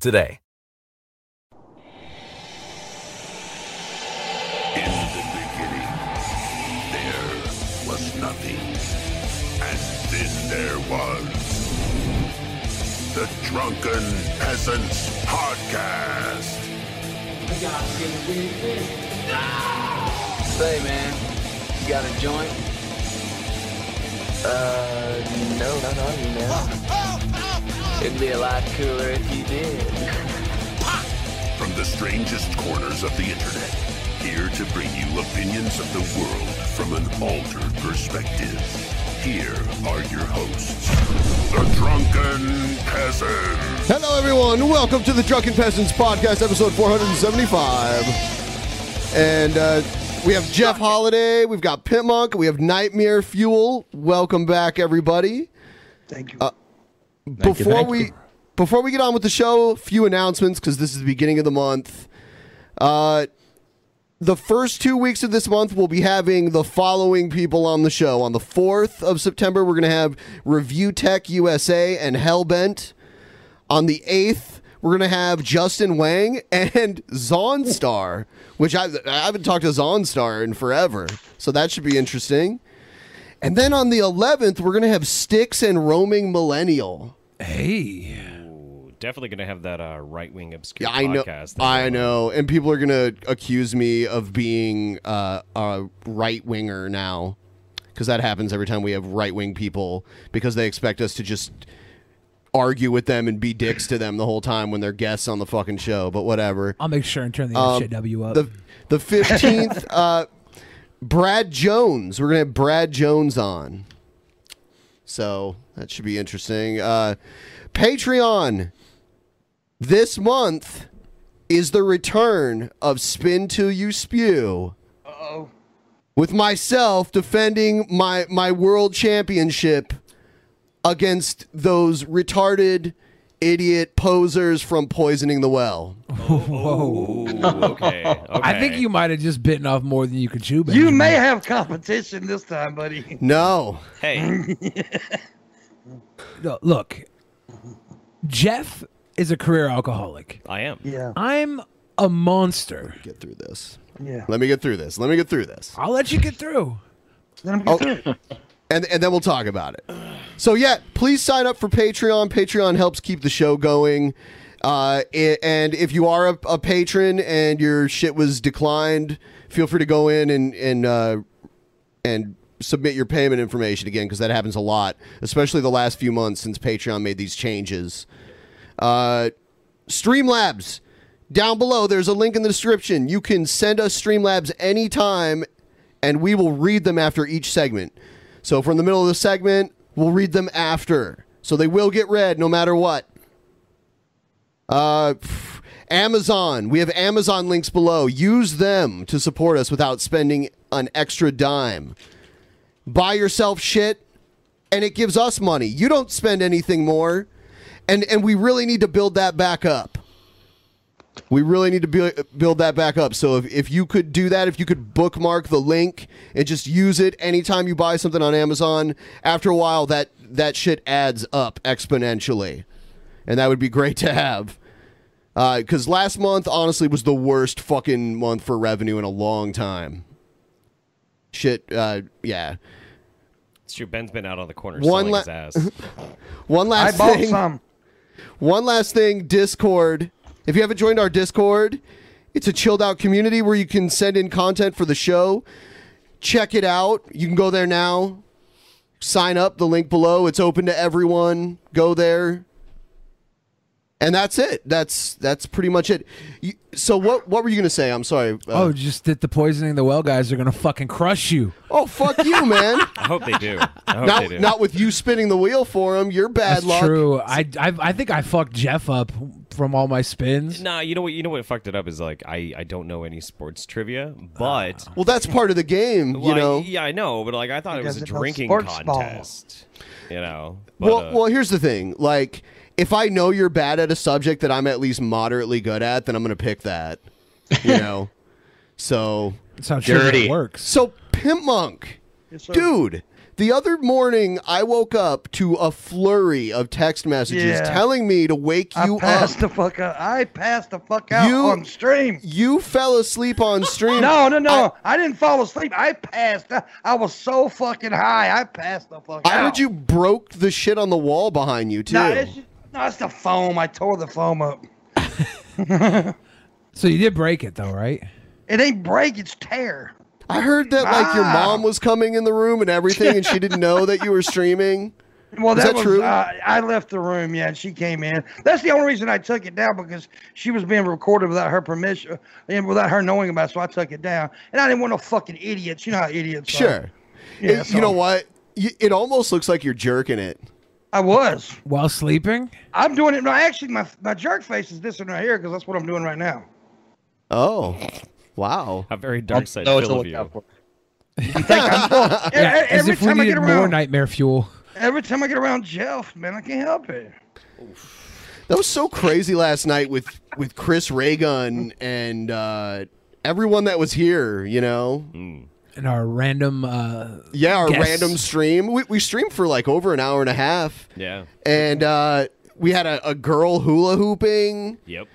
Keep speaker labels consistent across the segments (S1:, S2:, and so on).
S1: today.
S2: In the beginning, there was nothing. And then there was the Drunken Peasants Podcast.
S3: Say, man, you got a joint? Uh, no, not on you, man. It'd be a lot cooler if you did.
S2: From the strangest corners of the internet, here to bring you opinions of the world from an altered perspective. Here are your hosts, the Drunken Peasant.
S4: Hello, everyone. Welcome to the Drunken Peasants Podcast, episode 475. And uh, we have Jeff Holiday, we've got Pit Monk, we have Nightmare Fuel. Welcome back, everybody. Thank you. before we before we get on with the show, a few announcements because this is the beginning of the month. Uh, the first two weeks of this month, we'll be having the following people on the show. On the 4th of September, we're going to have Review Tech USA and Hellbent. On the 8th, we're going to have Justin Wang and Zonstar, which I, I haven't talked to Zonstar in forever. So that should be interesting. And then on the 11th, we're going to have Sticks and Roaming Millennial.
S5: Definitely gonna have that uh, right wing obscure
S4: Yeah, I know.
S5: podcast.
S4: I know. And people are going to accuse me of being uh, a right winger now because that happens every time we have right wing people because they expect us to just argue with them and be dicks to them the whole time when they're guests on the fucking show. But whatever. Um,
S6: I'll make sure and turn the shit W up.
S4: the the fifteenth, uh, Brad Jones. We're gonna have Brad Jones on, so that should be interesting. Uh, Patreon this month is the return of Spin Till You Spew. Uh oh. With myself defending my my world championship against those retarded idiot posers from poisoning the well.
S6: Whoa.
S5: Ooh, okay, Oh, okay.
S6: I think you might have just bitten off more than you could chew.
S7: You
S6: Benjamin.
S7: may have competition this time, buddy.
S4: No.
S5: Hey,
S6: No, Look, Jeff is a career alcoholic.
S5: I am.
S7: Yeah,
S6: I'm a monster.
S4: Get through this.
S7: yeah.
S4: Let me get through this. Let me get through this.
S6: I'll let you get through.
S7: Let him get through it.
S4: Oh. And and then we'll talk about it. So yeah, please sign up for Patreon. Patreon helps keep the show going. Uh, i- and if you are a, a patron and your shit was declined, feel free to go in and and uh, and submit your payment information again because that happens a lot, especially the last few months since Patreon made these changes. Uh, Streamlabs. Down below, there's a link in the description. You can send us Streamlabs anytime, and we will read them after each segment. So from the middle of the segment, we'll read them after. So they will get read no matter what. Uh, pff, Amazon. We have Amazon links below. Use them to support us without spending an extra dime. Buy yourself shit, and it gives us money. You don't spend anything more, and and we really need to build that back up. We really need to bu- build that back up. So if, if you could do that, if you could bookmark the link and just use it anytime you buy something on Amazon, after a while that that shit adds up exponentially, and that would be great to have. Because last month, honestly, was the worst fucking month for revenue in a long time. Shit, uh, yeah.
S5: It's true. Ben's been out on the corner
S4: One
S5: selling
S4: la-
S5: his ass.
S4: One
S7: I
S4: last
S7: bought
S4: thing.
S7: some.
S4: One last thing, Discord. If you haven't joined our Discord, it's a chilled out community where you can send in content for the show. Check it out. You can go there now. Sign up, the link below. It's open to everyone. Go there. And that's it. That's that's pretty much it. You, so what what were you going to say? I'm sorry. uh,
S6: oh, just that the poisoning the well guys are gonna fucking crush you.
S4: Oh, fuck you, man.
S5: I hope they do. I hope they
S4: not
S5: do.
S4: not with you spinning the wheel for him. You're bad
S6: That's
S4: luck.
S6: true. I, I I think I fucked Jeff up from all my spins.
S5: Nah, you know what? You know what fucked it up is like I, I don't know any sports trivia, but
S4: Ah. Well, that's part of the game,
S5: well,
S4: you
S5: I-
S4: know.
S5: yeah, I know, but like I thought it was a
S7: doesn't know
S5: drinking
S7: sports ball.
S5: contest. You know, but,
S4: well,
S5: uh,
S4: well, here's the thing. Like, if I know you're bad at a subject that I'm at least moderately good at, then I'm gonna pick that. You know. so,
S6: That's how trivia
S8: Dirty.
S6: works.
S4: so Pimp Monk,
S7: Yes, sir.
S4: dude. The other morning, I woke up to a flurry of text messages
S7: Yeah.
S4: telling me to wake
S7: I
S4: you up.
S7: passed the fuck out. I passed the fuck out
S4: You-
S7: on stream.
S4: you fell asleep on stream.
S7: No, no, no. I, didn't fall asleep. I passed. I, I was so fucking high. I passed the fuck out.
S4: I heard you broke the shit on the wall behind you too.
S7: No, it's, no, it's the foam. I tore the foam up.
S6: So you did break it though, right?
S7: It ain't break. It's tear.
S4: I heard that like your
S7: Ah.
S4: mom was coming in the room and everything, and she didn't know that you were streaming.
S7: Well,
S4: Is
S7: that,
S4: that
S7: was,
S4: true?
S7: Uh, I left the room, yeah, and she came in. That's the only reason I took it down because she was being recorded without her permission uh, and without her knowing about it. So I took it down, and I didn't want no fucking idiots. You know how idiots are.
S4: Sure.
S7: Yeah,
S4: It- you
S7: so-
S4: know what? Uh, Y- It almost looks like you're jerking it.
S7: I was.
S6: While sleeping?
S7: I'm doing it. No, actually, my my jerk face is this one right here because that's what I'm doing right now.
S4: Oh, wow.
S5: a very dark side
S8: No, it's
S5: Phil
S8: a
S5: of you.
S8: lookout for.
S7: E- e-
S6: As
S7: every
S6: if we
S7: time I
S6: needed
S7: get
S6: more
S7: around,
S6: nightmare fuel.
S7: every time I get around Jeff, man, I can't help it.
S4: That was so crazy last night with with Chris Raygun and uh, everyone that was here. You know,
S7: Hmm.
S6: In our random uh
S4: yeah, our
S6: Guess.
S4: random stream. We we streamed for like over an hour and a half,
S5: Yeah.
S4: and uh, we had a, a girl hula hooping.
S5: Yep.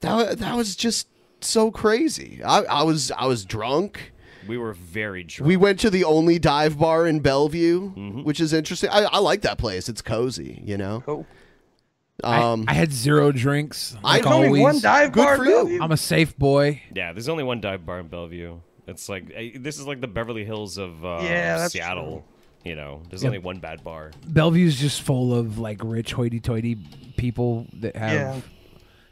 S4: That wa- that was just so crazy. I, I was I was drunk.
S5: We were very drunk.
S4: We went to the only dive bar in Bellevue,
S6: Mm-hmm.
S4: which is interesting. I, I like that place. It's cozy, you know.
S7: Cool.
S4: Um,
S6: I, I had zero drinks.
S4: I-
S6: Like
S7: There's only
S6: always.
S7: one dive
S4: Good
S7: bar.
S4: for
S7: in
S4: you.
S7: Bellevue.
S6: I'm a safe boy.
S5: yeah, there's only one dive bar in Bellevue. It's like eh, this is like the Beverly Hills of uh,
S7: Yeah, that's
S5: Seattle. You know, there's only one bad bar.
S6: Bellevue's just full of like rich hoity toity people that have
S7: Yeah.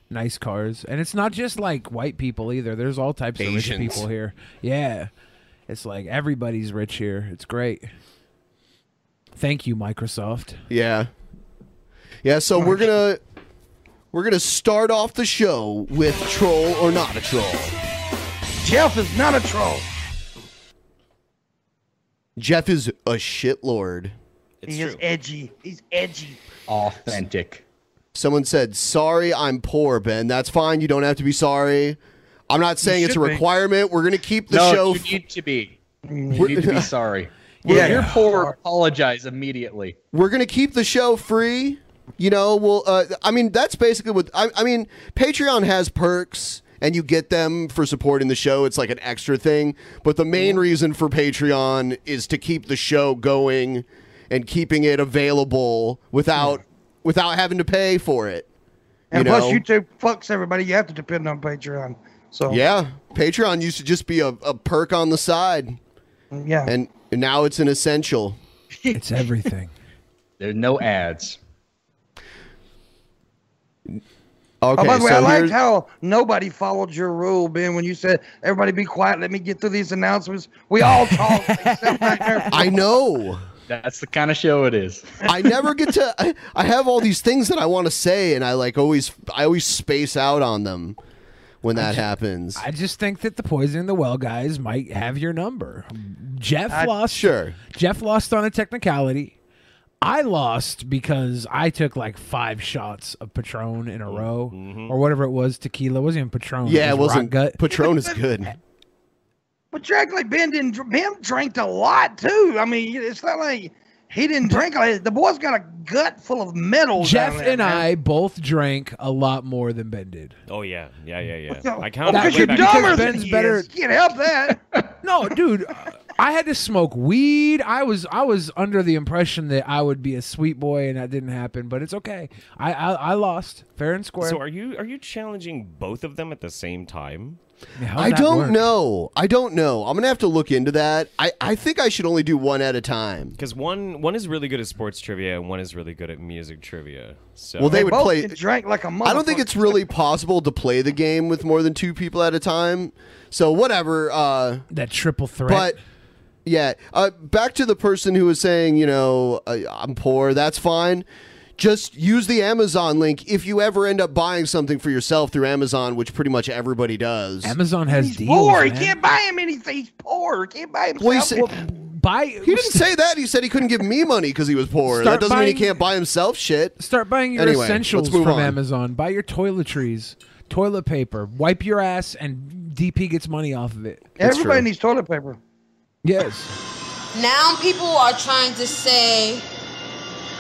S6: nice cars. And it's not just like white people either. There's all types of
S8: Asians.
S6: rich people here. Yeah. It's like everybody's rich here. It's great. Thank you, Microsoft.
S4: yeah, yeah. So we're gonna we're gonna start off the show with troll or not a troll.
S7: Jeff is not a troll.
S4: Jeff is a shitlord.
S5: It's
S7: he
S5: true.
S7: is edgy. He's edgy.
S8: Authentic.
S4: Someone said, "Sorry, I'm poor, Ben. That's fine. You don't have to be sorry. I'm not saying it's a
S7: should be.
S4: requirement. We're gonna keep the
S8: no,
S4: show.
S8: you need to be. You
S4: We're-
S8: need to be sorry.
S7: Yeah.
S8: If you're poor, apologize immediately.
S4: we're gonna keep the show free. You know, we'll. Uh, I mean, that's basically what I, I mean. Patreon has perks, and you get them for supporting the show. It's like an extra thing, but the main reason for Patreon is to keep the show going and keeping it available without without having to pay for it.
S7: And
S4: you
S7: plus,
S4: know?
S7: YouTube fucks everybody. You have to depend on Patreon. So
S4: Yeah, Patreon used to just be a, a perk on the side,
S7: yeah.
S4: and now it's an essential.
S6: It's everything.
S8: There's no ads.
S4: Okay,
S7: Oh, by the way,
S4: so
S7: I liked
S4: here's-
S7: how nobody followed your rule, Ben, when you said, everybody be quiet, let me get through these announcements. We all talk. except Nightmare.
S4: I know.
S8: That's the kind of show it is.
S4: I never get to. I, I have all these things that I want to say, and I like always. I always space out on them when that happens.
S6: I just think that the poison in the well guys might have your number. Jeff lost.
S4: sure.
S6: Jeff lost on a technicality. I lost because I took like five shots of Patron in a row, or whatever it was. Tequila It wasn't even Patron.
S4: Mm-hmm. yeah, it
S6: was rock
S4: wasn't.
S6: gut.
S4: Patron is good.
S7: but you act like Ben didn't. dr- Ben drank a lot too. I mean, it's not like he didn't drink. a lot. The boy's got a gut full of metal.
S6: Jeff and I both drank a lot more than Ben did.
S5: oh yeah, yeah, yeah, yeah.
S7: Because
S5: I counted. way
S7: you're
S5: back-
S6: because
S7: dumber than
S6: Ben's
S7: he
S6: better-
S7: is. Can't help that.
S6: No, dude, uh, I had to smoke weed. I was I was under the impression that I would be a sweet boy, and that didn't happen. But it's okay. I I, I lost fair and square.
S5: So are you are you challenging both of them at the same time?
S6: How'd
S4: I
S6: that
S4: don't
S6: work?
S4: know. I don't know. I'm gonna have to look into that. I, I think I should only do one at a time.
S5: Because one one is really good at sports trivia and one is really good at music trivia. So
S4: Well, they would
S7: Both
S4: play.
S7: get drank like a mother.
S4: I don't think it's really possible to play the game with more than two people at a time. So whatever. Uh,
S6: that triple threat.
S4: but yeah, uh, back to the person who was saying, you know, uh, I'm poor. That's fine. Just use the Amazon link if you ever end up buying something for yourself through Amazon, which pretty much everybody does.
S6: Amazon has
S7: He's
S6: deals.
S7: poor. He
S6: man.
S7: can't buy him anything. He's poor. He can't buy
S4: Well, he
S7: himself.
S4: said-
S6: buy.
S4: he didn't say that. He said he couldn't give me money because he was poor.
S6: Start
S4: that doesn't mean he
S6: buying-
S4: can't buy himself shit.
S6: Start buying your
S4: Anyway,
S6: essentials
S4: let's move
S6: from
S4: on.
S6: Amazon. Buy your toiletries, toilet paper, wipe your ass, and DP gets money off of it.
S4: That's
S7: Everybody
S4: true.
S7: needs toilet paper.
S6: Yes.
S9: Now people are trying to say,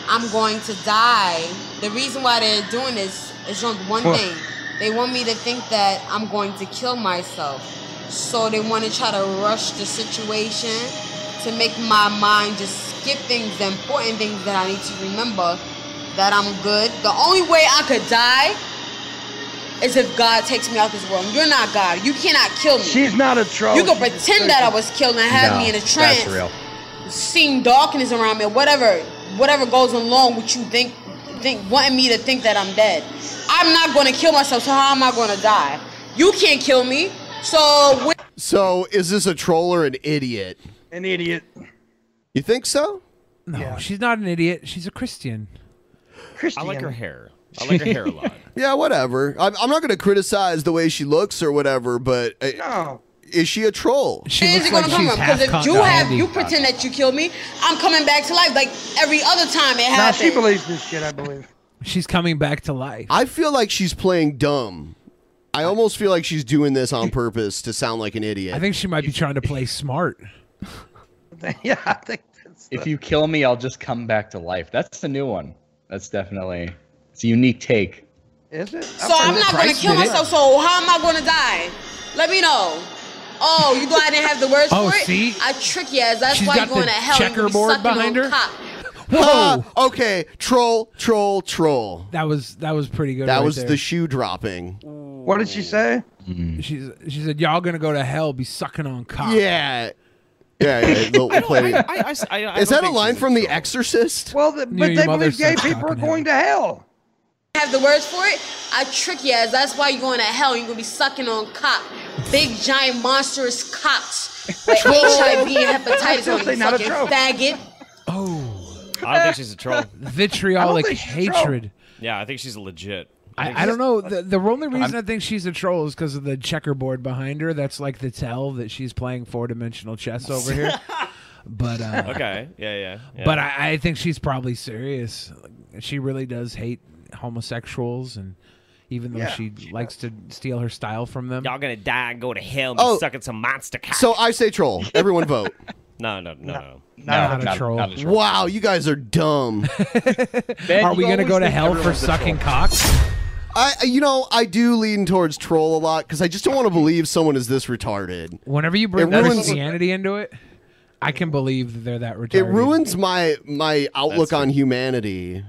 S9: I'm going to die. The reason why they're doing this is on one
S7: What?
S9: thing. They want me to think that I'm going to kill myself. So they want to try to rush the situation to make my mind just skip things, the important things that I need to remember that I'm good. The only way I could die is if God takes me out this world. You're not God. You cannot kill me.
S7: She's not a troll.
S9: you can
S7: She's just
S9: pretend that I was killed and have
S8: No,
S9: me in a trance
S8: that's real.
S9: seeing darkness around me, or whatever, whatever goes along with you think, think wanting me to think that I'm dead. I'm not going to kill myself, so how am I going to die? You can't kill me, so when
S4: So is this a troll or an idiot?
S7: an idiot.
S4: You think so?
S6: No, she's not an idiot. She's a Christian.
S5: I
S7: Christian.
S5: like her hair. I like her hair a lot.
S4: Yeah, whatever. I'm, I'm not going to criticize the way she looks or whatever, but uh,
S7: No.
S4: is she a troll?
S6: She
S9: is
S6: looks
S9: it
S6: like
S9: going to come
S6: she's
S9: from? Because
S6: half
S9: if you
S6: Caucasian.
S9: have, you pretend that you killed me, I'm coming back to life like every other time it
S7: Now
S9: happens.
S7: she believes this shit. I believe.
S6: She's coming back to life.
S4: I feel like she's playing dumb. I almost feel like she's doing this on purpose to sound like an idiot.
S6: I think she might be trying to play smart.
S7: yeah, I think that's.
S8: If you kill me, I'll just come back to life. That's the new one. That's definitely it's a unique take.
S7: Is it?
S9: so I'm not going to kill myself, so how am I going to die? Let me know. Oh, you glad I didn't have the words
S6: Oh,
S9: for it?
S6: see?
S9: I trick you as that's
S6: She's
S9: why you're
S6: got the
S9: going to hell. and you're gonna
S6: checkerboard
S9: be sucking
S6: behind
S9: on
S6: her?
S9: cock.
S4: Ah, okay, troll, troll, troll.
S6: That was that was pretty good.
S4: That
S6: right
S4: was
S6: there.
S4: the shoe dropping.
S7: What did she say?
S6: she's she said y'all gonna go to hell, be sucking on cock.
S4: Yeah. Yeah, yeah, we'll- we'll play it.
S5: I, I s- I- I
S4: Is
S5: don't
S4: that a
S5: think
S4: line
S5: she's
S4: from The
S5: troll.
S4: Exorcist?
S7: Well, the,
S6: Your
S7: but they
S6: mother's
S7: believe gay
S6: such
S7: people are
S6: fucking
S7: going to hell.
S9: have the words for it, I trick you as that's why you're going to hell. You're gonna be sucking on cock, big giant monstrous cocks with HIV and hepatitis on
S7: Still say
S9: you,
S7: not a
S9: fucking
S7: trope.
S9: faggot.
S6: Oh,
S5: I don't think she's a troll.
S6: vitriolic
S7: think she's a troll.
S6: hatred.
S5: Yeah, I think she's legit. think
S6: I, I don't know. The, the only reason i think she's a troll is because of the checkerboard behind her. That's like the tell that she's playing four dimensional chess over here. but uh,
S5: she's- Okay. Yeah, yeah. yeah.
S6: but I, I think she's probably serious. She really does hate homosexuals, and even though
S7: Yeah,
S6: she, likes to steal her style from them,
S5: y'all gonna die and go to hell and be
S4: Oh.
S5: sucking some monster cock.
S4: So I say troll. Everyone vote.
S5: no, no, no, no.
S6: not a troll.
S8: Not a troll.
S4: Wow, you guys are dumb.
S8: Ben,
S6: are we
S8: you
S6: gonna
S8: always
S6: go to
S8: think
S6: hell for
S8: everyone's a troll.
S6: sucking cocks?
S4: I, I- you know, I do lean towards troll a lot because I just don't want to believe someone is this retarded.
S6: Whenever you bring
S4: It ruins-
S6: Christianity into it, I can believe that they're that retarded.
S4: It ruins my my outlook on humanity.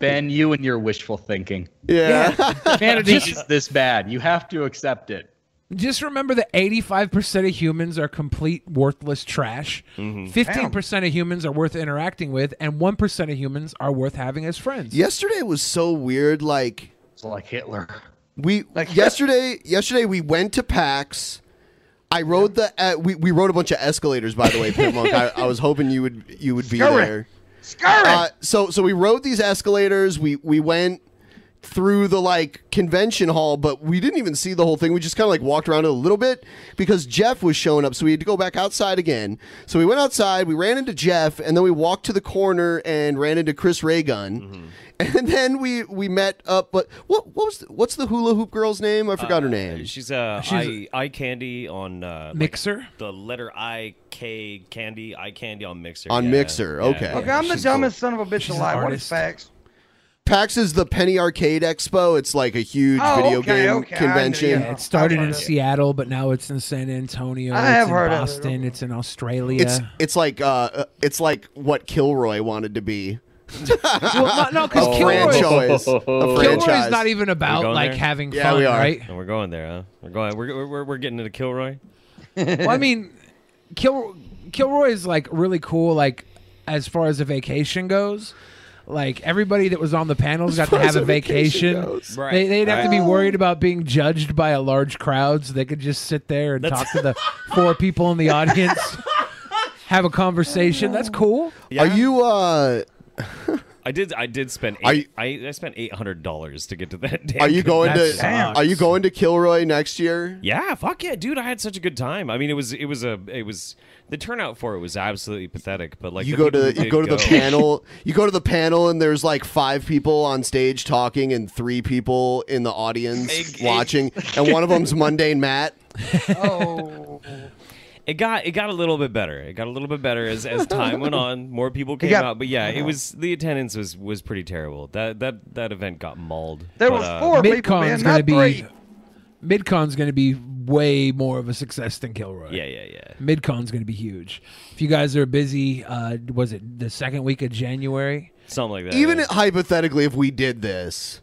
S8: Ben, you and your wishful thinking.
S4: Yeah.
S8: Humanity is this bad. You have to accept it.
S6: Just remember that 85% of humans are complete worthless trash. 15% of humans are worth interacting with, and 1% of humans are worth having as friends.
S4: yesterday was so weird. Like
S8: It's like Hitler.
S4: we yesterday, yesterday we went to PAX. I rode the uh, we we rode a bunch of escalators. By the way, Pit Monk, I, I was hoping you would you would be
S7: Scurry.
S4: there.
S7: Scurry.
S4: Uh, so so we rode these escalators. We we went through the like convention hall, but we didn't even see the whole thing. We just kind of like walked around it a little bit because Jeff was showing up, so we had to go back outside again. So we went outside, we ran into Jeff, and then we walked to the corner and ran into Chris Raygun.
S7: Mm-hmm.
S4: And then we we met up, but what what was the, what's the hula hoop girl's name? I forgot her name.
S5: She's uh,
S6: She's
S5: eye, eye candy on uh, like
S6: Mixer?
S5: the letter I K candy eye candy on mixer
S4: On
S5: yeah.
S4: Mixer, okay.
S7: okay, I'm the
S5: She's
S7: dumbest son of a bitch
S6: She's an
S7: alive. What
S6: artist.
S7: is facts?
S4: PAX is the Penny Arcade Expo. It's like a huge
S7: Oh,
S4: video
S7: okay,
S4: game
S7: okay, I knew,
S4: convention.
S6: Yeah, it started in Seattle, but now it's in San Antonio.
S4: I
S6: it's
S4: have
S6: in
S4: heard of it.
S6: Boston. It's in Australia.
S4: It's it's like uh, uh, it's like what Kilroy wanted to be.
S6: well, no, because
S4: A
S6: Kilroy's,
S4: franchise. A franchise.
S6: Kilroy's not even about
S5: We going
S6: like
S5: there?
S6: having fun, right?
S5: And we're going there, huh? We're going. We're we're, we're, we're getting into Kilroy.
S6: well, I mean, Kil- Kilroy is like really cool, like as far as a vacation goes. Like everybody that was on the panels got to
S5: far as
S6: have a
S5: a vacation
S6: vacation.
S5: goes. Right.
S6: They, they'd have to be
S5: Right.
S6: worried about being judged by a large crowd, so they could just sit there and talk to the four people in the audience, have a conversation. That's cool.
S4: Are you uh
S5: I did. I did spend.
S4: Are
S5: Eight, I I spent eight hundred dollars to get to that. Damn
S4: are you going
S5: convention.
S4: to are you going to Kilroy next year?
S5: Yeah, fuck yeah, dude! I had such a good time. I mean, it was it was a it was the turnout for it was absolutely pathetic. But like the
S4: you go
S5: people
S4: to
S5: who
S4: you
S5: did
S4: go to the panel you go to the panel and there's like five people on stage talking and three people in the audience watching and one of them's mundane Matt.
S5: It got it got a little bit better. It got a little bit better as, as time went on. More people came
S7: got-
S5: out, but yeah, it was the attendance was was pretty terrible. That that that event got mauled.
S7: There
S5: but,
S7: were
S5: uh,
S7: four people, man,
S6: Midcon's gonna
S7: not
S6: be
S7: three.
S6: Midcon's gonna be way more of a success than Kilroy.
S5: Yeah, yeah, yeah.
S6: Midcon's gonna be huge. If you guys are busy, uh, was it the second week of January?
S5: Something like
S4: Even hypothetically if we did this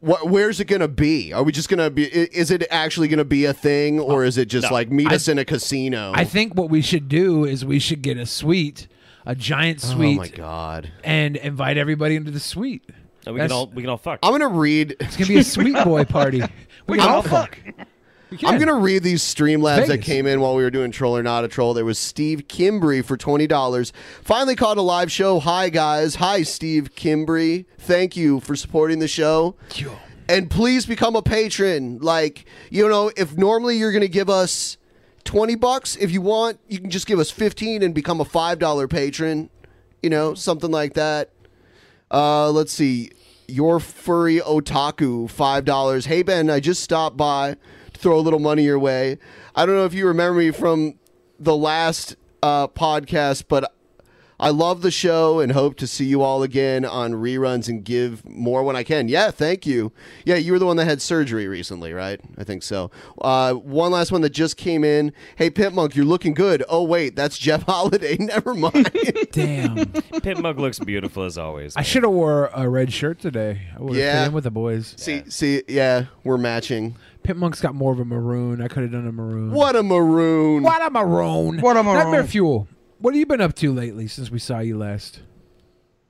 S4: wh- where's it gonna be? Are we just gonna be? i- Is it actually gonna be a thing, or is it just
S6: Uh, no.
S4: like meet
S6: I-
S4: us in a casino?
S6: I think what we should do is we should get a suite, a giant suite.
S4: Oh my God.
S6: And invite everybody into the suite.
S5: And we
S6: That's-
S5: can all we can all fuck.
S4: I'm gonna read.
S6: It's gonna be a sweet boy party. We can all fuck.
S4: I'm gonna read these Streamlabs that
S6: Vegas.
S4: came in while we were doing Troll or Not a Troll. There was Steve Kimbry for twenty dollars. Finally caught a live show. Hi guys. Hi Steve Kimbry. Thank you for supporting the show. And please become a patron. Like you know, if normally you're gonna give us twenty bucks, if you want, you can just give us fifteen and become a five dollar patron. You know, something like that. Uh, let's see. Your furry otaku, five dollars. Hey Ben, I just stopped by to throw a little money your way. I don't know if you remember me from the last uh, podcast, but I love the show and hope to see you all again on reruns and give more when I can. Yeah, thank you. Yeah, you were the one that had surgery recently, right? I think so. Uh, one last one that just came in. Hey, Pimp Monk, you're looking good. Oh wait, that's Jeff Holiday. Never mind.
S5: Pit Mug looks beautiful as always.
S6: I should have wore a red shirt today. I would have
S4: Yeah.
S6: fit in with the boys.
S4: See, see, yeah, we're matching.
S6: Pit Monk's got more of a maroon. I could have done a maroon.
S4: What a maroon.
S6: What a maroon.
S4: What a
S6: Nightmare
S4: maroon.
S6: Fuel. What have you been up to lately since we saw you last?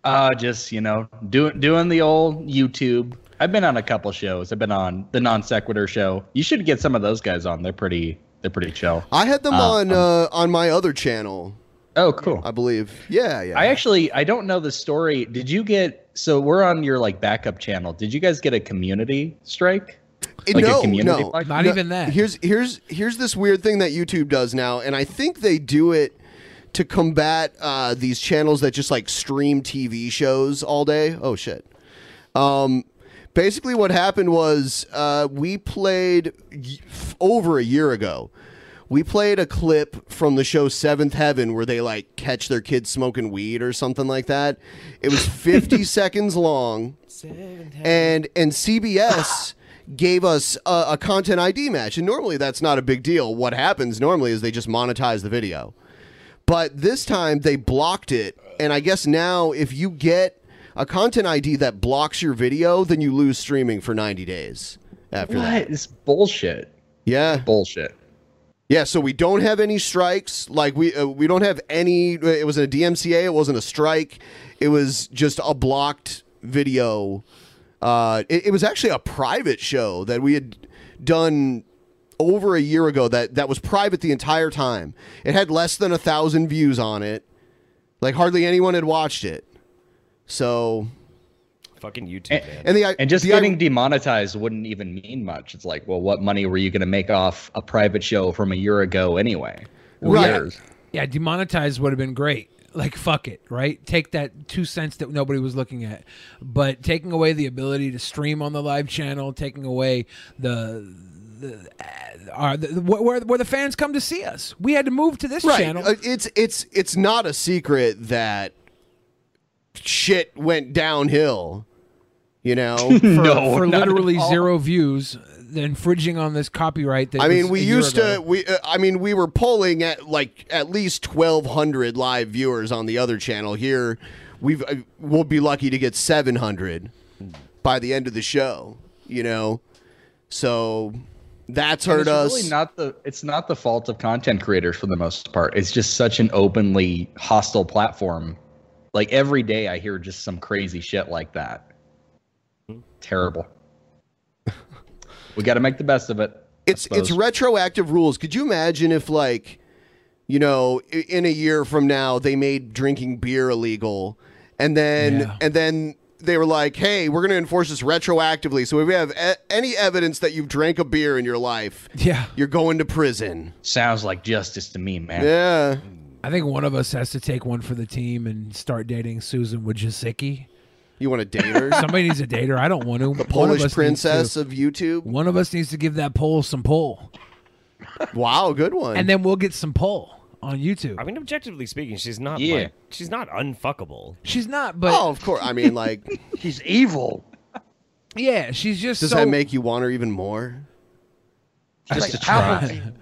S8: Uh, just you know, doing doing the old YouTube. I've been on a couple shows. I've been on the non sequitur show. You should get some of those guys on. They're pretty. They're pretty chill.
S4: I had them
S8: Uh,
S4: on uh, on my other channel.
S8: Oh, cool.
S4: I believe. Yeah, yeah.
S8: I actually I don't know the story. Did you get so we're on your like backup channel? Did you guys get a community strike?
S4: Eh,
S8: Like
S4: no,
S8: a community
S4: no,
S8: podcast?
S4: no, Here's here's here's this weird thing that YouTube does now, and I think they do it to combat uh, these channels that just like stream TV shows all day. Oh shit. Um, basically, what happened was uh, we played y- f- over a year ago. We played a clip from the show Seventh Heaven where they like catch their kids smoking weed or something like that. It was 50 seconds long. And and CBS gave us a, a content ID match. And normally that's not a big deal. What happens normally is they just monetize the video. But this time they blocked it. And I guess now if you get a content ID that blocks your video, then you lose streaming for 90 days after that.
S8: What? It's bullshit.
S4: Yeah.
S8: Bullshit.
S4: Yeah, so we don't have any strikes. Like we uh, we don't have any. uh, It was a DMCA. It wasn't a strike. It was just a blocked video. Uh, it, it was actually a private show that we had done over a year ago. That that was private the entire time. It had less than a thousand views on it. Like hardly anyone had watched it. So
S5: Fucking YouTube.
S8: And,
S5: man.
S4: and the
S8: just
S4: the-
S8: getting demonetized wouldn't even mean much. It's like, well, what money were you going to make off a private show from a year ago anyway? Who
S6: Right.
S8: cares?
S6: Yeah, demonetized would have been great. Like fuck it, right? Take that two cents that nobody was looking at, but taking away the ability to stream on the live channel, taking away the the, uh, our, the where- where where the fans come to see us. We had to move to this
S4: right.
S6: channel.
S4: Uh, It's it's it's not a secret that shit went downhill You know,
S6: for, for literally zero views, infringing on this copyright. That
S4: I mean,
S6: was
S4: we
S6: a year
S4: used
S6: ago.
S4: to. We, uh, I mean, we were polling at like at least twelve hundred live viewers on the other channel. Here, we've uh, we'll be lucky to get seven hundred by the end of the show. You know, so that's
S8: And
S4: hurt us.
S8: it's Really not the it's not the fault of content creators for the most part. It's just such an openly hostile platform. Like every day, I hear just some crazy shit like that. Terrible. we got to make the best of it.
S4: It's it's retroactive rules. Could you imagine if like you know, i- in a year from now they made drinking beer illegal and then and then they were like, "Hey, we're going to enforce this retroactively. So if you have e- any evidence that you've drank a beer in your life,
S6: yeah,
S4: you're going to prison."
S8: Sounds like justice to me, man.
S4: Yeah.
S6: I think one of us has to take one for the team and start dating Susan Wojcicki.
S4: You want to date her?
S6: Somebody needs a dater. I don't want to. The
S4: Polish princess of YouTube.
S6: One of us needs to give that poll some pull,
S4: Wow, Oh, good one.
S6: and then we'll get some pull on YouTube.
S5: I mean, objectively speaking, she's not.
S6: Yeah.
S5: Like, she's not unfuckable.
S6: She's not, but
S4: oh, of course. I mean, like
S7: she's evil.
S6: Yeah, she's just
S4: Does
S6: so
S4: that make you want her even more?
S6: Just Like to try. Palpatine.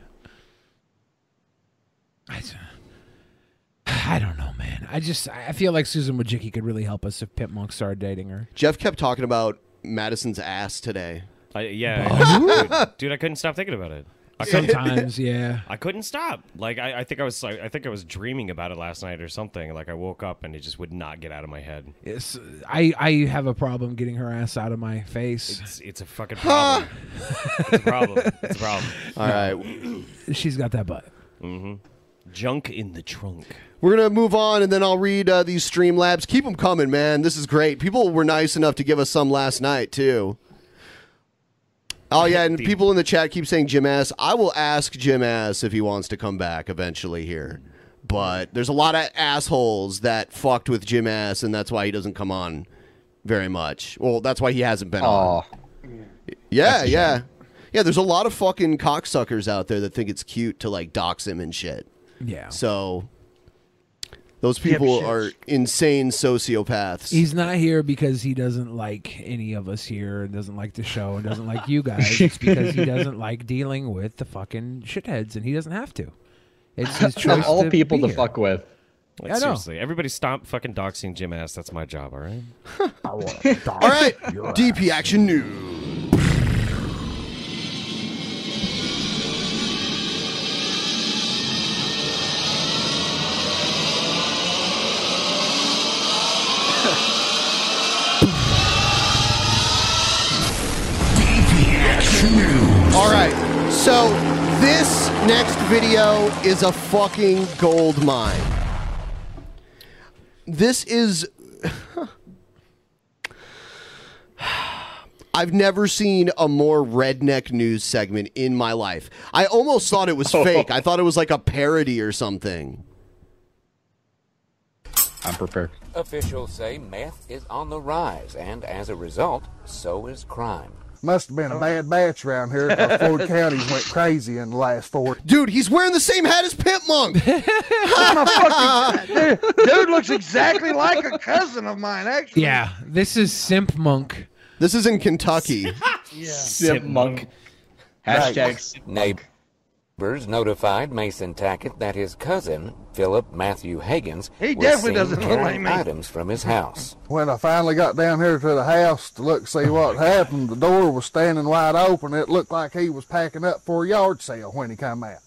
S6: I don't know, man. I just I feel like Susan Wojcicki could really help us if Pip Monk started dating her.
S4: Jeff kept talking about Madison's ass today.
S5: I,
S6: Oh,
S5: yeah, dude, dude, I couldn't stop thinking about it. I couldn't-
S6: Sometimes, yeah.
S5: I couldn't stop. Like I, I think I was, I, I think I was dreaming about it last night or something. Like I woke up and it just would not get out of my head.
S6: It's, I I have a problem getting her ass out of my face.
S5: It's, it's a fucking problem. it's a problem. It's a problem.
S4: All right.
S6: She's got that butt.
S5: hmm Junk in the trunk.
S4: We're gonna move on, and then I'll read uh, these stream labs. Keep them coming, man. This is great. People were nice enough to give us some last night too. Oh yeah, and people in the chat keep saying Jim Ass. I will ask Jim Ass if he wants to come back eventually here. But there's a lot of assholes that fucked with Jim Ass, and that's why he doesn't come on very much. Well, that's why he hasn't been on. Yeah, yeah. Yeah, there's a lot of fucking cocksuckers out there that think it's cute to like dox him and shit.
S6: Yeah.
S4: So those people
S6: Dipshits.
S4: are insane sociopaths.
S6: He's not here because he doesn't like any of us here and doesn't like the show and doesn't like you guys. It's because he doesn't like dealing with the fucking shitheads and he doesn't have to. It's his choice.
S8: all people
S6: be
S8: to
S6: here.
S8: fuck with.
S5: Like,
S6: I know.
S5: seriously, everybody stop fucking doxing Jim ass. That's my job. All right.
S4: All right, DP Action News. All right, so this next video is a fucking gold mine. This is I've never seen a more redneck news segment in my life. I almost thought it was fake. I thought it was like a parody or something.
S8: I'm prepared.
S10: Officials say meth is on the rise, and as a result, so is crime.
S11: Must have been a bad batch around here. 'cause Ford County went crazy in the last four.
S4: Dude, he's wearing the same hat as Pimp Monk.
S7: dude, dude looks exactly like a cousin of mine, actually.
S6: Yeah, this is Simp Monk.
S4: This is in Kentucky.
S6: Simp
S8: Monk.
S10: Hashtag Neighbors notified Mason Tackett that his cousin, Philip Matthew Higgins,
S11: He
S10: was
S11: definitely
S10: seen
S11: doesn't look like
S10: carrying
S11: me.
S10: items from his house.
S11: When I finally got down here to the house to look see what happened, the door was standing wide open. It looked like he was packing up for a yard sale when he come out.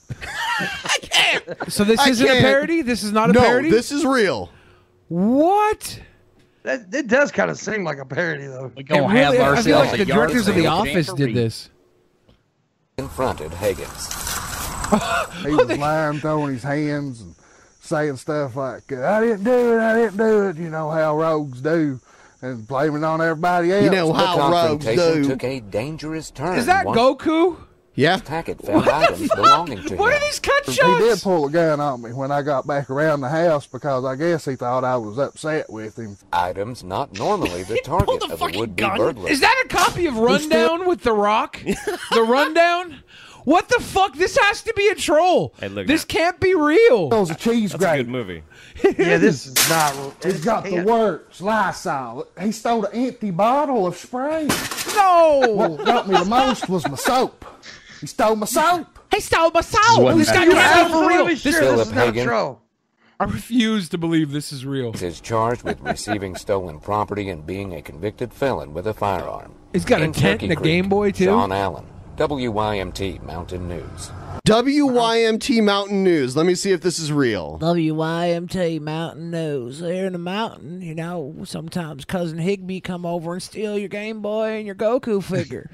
S6: So this
S11: I
S6: isn't a
S11: can't-
S6: parody? This is not a
S11: No,
S6: parody?
S11: this is
S4: real.
S6: What?
S7: That it does kind of seem like a parody, though. We
S6: gonna It have really- I feel ourselves like a the yard directors of The sale. Office did this.
S10: Confronted Higgins.
S11: He was lying, throwing his hands and saying stuff like, "I didn't do it, I didn't do it." You know how rogues do, and blaming on everybody else.
S10: the confrontation took a dangerous turn.
S11: Is that
S6: Goku?
S4: Yeah.
S10: Tackett found items belonging to him.
S11: He did pull a gun on me when I got back around the house because I guess he thought I was upset with him.
S10: Items not normally the target of a would-be burglar.
S6: Is that a copy of Rundown with The Rock? the Rundown? What the fuck? This has to be a troll.
S5: Hey, look,
S6: This can't be real.
S11: That was a cheese
S5: that's a good movie.
S11: Yeah,
S7: this is not.
S11: He's got the works, Lysol. He stole an empty bottle of spray.
S6: No.
S11: What got me the most was my soap. He stole my soap.
S6: He stole my soap.
S10: one
S6: this guy
S10: thing.
S6: can't be for real. This
S10: Philip Hagen
S6: I refuse to believe this is real.
S10: is charged with receiving stolen property and being a convicted felon with a firearm.
S6: He's got a
S10: In
S6: tent and a
S10: Turkey
S6: Game
S10: Creek,
S6: Boy, too?
S10: Sean Allen, WYMT Mountain News.
S4: WYMT Mountain News. Let me see if this is real.
S12: WYMT Mountain News. There in the mountain, you know, sometimes cousin Higby come over and steal your Game Boy and your Goku figure.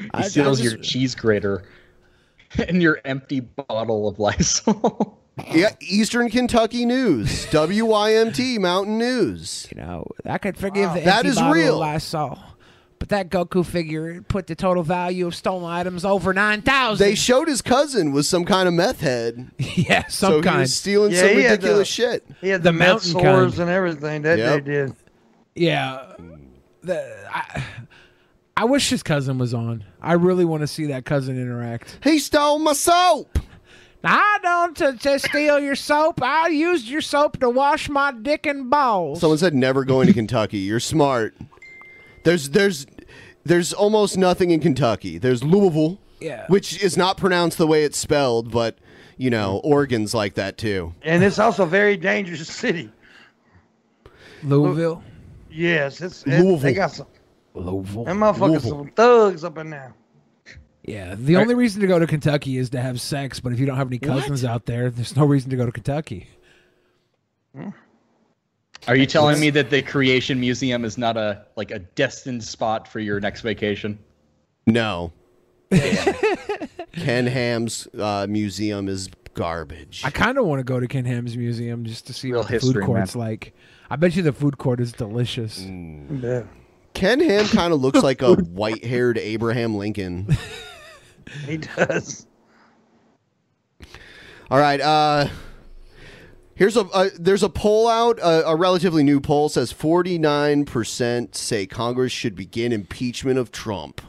S8: He
S12: I- I
S8: steals
S12: just-
S8: your cheese grater and your empty bottle of Lysol.
S4: Yeah, Eastern Kentucky News. WYMT Mountain News.
S12: You know, I could forgive the
S4: that
S12: empty
S4: is
S12: bottle
S4: real.
S12: of Lysol. But that Goku figure it put the total value of stolen items over nine thousand.
S4: They showed his cousin was some kind of meth head.
S6: Yeah, some
S4: so He
S6: kind.
S4: was stealing
S6: Yeah,
S4: some
S6: he had the-
S4: ridiculous shit.
S7: He had
S6: The
S7: the, meth
S6: mountain
S7: sores
S6: kind.
S7: and everything that
S6: Yep.
S7: they did.
S6: Yeah. The- I, I wish his cousin was on. I really want to see that cousin interact.
S4: He stole my soap.
S12: I don't
S6: uh,
S12: to, to steal your soap. I used your soap to wash my dick and balls.
S4: Someone said never going to Kentucky. You're smart. There's there's there's almost nothing in Kentucky. There's Louisville,
S12: Yeah.
S4: which is not pronounced the way it's spelled, but you know, Oregon's like that too.
S7: And it's also a very dangerous city.
S6: Louisville.
S7: Yes, it's, it,
S6: Louisville.
S7: They got some.
S6: Louisville.
S7: Them motherfuckers
S6: Louisville.
S7: some thugs up in there.
S6: Yeah, the only reason to go to Kentucky is to have sex, but if you don't have any cousins out there, there's no reason to go to Kentucky.
S8: Are you telling me that the Creation Museum is not a like a destined spot for your next vacation?
S4: No. Ken Ham's uh, museum is garbage.
S6: I kind of want to go to Ken Ham's museum just to see what the
S4: history,
S6: food court's
S4: man.
S6: like. I bet you the food court is delicious.
S4: Mm. Ken Ham kind of looks like a white-haired Abraham Lincoln.
S7: He does.
S4: All right. Uh, here's a uh, there's a poll out. Uh, a relatively new poll says 49 percent say Congress should begin impeachment of Trump.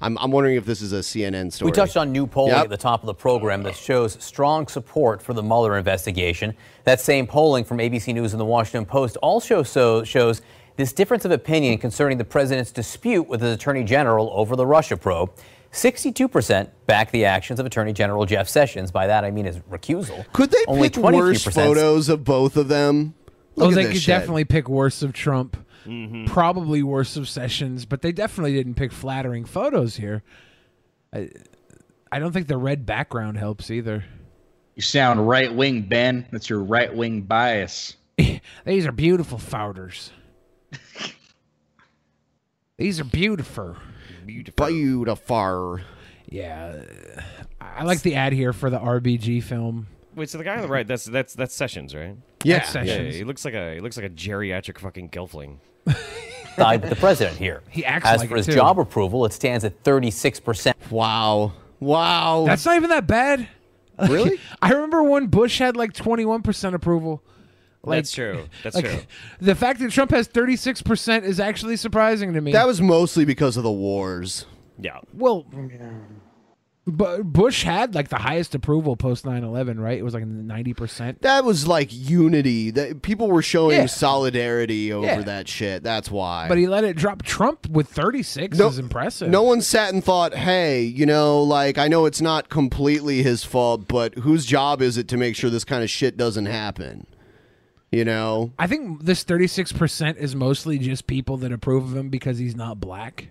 S4: I'm, I'm wondering if this is a CNN
S13: We
S4: story.
S13: touched on new polling
S4: Yep.
S13: at the top of the program that shows strong support for the Mueller investigation. That same polling from ABC News and the Washington Post also so shows this difference of opinion concerning the president's dispute with his attorney general over the Russia probe. 62% back the actions of Attorney General Jeff Sessions. By that, I mean his recusal.
S4: Could they
S13: Only
S4: pick worse
S13: 23%
S4: photos of both of them? Look
S6: oh,
S4: at
S6: they
S4: this
S6: could
S4: shit.
S6: definitely pick worse of Trump,
S4: Mm-hmm.
S6: probably worse of Sessions, but they definitely didn't pick flattering photos here. I, I don't think the red background helps either.
S8: You sound right wing, Ben. That's your right wing bias.
S6: These are beautiful founders. These are beautiful.
S4: Beautiful. Beautiful.
S6: Yeah. I like the ad here for the RBG film.
S5: Wait, so the guy on the right, that's that's that's Sessions, right?
S6: Yeah. That's Sessions.
S5: he looks like a he looks like a geriatric fucking gelfling.
S13: side with the president here.
S5: He acts
S13: As
S5: like
S13: for
S5: it,
S13: his
S5: too.
S13: job approval, it stands at 36%.
S4: Wow. Wow.
S6: That's not even that bad. Like,
S13: Really?
S6: I remember when Bush had like 21% approval.
S5: That's true. That's true.
S6: The fact that Trump has 36% is actually surprising to me.
S4: That was mostly because of the wars.
S5: Yeah.
S6: Well, but Bush had like the highest approval post 9/11, right? It was like 90%.
S4: That was like unity. That people were showing
S6: Yeah.
S4: solidarity over
S6: Yeah.
S4: that shit. That's why.
S6: But he let it drop Trump with 36
S4: No-
S6: is impressive.
S4: No one sat and thought, hey, you know, like, I know it's not completely his fault, but whose job is it to make sure this kind of shit doesn't happen? You know?
S6: I think this 36% is mostly just people that approve of him because he's not black.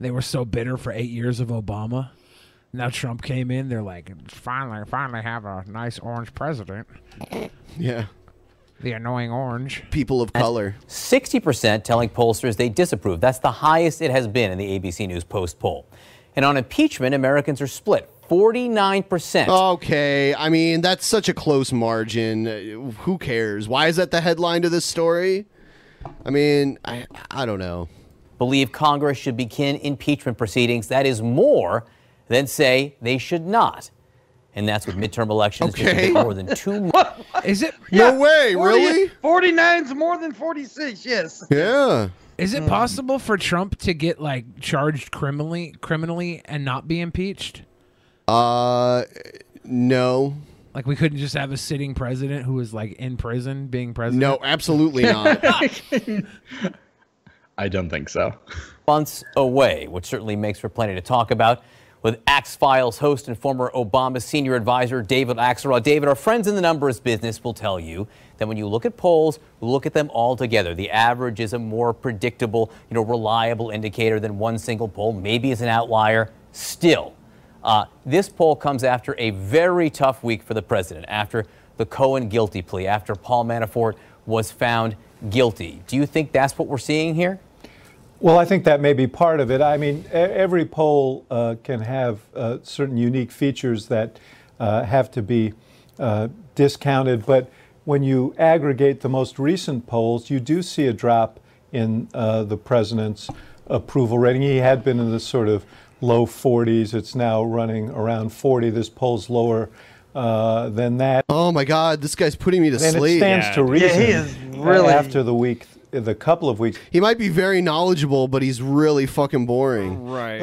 S6: They were so bitter for eight years of Obama. Now Trump came in, they're like, finally, finally have a nice orange president.
S4: Yeah.
S6: The annoying orange.
S4: People of color.
S13: 60% telling pollsters they disapprove. That's the highest it has been in the ABC News Post poll. And on impeachment, Americans are split 49%.
S4: Okay. I mean, that's such a close margin. Uh, Who cares? Why is that the headline to this story? I mean, I, I don't know.
S13: Believe Congress should begin impeachment proceedings. That is more than say they should not. And that's with midterm elections just a bit more than two months.
S6: Is it?
S4: No way,
S7: 40
S4: really?
S7: 49's more than 46, yes.
S4: Yeah.
S6: Is
S4: Hmm.
S6: it possible for Trump to get like charged criminally, criminally and not be impeached?
S4: Uh, no.
S6: Like we couldn't just have a sitting president who was like in prison being president.
S4: No, absolutely not.
S13: I don't think so. Months away, which certainly makes for plenty to talk about. With Axe Files host and former Obama senior advisor David Axelrod. David, our friends in the numbers business will tell you that when you look at polls, look at them all together. The average is a more predictable, you know, reliable indicator than one single poll. Maybe it's an outlier. Still, uh, this poll comes after a very tough week for the president, after the Cohen guilty plea, after Paul Manafort was found guilty. Do you think that's what we're seeing here?
S14: Well, I think that may be part of it. I mean, e- every poll uh, can have uh, certain unique features that uh, have to be uh, discounted. But when you aggregate the most recent polls, you do see a drop in uh, the president's approval rating. He had been in the sort of low 40s. It's now running around 40. This poll's lower uh, than that.
S4: Oh my God, this guy's putting me to
S14: and
S4: sleep.
S14: it stands to
S4: Yeah. Yeah,
S14: reason.
S4: he is really-
S14: after the week, the couple of weeks.
S4: He might be very knowledgeable, but he's really fucking boring.
S5: Right.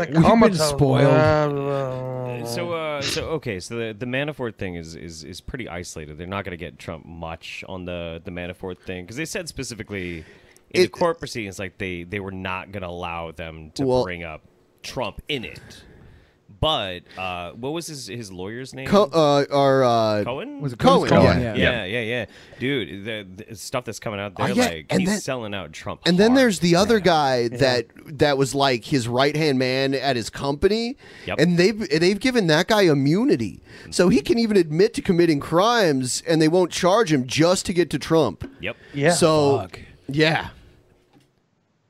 S5: so, uh, so okay, so the, the Manafort thing is, is is pretty isolated. They're not going to get Trump much on the the Manafort thing because they said specifically in the court proceedings like they they were not going to allow them to
S4: Well-
S5: bring up Trump in it. But uh, what was his his lawyer's name?
S4: Co- uh, or, uh,
S5: Cohen?
S4: Was it Cohen? Cohen, Cohen,
S5: Yeah.
S4: yeah.
S5: yeah, yeah, yeah. Dude, the, the stuff that's coming out there,
S4: Oh, yeah,
S5: like
S4: and
S5: he's
S4: then-
S5: selling out Trump.
S4: And then
S5: hard.
S4: there's the other guy that that was like his right hand man at his company, and they've they've given that guy immunity, so
S5: Mm-hmm.
S4: he can even admit to committing crimes, and they won't charge him just to get to Trump.
S5: Yep.
S4: Yeah. So yeah,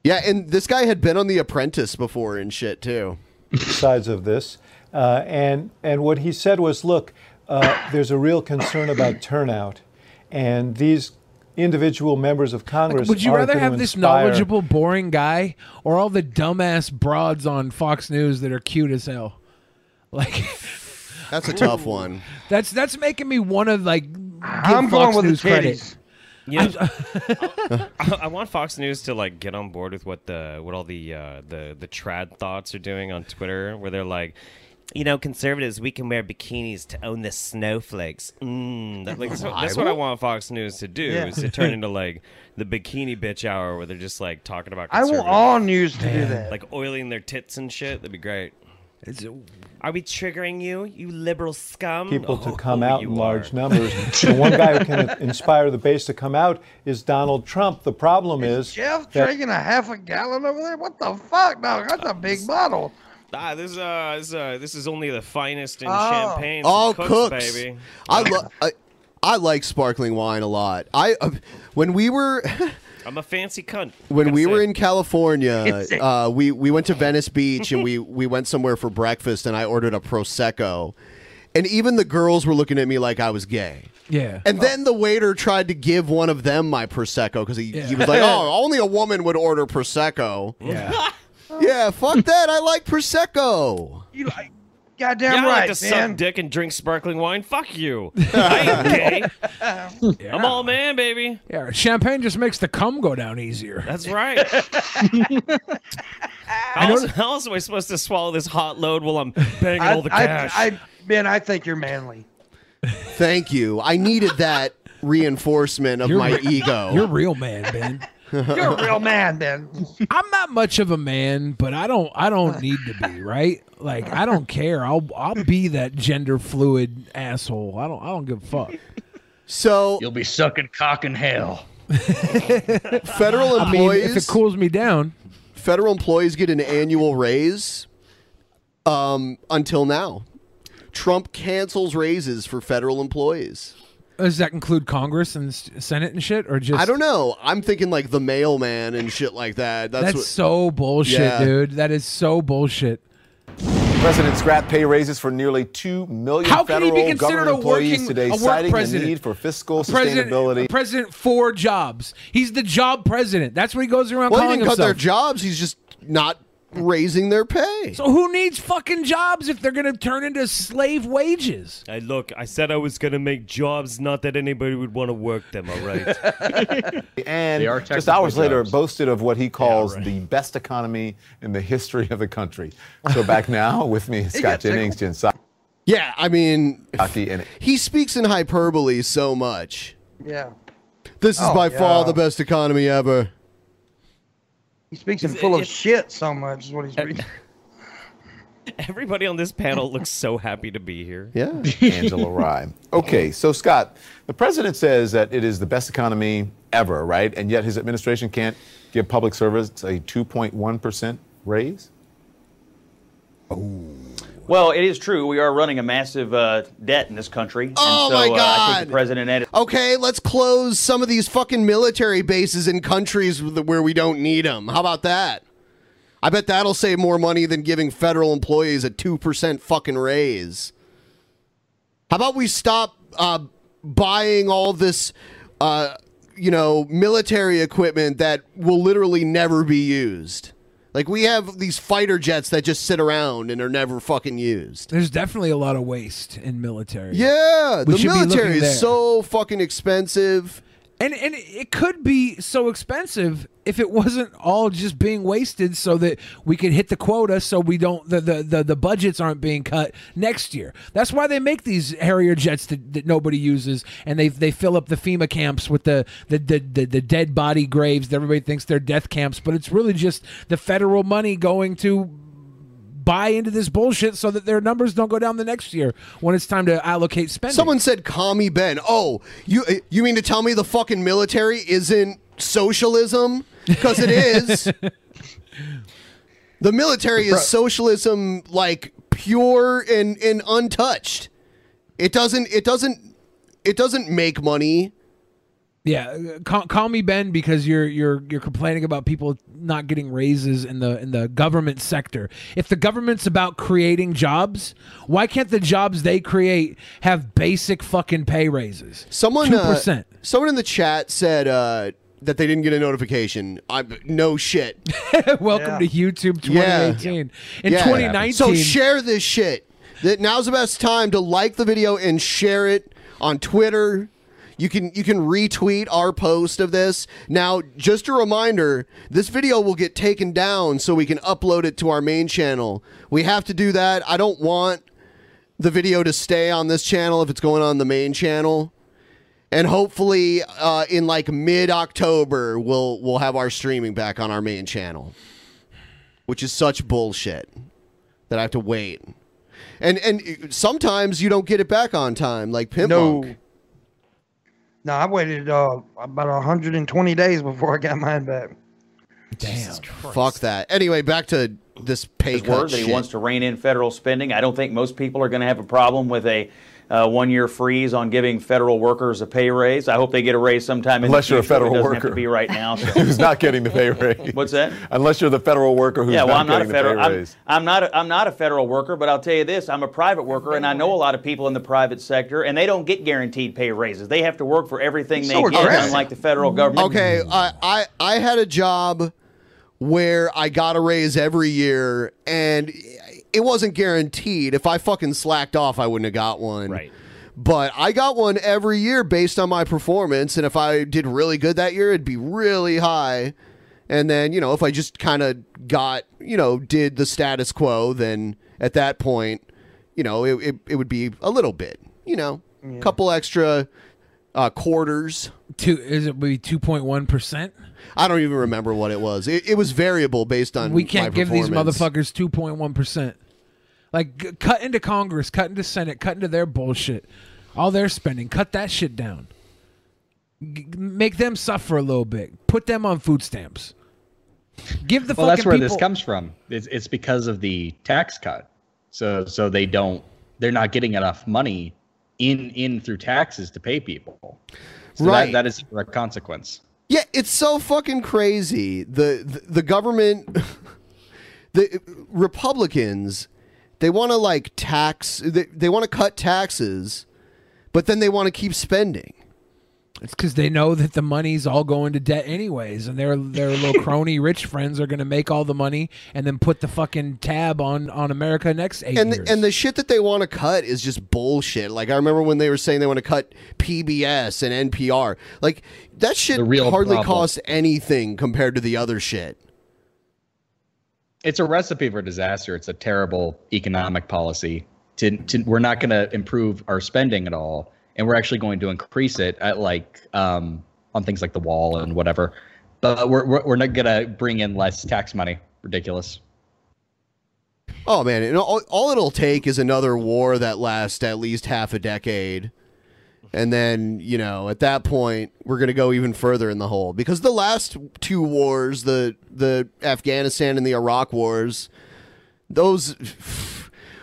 S4: yeah, and this guy had been on The Apprentice before and shit too.
S14: sides of this. Uh, and, and what he said was look, uh, there's a real concern about turnout. And these individual members of Congress.
S6: Would you
S14: aren't
S6: rather
S14: gonna
S6: have this
S14: inspire-
S6: knowledgeable, boring guy or all the dumbass broads on Fox News that are cute as hell? Like
S4: That's a tough one.
S6: That's that's making me want to like. Give
S5: I'm
S6: Fox
S5: going with the
S6: News credit.
S5: titties. You know, I, I want Fox News to like get on board with what the what all the uh, the the trad thoughts are doing on Twitter, where they're like, you know, conservatives, we can wear bikinis to own the snowflakes. Mm, that, like, that's, what, that's what I
S15: Reliable?
S5: want Fox News to do
S7: Yeah.
S5: is to turn into like the bikini bitch hour, where they're just like talking about.
S7: I want
S5: conservative-
S7: all news to do that.
S5: like oiling their tits and shit. That'd be great. Are we triggering you, you liberal scum?
S14: people
S5: Oh,
S14: to come out
S5: you
S14: in
S5: are.
S14: large numbers. the one guy who can inspire the base to come out is Donald Trump. The problem is
S7: Jeff
S14: that-
S7: drinking a half a gallon over there. What the fuck, dog? That's a big bottle.
S5: Ah, this uh, this, uh, this is only the finest in
S7: Oh.
S5: champagne.
S4: All
S5: cooks,
S4: cooks.
S5: baby.
S4: I, lo- I I like sparkling wine a lot. I uh, when we were.
S5: I'm a fancy cunt.
S4: when
S5: Gotta
S4: we
S5: say.
S4: were in California,
S5: It's it.
S4: uh, we we went to Venice Beach and we we went somewhere for breakfast, and I ordered a prosecco, and even the girls were looking at me like I was gay.
S6: Yeah. Oh.
S4: And then the waiter tried to give one of them my prosecco because he, he was like, "Oh, only a woman would order prosecco."
S6: Yeah.
S4: yeah, fuck that. I like prosecco.
S7: Goddamn
S5: yeah, I
S7: right,
S5: like to
S7: man.
S5: suck dick and drink sparkling wine. Fuck you. I ain't gay. I'm all man, baby.
S6: Yeah, champagne just makes the cum go down easier.
S5: That's right. how, else, how else am I supposed to swallow this hot load while I'm banging all the
S7: I,
S5: cash?
S7: I, I, man, I think you're manly.
S4: Thank you. I needed that reinforcement of
S6: You're
S4: my
S6: re-
S4: ego.
S6: You're a real man, Ben.
S7: You're a real man, Ben.
S6: I'm not much of a man, but I don't I
S7: Uh.
S6: don't need to be, right? Like I don't care. I'll I'll be that gender fluid asshole. I don't I don't give a fuck.
S4: So
S8: you'll be sucking cock in hell.
S4: Federal
S6: I mean,
S4: employees.
S6: if it cools me down.
S4: Federal employees get an annual raise. Um, until now, Trump cancels raises for federal employees.
S6: Does that include Congress and s- Senate and shit, or just
S4: I don't know. I'm thinking like the mailman and shit like that. That's,
S6: That's,
S4: what,
S6: so bullshit,
S4: Yeah.
S6: dude. That is so bullshit.
S16: President scrapped pay raises for nearly 2 million
S6: How can he
S16: federal
S6: be considered
S16: government
S6: a
S16: employees
S6: working-
S16: today,
S6: a work
S16: citing
S6: president?
S16: the need for fiscal
S6: President, uh,
S16: sustainability.
S6: president for jobs. He's the job president. That's what he goes around
S4: well, he
S6: calling
S4: didn't cut
S6: himself.
S4: their jobs. He's just not raising their pay.
S6: so who needs fucking jobs if they're gonna turn into slave wages?
S5: Hey, look, I said I was going to make jobs, not that anybody would want to work them, all right?
S16: and
S5: They are
S16: just
S5: technically
S16: hours later
S5: jobs.
S16: boasted of what he calls the best economy in the history of the country. So back now with me,
S4: got
S16: Scott
S4: tickled.
S16: Jennings, Jen Psi-
S4: Yeah, I mean,
S16: Rocky in it.
S4: he speaks in hyperbole so much.
S7: Yeah.
S4: This is
S7: Oh,
S4: by far
S7: yeah.
S4: the best economy ever.
S7: He speaks in full of shit so much is what he's reading.
S5: Everybody on this panel looks so happy to be here.
S4: Yeah.
S16: Angela Rye. Okay, so Scott, the president says that it is the best economy ever, right? And yet his administration can't give public service a 2.1% raise?
S15: Well, it is true. We are running a massive uh, debt in this country.
S4: Oh,
S15: and so,
S4: my
S15: Uh, I think
S4: God.
S15: the president and
S4: Okay, let's close some of these fucking military bases in countries with- where we don't need them. How about that? I bet that'll save more money than giving federal employees a 2% fucking raise. How about we stop uh, buying all this, uh, you know, military equipment that will literally never be used? Like, we have these fighter jets that just sit around and are never fucking used.
S6: There's definitely a lot of waste in military.
S4: Yeah,
S6: We
S4: the
S6: should be looking
S4: military
S6: there.
S4: is so fucking expensive.
S6: And and it could be so expensive if it wasn't all just being wasted so that we could hit the quota so we don't the the, the, the budgets aren't being cut next year. That's why they make these Harrier jets that, that nobody uses and they they fill up the FEMA camps with the the, the, the the dead body graves that everybody thinks they're death camps, but it's really just the federal money going to buy into this bullshit so that their numbers don't go down the next year when it's time to allocate spending.
S4: Someone said commie Ben. Oh, you you mean to tell me the fucking military isn't socialism? Because it is. the military is socialism like pure and, and untouched. It doesn't it doesn't it doesn't make money.
S6: Yeah, call, call me Ben because you're you're you're complaining about people not getting raises in the in the government sector. If the government's about creating jobs, why can't the jobs they create have basic fucking pay raises?
S4: Someone
S6: two
S4: uh,
S6: percent.
S4: someone in the chat said uh, that they didn't get a notification. I no shit.
S6: Welcome to YouTube
S4: Yeah.
S6: 2018. In
S4: Yeah.
S6: 2019,
S4: So share this shit. That now's the best time to like the video and share it on Twitter. You can you can retweet our post of this. Now, just a reminder, this video will get taken down so we can upload it to our main channel. We have to do that. I don't want the video to stay on this channel if it's going on the main channel. And hopefully uh, in like mid October we'll we'll have our streaming back on our main channel which is such bullshit that I have to wait. And and sometimes you don't get it back on time, like Pimp
S7: No.
S4: Monk.
S7: No, I waited uh, about 120 days before I got mine back.
S4: Damn. Fuck that. Anyway, back to this pay
S16: Oh,
S15: his
S4: cut
S15: word that
S4: shit.
S15: he wants to rein in federal spending. I don't think most people are going to have a problem with a uh, one-year freeze on giving federal workers a pay raise. I hope they get a raise sometime. In
S16: Unless
S15: the
S16: you're a
S15: future.
S16: federal
S15: it doesn't Have
S16: worker.
S15: to be right now. So.
S16: Who's not getting the pay raise?
S15: What's that?
S16: Unless you're the federal worker who's
S15: yeah, well,
S16: not
S15: I'm not a
S16: getting
S15: federal.
S16: the pay
S15: I'm,
S16: raise.
S15: I'm not. A, I'm not a federal worker, but I'll tell you this: I'm a private worker, and I know a lot of people in the private sector, and they don't get guaranteed pay raises. They have to work for everything they
S4: So
S15: get,
S4: aggressive.
S15: unlike the federal government.
S4: Okay, I, I I had a job where I got a raise every year, and it wasn't guaranteed. If I fucking slacked off, I wouldn't have got one. Right. But I got one every year based on my performance, and if I did really good that year, it'd be really high. And then you know, if I just kind of got you know did the status quo, then at that point, you know, it it, it would be a little bit, you know, a couple extra uh, quarters.
S6: Two is it maybe two point one percent?
S4: I don't even remember what it was. It, it was variable based on
S6: we can't
S4: my
S6: give these
S4: performance.
S6: motherfuckers two point one percent. Like g- cut into Congress, cut into Senate, cut into their bullshit, all their spending. Cut that shit down. G- make them suffer a little bit. Put them on food stamps. Give the
S8: well,
S6: fucking
S8: that's where
S6: people.
S8: this comes from. It's, it's because of the tax cut. So so they don't they're not getting enough money in in through taxes to pay people. So that-
S4: Right.
S8: that is a direct consequence.
S4: Yeah, it's so fucking crazy. The the, the government, the Republicans, they want to like tax. They, they want to cut taxes, but then they want to keep spending.
S6: It's because they know that the money's all going to debt anyways, and their their little crony rich friends are going to make all the money and then put the fucking tab on on America next eight
S4: and
S6: years.
S4: The, and the shit that they want to cut is just bullshit. Like I remember when they were saying they want to cut PBS and NPR. Like that shit
S8: real
S4: hardly
S8: problem.
S4: costs anything compared to the other shit.
S8: It's a recipe for disaster. It's a terrible economic policy. to, to we're not going to improve our spending at all, and we're actually going to increase it at like um, on things like the wall and whatever. But we're we're, we're not going to bring in less tax money. Ridiculous.
S4: Oh man, and all, all it'll take is another war that lasts at least half a decade. And then, you know, at that point, we're going to go even further in the hole because the last two wars, the the Afghanistan and the Iraq wars, those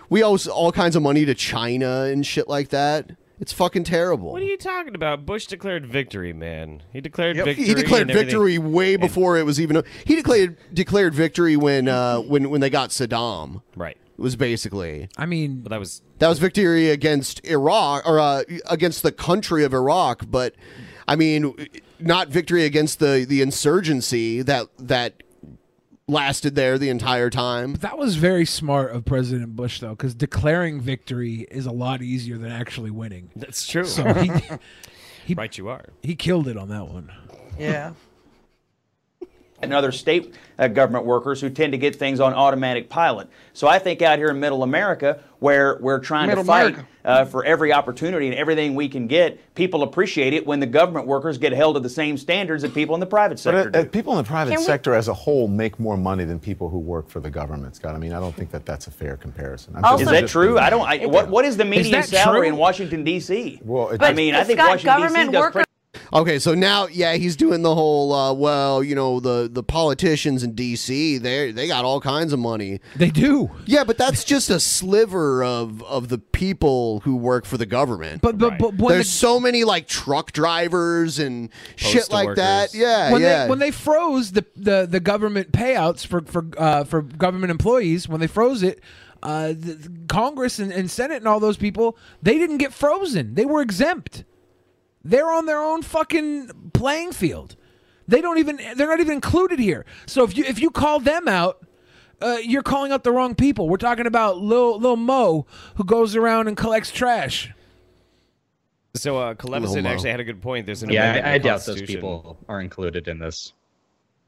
S4: we owe all kinds of money to China and shit like that. It's fucking terrible.
S5: What are you talking about? Bush declared victory, man. He declared victory.
S4: He declared
S5: and everything.
S4: victory way before it was even. He declared declared victory when uh, when when they got Saddam.
S5: Right.
S4: Was basically.
S6: I mean,
S5: that was
S4: that was victory against Iraq or uh, against the country of Iraq, but I mean, not victory against the the insurgency that that lasted there the entire time.
S6: That was very smart of President Bush, though, because declaring victory is a lot easier than actually winning.
S5: That's true.
S6: So he, he,
S5: right, you are.
S6: He killed it on that one.
S7: Yeah.
S15: and other state uh, government workers who tend to get things on automatic pilot. So I think out here in Middle America, where we're trying
S7: Middle
S15: to fight
S7: America.
S15: uh, for every opportunity and everything we can get, people appreciate it when the government workers get held to the same standards that people in the private
S16: But
S15: sector
S16: uh,
S15: do.
S16: uh, people in the private
S15: Can we-
S16: sector as a whole make more money than people who work for the government, Scott. I mean, I don't think that that's a fair comparison. I'm
S15: is that true? I don't. I, what What is the median salary in Washington D.C.?
S16: Well,
S15: I mean, I think Washington D.C. does. pretty-
S4: Okay, so now, yeah, he's doing the whole. Uh, well, you know, the the politicians in D.C. They they got all kinds of money.
S6: They do.
S4: Yeah, but that's just a sliver of of the people who work for the government.
S6: But but but when
S4: there's
S6: the-
S4: so many like truck drivers and shit
S6: Postal
S4: like that.
S6: workers.
S4: Yeah,
S6: when
S4: yeah.
S6: They, when they froze the, the, the government payouts for for uh, for government employees, when they froze it, uh, the, the Congress and, and Senate and all those people, they didn't get frozen. They were exempt. They're on their own fucking playing field. They don't even. They're not even included here. So if you if you call them out. Uh, you're calling out the wrong people. We're talking about Lil, Lil Mo, who goes around and collects trash.
S5: So uh,
S6: Oh,
S5: Cleveson
S8: Lomo.
S5: actually had a good point. There's an
S8: yeah,
S5: amendment
S8: I, I
S5: in the
S8: doubt those
S5: Constitution.
S8: people are included in this.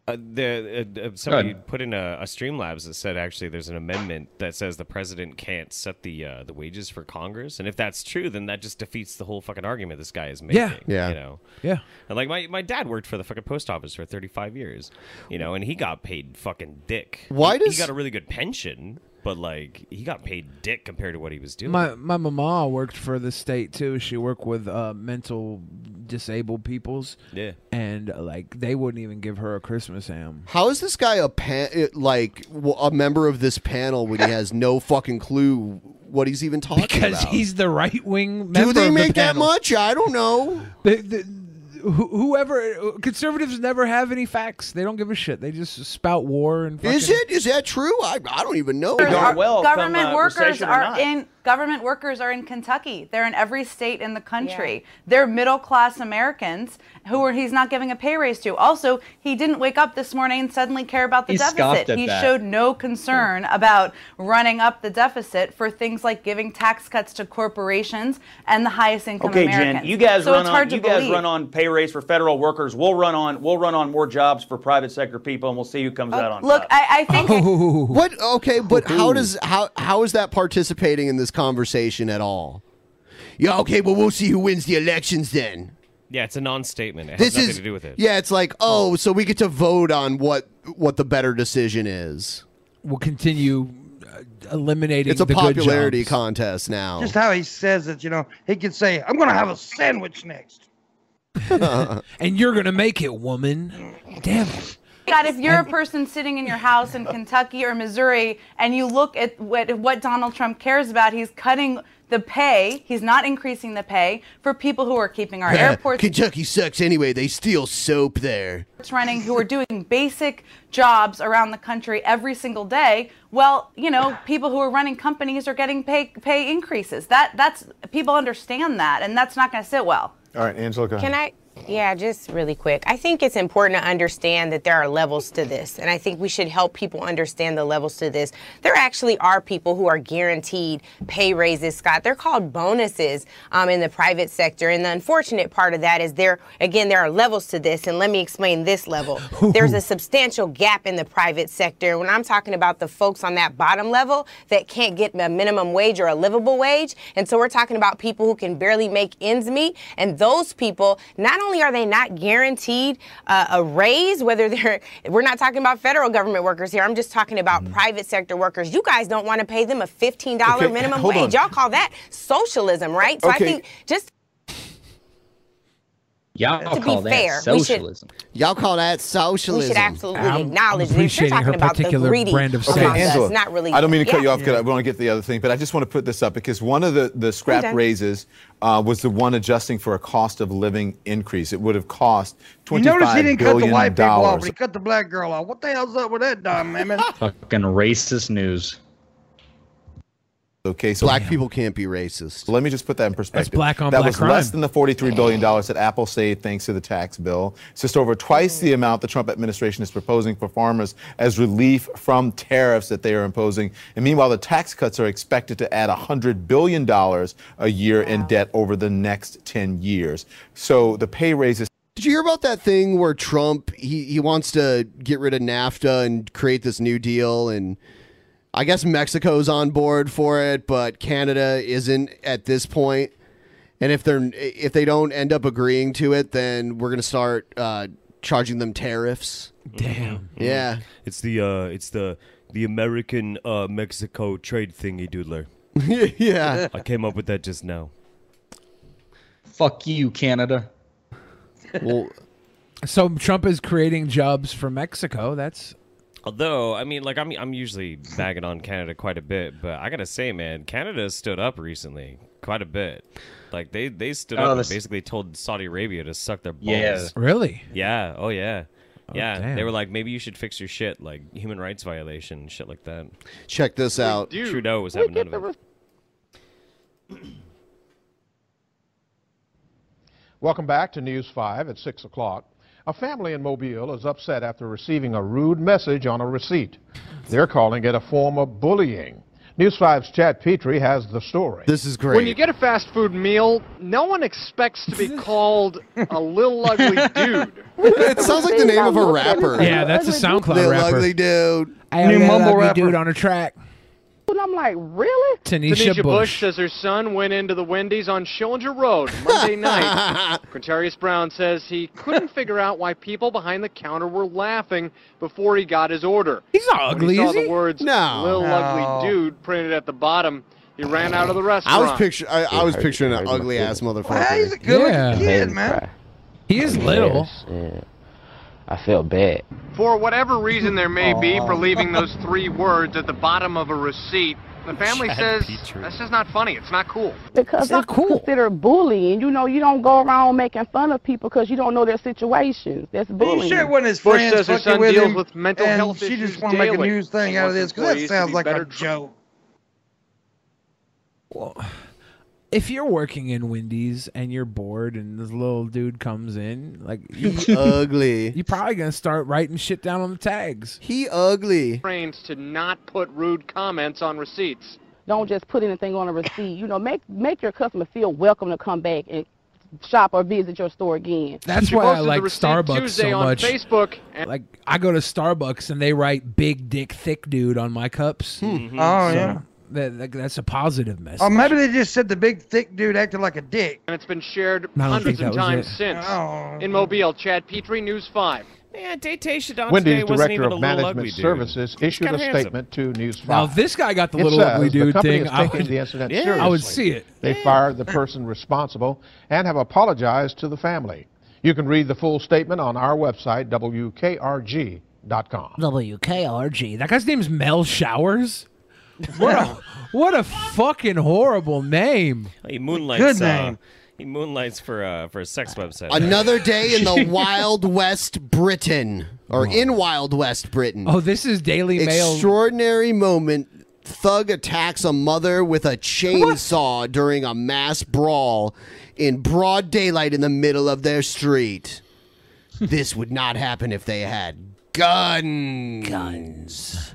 S5: Uh, the, uh, uh, somebody put in a, a Streamlabs that said actually there's an amendment that says the president can't set the uh, the wages for Congress, and if that's true, then that just defeats the whole fucking argument this guy is making.
S6: Yeah.
S4: Yeah.
S5: You know.
S6: Yeah.
S5: And like my, my dad worked for the fucking post office for 35 years, you know, and he got paid fucking dick.
S6: Why
S5: He-
S6: does-
S5: he got a really good pension, but like he got paid dick compared to what he was doing?
S6: My my mama worked for the state too. She worked with uh, mental disabled peoples.
S5: Yeah.
S6: and uh, like they wouldn't even give her a Christmas ham.
S4: How is this guy a pan- it- like w- a member of this panel when he has no fucking clue what he's even talking
S6: Because
S4: about?
S6: he's the right wing.
S4: Do they make that much? I don't know.
S6: whoever conservatives never have any facts. They don't give a shit. They just spout war and. Fucking,
S4: Is it? Is that true? I, I don't even know.
S15: uh,
S17: government workers are in government workers are in Kentucky. They're in every state in the country. They're middle class Americans who are he's not giving a pay raise to. Also, he didn't wake up this morning and suddenly care about the
S18: He scoffed
S17: deficit.
S18: at
S17: He
S18: that.
S17: showed no concern about running up the deficit for things like giving tax cuts to corporations and the highest income
S15: Okay,
S17: Americans.
S15: Jen, you guys
S17: so
S15: run
S17: it's hard
S15: on
S17: to
S15: you guys
S17: believe.
S15: run on pay raise for federal workers. We'll run on we'll run on more jobs for private sector people, and we'll see who comes out on
S17: Look,
S15: top.
S17: I, I think
S6: Oh.
S4: What? Okay, but how does how how is that participating in this conversation at all? Yeah. Okay. Well, we'll see who wins the elections then.
S5: Yeah, it's a non-statement. It has nothing to do with it.
S4: Yeah, it's like oh, so we get to vote on what what the better decision is.
S6: We'll continue uh, eliminating.
S4: It's a
S6: the good
S4: popularity
S6: jobs.
S4: contest now.
S7: Just how he says it, you know, he could say, "I'm gonna have a sandwich next."
S6: and you're gonna make it, woman. Damn it.
S17: God, if you're a person sitting in your house in Kentucky or Missouri and you look at what, what Donald Trump cares about, he's cutting the pay, he's not increasing the pay for people who are keeping our airports
S4: Kentucky sucks anyway. They steal soap there.
S17: running, who are doing basic jobs around the country every single day. Well, you know, people who are running companies are getting pay, pay increases. That, that's, people understand that, and that's not going to sit well.
S16: All right, Angela, go ahead.
S18: Can I Yeah, just really quick. I think it's important to understand that there are levels to this, and I think we should help people understand the levels to this. There actually are people who are guaranteed pay raises, Scott. They're called bonuses um, in the private sector, and the unfortunate part of that is there, again, there are levels to this, and let me explain this level. There's a substantial gap in the private sector. When I'm talking about the folks on that bottom level that can't get a minimum wage or a livable wage, and so we're talking about people who can barely make ends meet, and those people, not only are they not guaranteed uh, a raise, whether they're, we're not talking about federal government workers here, I'm just talking about private sector workers. You guys don't want to pay them a $15
S16: Mm-hmm. Okay,
S18: minimum
S16: hold
S18: wage.
S16: on.
S18: Y'all call that socialism, right? So
S16: Okay.
S18: I think just
S8: Y'all
S18: To be
S8: call
S18: fair,
S8: that
S18: we should-
S8: socialism.
S4: Y'all call that
S18: we
S4: socialism?
S18: should absolutely
S4: I'm-
S18: acknowledge
S4: I'm
S18: that if you're
S4: appreciating her
S18: talking about the
S4: particular
S18: greedy
S4: brand of
S18: among
S4: sense.
S18: us,
S4: Angela,
S18: not really.
S16: I don't mean to cut
S18: Yeah.
S16: you off because I want to get to the other thing, but I just want to put this up because one of the, the scrap
S18: done.
S16: raises uh, was the one adjusting for a cost of living increase. It would have cost
S7: You
S16: twenty-five
S7: notice he
S16: billion
S7: didn't cut the white people off,
S16: dollars.
S7: but he cut the black girl off. What the hell's up with that, dumb man?
S8: Fucking racist news.
S16: Okay, so
S4: black people can't be racist.
S16: let me just put that in perspective.
S4: black on
S16: that
S4: black
S16: was less
S4: crime.
S16: than the forty-three billion dollars that Apple saved thanks to the tax bill. It's just over twice the amount the Trump administration is proposing for farmers as relief from tariffs that they are imposing. And meanwhile, the tax cuts are expected to add hundred billion dollars a year in debt over the next ten years. So the pay raises.
S4: Did you hear about that thing where Trump he, he wants to get rid of NAFTA and create this new deal and I guess Mexico's on board for it, but Canada isn't at this point. And if they're if they don't end up agreeing to it, then we're gonna start uh, charging them tariffs.
S19: Damn.
S16: Mm-hmm.
S4: Yeah.
S19: Mm-hmm. It's the uh, it's the the American uh Mexico trade thingy doodler.
S4: yeah.
S19: I came up with that just now.
S8: Fuck you, Canada.
S4: Well,
S6: so Trump is creating jobs for Mexico. That's
S5: Although, I mean, like I'm I'm usually bagging on Canada quite a bit, but I gotta say, man, Canada stood up recently quite a bit. Like they they stood
S8: Oh,
S5: up and
S8: this-
S5: basically told Saudi Arabia to suck their balls.
S8: Yeah.
S6: Really?
S5: Yeah. Oh yeah. yeah.
S6: damn.
S5: They were like, maybe you should fix your shit, like human rights violation, shit like that.
S4: Check this out.
S5: Trudeau was having none of it.
S2: Welcome back to News 5 at 6 o'clock. A family in Mobile is upset after receiving a rude message on a receipt. They're calling it a form of bullying. News 5's Chad Petrie has the story.
S4: This is
S20: When you get a fast food meal, no one expects to be called a little ugly dude.
S4: it sounds like the name of a rapper.
S6: Yeah, that's a SoundCloud
S4: Little
S6: rapper.
S4: ugly dude.
S6: I have that ugly dude on a track.
S20: And I'm like, really?
S6: Tanisha
S20: Bush.
S6: Bush.
S20: says her son went into the Wendy's on Schillinger Road Monday night. Quintarius Brown says he couldn't figure out why people behind the counter were laughing before he got his order. He's
S6: not
S20: when
S4: ugly,
S20: he saw
S4: is
S20: the
S4: he?
S20: words
S4: No.
S20: "little
S4: No.
S20: ugly dude" printed at the bottom. He ran out of the
S4: I
S20: restaurant.
S4: was picture I, I was picturing an ugly ass motherfucker.
S20: he's
S4: a
S20: good-looking
S4: kid,
S20: man.
S6: He is little.
S21: Yeah. I feel bad.
S20: For whatever reason there may be for leaving those three words at the bottom of a receipt, the family
S21: Chad
S20: says that's just not funny. It's not cool.
S22: because it's not cool. considered bullying. You know, you don't go around making fun of people because you don't know their situations. That's bullying.
S20: sure
S7: when his
S20: Bush
S7: friends
S20: says her
S7: fucking
S20: son
S7: with
S20: deals
S7: him,
S20: with mental
S7: and
S20: health
S7: she
S20: issues
S7: just wanna make a
S20: daily.
S7: news thing
S20: She
S7: out of
S20: wants
S7: this because that
S20: employees to
S7: sounds
S20: be
S7: like a
S20: better tr-
S7: joke.
S6: If you're working in Wendy's and you're bored and this little dude comes in, like
S4: He ugly.
S6: you're probably gonna start writing shit down on the tags.
S4: He ugly.
S20: Trains to not put rude comments on receipts.
S22: Don't just put anything on a receipt. You know, make make your customer feel welcome to come back and shop or visit your store again.
S6: That's
S22: She
S6: why I
S22: posted the
S6: like
S22: receipt
S6: Starbucks
S22: Tuesday
S6: so
S22: on
S6: much.
S20: Facebook
S6: like I go to Starbucks and they write "big dick thick dude" on my cups.
S7: Oh, yeah.
S6: that, that- that's a positive message.
S7: Or maybe they just said the big thick dude acted like a dick.
S20: And it's been shared
S6: No, I don't
S20: hundreds
S6: think
S20: of
S6: that
S20: times
S6: was it.
S20: since. In Mobile, Chad Petrie, News 5.
S5: Yeah, Daytay
S20: today
S5: Shadon today
S20: Wendy's
S5: wasn't
S20: wasn't
S5: even
S20: even
S5: a
S20: a little
S5: little management
S20: ugly
S5: ugly
S20: dude.
S5: dude.
S20: Services issued a
S5: kinda handsome.
S20: statement to News 5.
S6: Now, this guy got the
S20: It
S6: little
S20: says
S6: ugly dude
S20: the company
S6: thing.
S20: Is
S6: I
S20: taking
S6: would-
S20: the incident
S6: Yeah.
S20: seriously.
S6: I would see it.
S20: They fired the person responsible and have apologized to the family. You can read the full statement on our website, wkrg.com.
S6: WKRG. That guy's name's Mel Showers. What a what a fucking horrible name.
S5: He moonlights.
S6: Good
S5: uh,
S6: name.
S5: he moonlights for uh, for a sex website.
S4: Another day in the Wild West Britain, or in Wild West Britain.
S6: Oh, this Oh. is Daily Mail.
S4: Extraordinary moment Thug attacks a mother with a chainsaw during a mass brawl in broad daylight in the middle of their street. this would not happen if they had guns. Guns.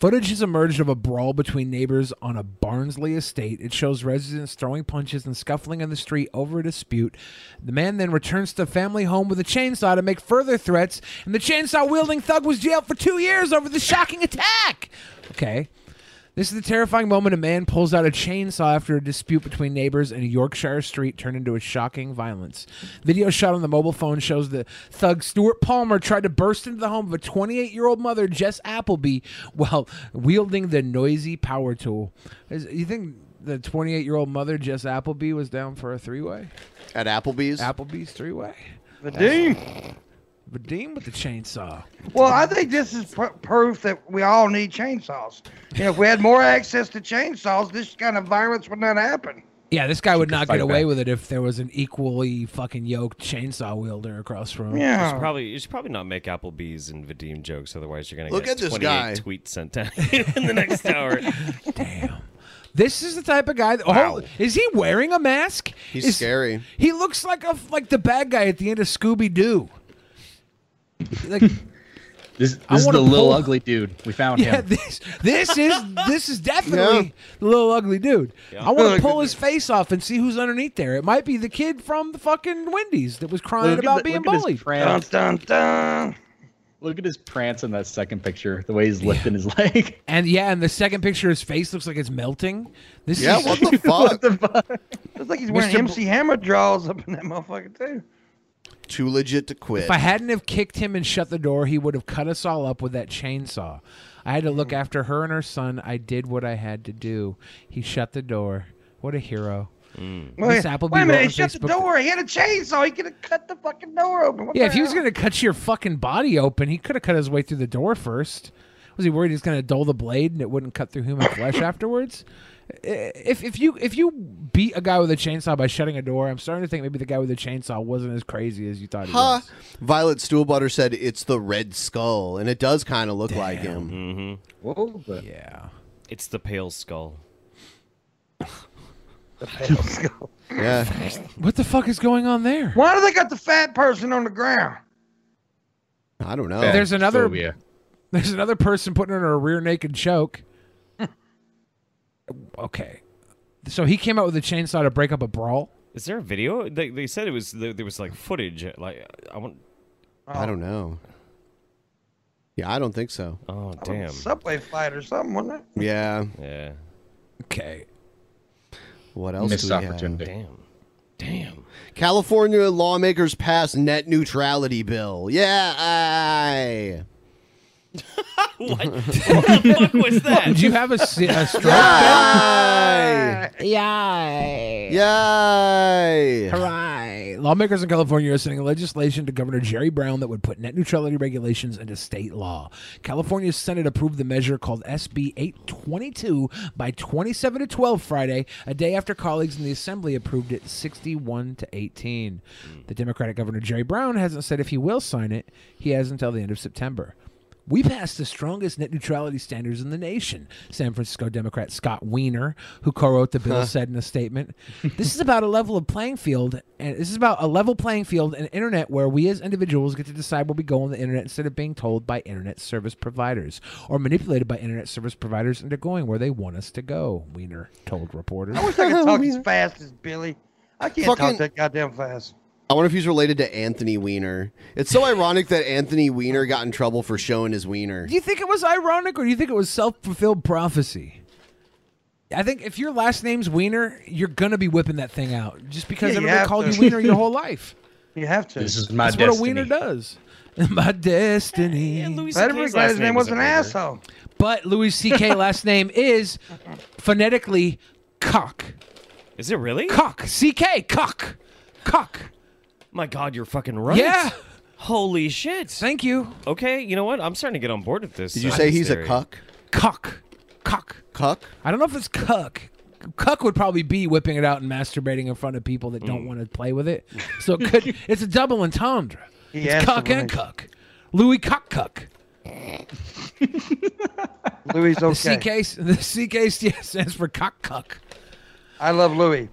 S6: Footage has emerged of a brawl between neighbors on a Barnsley estate. It shows residents throwing punches and scuffling in the street over a dispute. The man then returns to the family home with a chainsaw to make further threats, and the chainsaw wielding thug was jailed for two years over the shocking attack. Okay. This is the terrifying moment a man pulls out a chainsaw after a dispute between neighbors and a Yorkshire street turned into a shocking violence. Video shot on the mobile phone shows the thug Stuart Palmer tried to burst into the home of a 28 year old mother, Jess Appleby, while wielding the noisy power tool. Is, you think the 28 year old mother, Jess Appleby, was down for a three way?
S4: At Applebee's?
S6: Applebee's three way?
S7: Vadim!
S6: Vadim with the chainsaw.
S7: Well, I think this is pr- proof that we all need chainsaws. You know, if we had more access to chainsaws, this kind of violence would not happen.
S6: Yeah, this guy would not
S5: fight
S6: get away
S5: back.
S6: with it if there was an equally fucking yoked chainsaw wielder across from him.
S5: Mm-hmm. You should probably you should probably not make Applebee's and Vadim jokes, otherwise you're gonna
S6: Look
S5: get
S6: at this
S5: 28
S6: guy.
S5: tweets sent to you in the next hour.
S6: This is the type of guy. That, oh, is he wearing a mask?
S4: He's
S6: Is-
S4: scary.
S6: He looks like a like the bad guy at the end of Scooby Doo. Like,
S8: This,
S6: I
S8: this is the
S6: wanna
S8: little
S6: pull-
S8: ugly dude. We found
S6: yeah,
S8: him.
S6: this this is this is definitely the little ugly dude.
S8: Yeah.
S6: I want
S8: Look
S6: to
S8: at
S6: pull his face off and see who's underneath there. It might be the kid from the fucking Wendy's that was crying
S8: Look at
S6: about
S8: the-
S6: being
S8: look at his
S6: bullied.
S8: prance. Look at his prance in that second picture. The way he's lifting his leg.
S6: And yeah, and the second picture, his face looks like it's melting. This
S8: Yeah,
S6: is
S8: what the What
S7: It's like he's wearing
S6: Mr.
S7: MC Hammer draws up in that motherfucker too.
S4: Too legit to quit.
S6: If I hadn't have kicked him and shut the door, he would have cut us all up with that chainsaw. I had to look
S7: Mm.
S6: after her and her son. I did what I had to do. He shut the door. What a hero.
S7: Wait,
S8: Mm.
S6: Miss Appleby
S7: wait a minute,
S6: wrote
S7: he
S6: on
S7: shut the
S6: Facebook-
S7: door. He had a chainsaw. He could have cut the fucking door open. What
S6: Yeah,
S7: the
S6: if he was
S7: hell?
S6: going to cut your fucking body open, he could have cut his way through the door first. Was he worried he's going to dull the blade and it wouldn't cut through human flesh afterwards? I- If if you if you beat a guy with a chainsaw by shutting a door, I'm starting to think maybe the guy with the chainsaw wasn't as crazy as you thought he
S4: Huh.
S6: was.
S4: Violet Stuhlbutter said it's the Red Skull, and it does kind of look like him.
S5: Mm-hmm.
S8: Whoa, but
S6: yeah,
S5: it's the pale skull.
S4: Yeah.
S6: What the fuck is going on there?
S7: Why do they got the fat person on the ground?
S4: I don't know.
S6: There's another- There's another person putting her in a rear naked choke. okay. So he came out with a chainsaw to break up a brawl.
S5: Is there a video? They, they said it was there, there was like footage. Like I want.
S4: I don't know. Yeah, I don't think so.
S5: Oh
S7: A subway fight or something, wasn't it?
S4: Yeah.
S5: Yeah.
S6: Okay.
S4: What else?
S8: Missed
S4: do we have?
S8: opportunity.
S5: Damn.
S4: California lawmakers pass net neutrality bill. Yeah. I...
S5: what? the fuck was that?
S6: Did you have a, si- a stroke?
S7: Uh,
S23: Uh,
S4: Yay!
S12: Yay.
S4: Yay.
S6: Hooray. Lawmakers in California are sending legislation to Governor Jerry Brown that would put net neutrality regulations into state law. California's Senate approved the measure called SB 822 by 27 to 12 Friday, a day after colleagues in the Assembly approved it 61 to 18. The Democratic Governor Jerry Brown hasn't said if he will sign it. He has until the end of September. We passed the strongest net neutrality standards in the nation, San Francisco Democrat Scott Weiner, who co-wrote the bill,
S23: Huh.
S6: said in a statement. This is about a level of playing field, and this is about a level playing field and internet where we as individuals get to decide where we go on the internet instead of being told by internet service providers or manipulated by internet service providers into going where they want us to go. Weiner told reporters.
S7: I wish I could talk as fast as Billy. I can't talk
S4: Fucking-
S7: that goddamn fast.
S4: I wonder if he's related to Anthony Weiner. It's so ironic that Anthony Weiner got in trouble for showing his wiener.
S6: Do you think it was ironic or do you think it was self fulfilled prophecy? I think if your last name's Wiener, you're gonna be whipping that thing out just because
S7: Yeah, you
S6: everybody
S7: have
S6: called
S7: to.
S6: you Wiener your whole life.
S7: You have to.
S8: This is my
S6: That's what a
S8: destiny.
S6: wiener does. my destiny. Yeah, Louis
S7: That'd be CK's glad his last name name was was an a wiener. asshole.
S6: But Louis C.K. last name is phonetically cock.
S5: Is it really?
S6: Cock. C.K. Cock. Cock.
S5: My God, you're fucking right.
S6: Yeah.
S5: Holy shit. Thank
S6: you.
S5: Okay, you know what? I'm starting to get on board with this.
S4: Did you
S5: uh,
S4: say he's a
S5: theory.
S4: cuck?
S6: Cuck. Cuck.
S4: Cuck?
S6: I don't know if it's cuck. Cuck would probably be whipping it out and masturbating in front of people that don't
S5: Mm.
S6: want to play with it. So it could it's a double entendre.
S7: He
S6: it's
S7: asked
S6: cuck
S7: the
S6: and
S7: right-
S6: cuck. Louis Cuck Cuck.
S7: Louis
S6: The
S7: okay.
S6: C case, the C case, yeah, stands for cock cuck.
S7: I love Louis.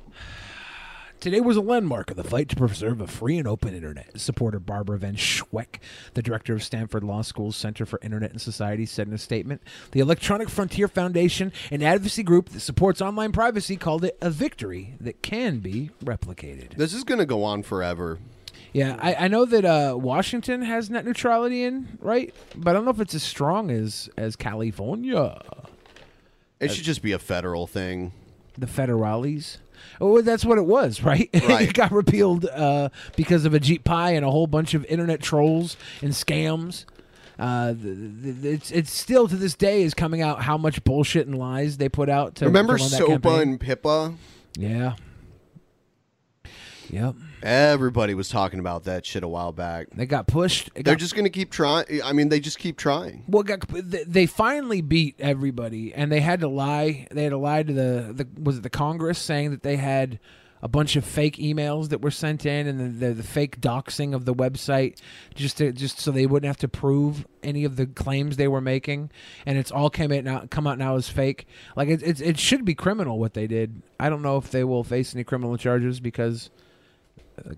S6: Today was a landmark of the fight to preserve a free and open internet. Supporter Barbara Van Schweck, the director of Stanford Law School's Center for Internet and Society, said in a statement The Electronic Frontier Foundation, an advocacy group that supports online privacy, called it a victory that can be replicated.
S4: This is going to go on forever.
S6: Yeah, I, I know that uh, Washington has net neutrality in, right? But I don't know if it's as strong as, as California.
S4: It should just be a federal thing.
S6: the federales. Oh, that's what it was, right? it got repealed uh, because of a Jeep Pie and a whole bunch of internet trolls and scams. Uh, th- th- th- it's it's still to this day is coming out how much bullshit and lies they put out. To
S4: Remember
S6: to run that
S4: SOPA
S6: campaign.
S4: and PIPA?
S6: Yeah. Yep.
S4: Everybody was talking about that shit a while back.
S6: They got pushed. It
S4: They're
S6: got-
S4: just going to keep trying. I mean, they just keep trying.
S6: Well, got, they they finally beat everybody, and they had to lie. They had to lie to the, the was it the Congress saying that they had a bunch of fake emails that were sent in, and the, the, the fake doxing of the website just to, just so they wouldn't have to prove any of the claims they were making, and it's all came out now, come out now as fake. Like it, it it should be criminal what they did. I don't know if they will face any criminal charges because. uh,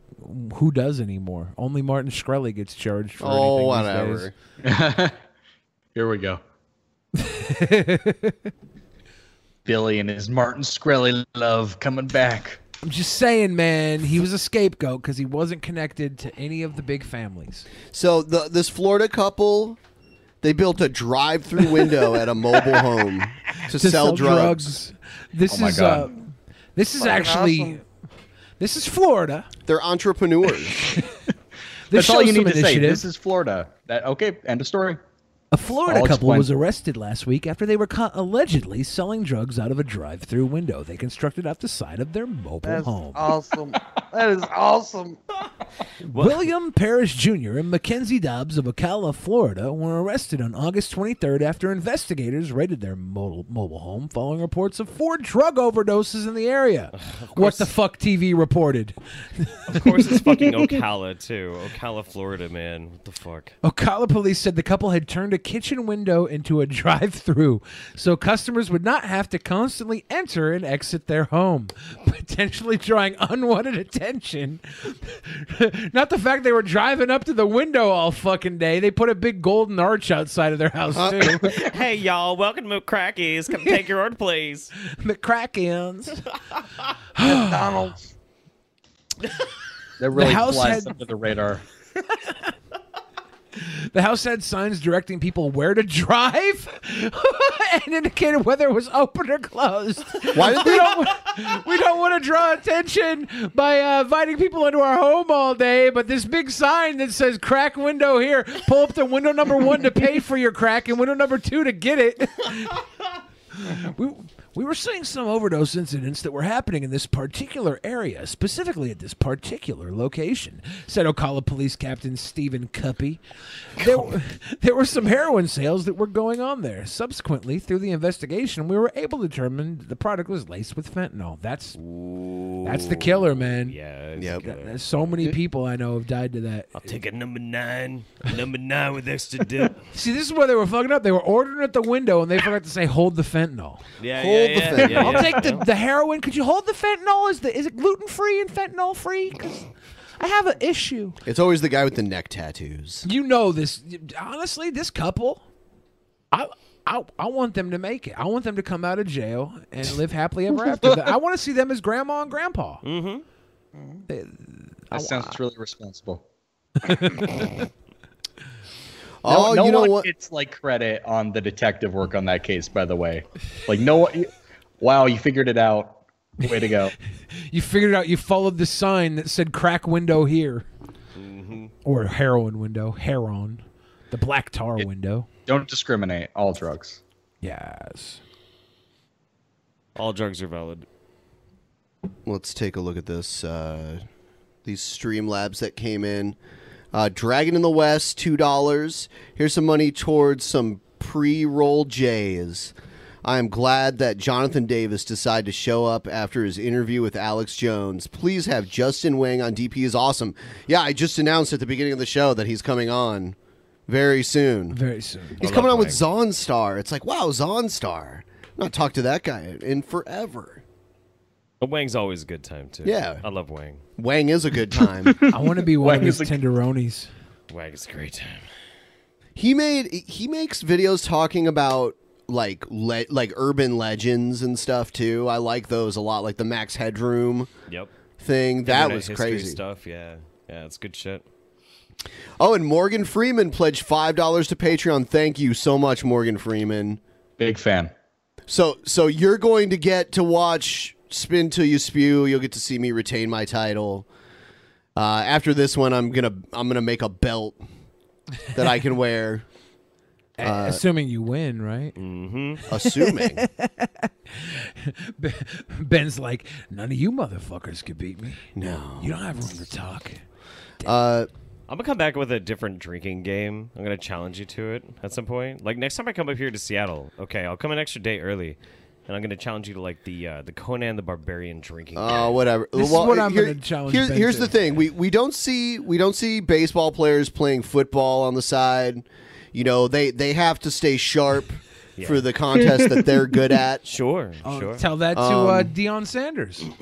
S6: Who does anymore? Only Martin Shkreli gets charged for
S4: Oh,
S6: anything these days.
S8: whatever. Here we go. Billy and his Martin Shkreli love coming back.
S6: I'm just saying, man, he was a scapegoat because he wasn't connected to any of the big families.
S4: So the, this Florida couple, they built a drive-through window at a mobile home to, sell, drugs.
S6: This
S4: Oh my
S6: is
S4: God.
S6: Uh, this is
S4: Fucking
S6: actually
S4: awesome.
S6: this is Florida.
S4: They're entrepreneurs.
S8: That's all
S6: shows
S8: you
S6: some
S8: need to say.
S6: initiative.
S8: This is Florida. That okay? End of story.
S6: A Florida
S8: All
S6: couple
S8: explained.
S6: was arrested last week after they were caught allegedly selling drugs out of a drive-through window they constructed off the side of their mobile
S7: That's
S6: home.
S7: awesome. that is awesome.
S6: William Parrish Jr. and Mackenzie Dobbs of Ocala, Florida, were arrested on August 23rd after investigators raided their mobile, mobile home following reports of four drug overdoses in the area. what the fuck TV reported?
S5: Of course, it's fucking Ocala too. Ocala, Florida, man. What the fuck?
S6: Ocala police said the couple had turned a kitchen window into a drive through so customers would not have to constantly enter and exit their home, potentially drawing unwanted attention. not the fact they were driving up to the window all fucking day. They put a big golden arch outside of their house,
S5: Uh,
S6: too.
S5: hey y'all, welcome to McCrackies. Come take your order, please.
S6: McCrackens.
S7: McDonald's.
S8: That really
S6: house
S8: flies
S6: had-
S8: under the radar.
S6: The house had signs directing people where to drive and indicated whether it was open or closed.
S4: Why did
S6: we
S4: they-
S6: don't, we don't want to draw attention by uh, inviting people into our home all day, but this big sign that says crack window here, pull up to window number one to pay for your crack and window number two to get it. we, we were seeing some overdose incidents that were happening in this particular area, specifically at this particular location, said Ocala Police Captain Stephen Cuppy. There, were- there were some heroin sales that were going on there. Subsequently, through the investigation, we were able to determine the product was laced with fentanyl. That's that's the killer, man.
S5: Yeah.
S6: There's so many people I know have died to that.
S5: I'll take a number nine. a Number nine with extra dip.
S6: See, this is where they were fucking up. They were ordering at the window and they forgot to say hold the fentanyl.
S5: Yeah,
S6: hold the fentanyl.
S5: yeah, yeah, yeah,
S6: I'll
S5: yeah.
S6: take the, the heroin. Could you hold the fentanyl? Is the is it gluten free and fentanyl free? Because I have an issue.
S4: It's always the guy with the neck tattoos.
S6: You know this. Honestly, this couple, I I I want them to make it. I want them to come out of jail and live happily ever after. I want to see them as grandma and grandpa.
S5: Mm-hmm.
S8: That sounds truly responsible.
S4: Oh,
S8: no, no
S4: you know
S8: one
S4: what?
S8: gets like credit on the detective work on that case, by the way. Like no one. Wow, you figured it out. Way to go.
S6: You figured out. You followed the sign that said crack window here, or heroin window, heroin, the black tar window.
S8: Don't discriminate. All drugs.
S6: Yes.
S5: All drugs are valid.
S4: Let's take a look at this. Uh, these Streamlabs that came in. Uh, Dragon in the West, two dollars. Here's some money towards some pre-roll J's. I am glad that Jonathan Davis decided to show up after his interview with Alex Jones. Please have Justin Wang on DP is awesome. Yeah, I just announced at the beginning of the show that he's coming on. very soon.
S6: Very soon.
S4: He's
S6: I
S4: coming
S6: love
S4: on with Zonstar. It's like, wow, Zonstar. Not talked to that guy in forever.
S5: But Wang's always a good time too.
S4: Yeah.
S5: I love Wang.
S4: Wang is a good time.
S6: I want to be one of his tenderonis.
S5: Wang is a great time.
S4: He made he makes videos talking about like le- like urban legends and stuff too. I like those a lot, like the Max Headroom
S5: Yep.
S4: thing. That
S5: Internet
S4: was
S5: history
S4: crazy.
S5: stuff. Yeah, yeah, it's good shit.
S4: Oh, and Morgan Freeman pledged five dollars to Patreon. Thank you so much, Morgan Freeman.
S8: Big fan.
S4: So, so you're going to get to watch Spin Till You Spew. You'll get to see me retain my title. Uh, after this one, I'm gonna I'm gonna make a belt that I can wear. Uh,
S6: assuming you win, right?
S4: Mm-hmm. Assuming.
S6: Ben- Ben's like, none of you motherfuckers could beat me.
S4: No.
S6: You don't have room to talk.
S4: Uh,
S5: I'm gonna come back with a different drinking game. I'm gonna challenge you to it at some point. Like next time I come up here to Seattle, okay, I'll come an extra day early, and I'm gonna challenge you to like the uh, the Conan the Barbarian drinking.
S4: Oh, whatever.
S5: This is
S4: Well,
S5: what I'm
S4: here-
S5: gonna challenge
S4: here-
S5: Ben
S4: here's
S5: to.
S4: the thing: we we don't see we don't see baseball players playing football on the side. You know, they they have to stay sharp
S6: Yeah.
S4: for the contest that they're good at. Um,
S5: Sure,
S6: Oh, Tell that to uh, Deion Sanders.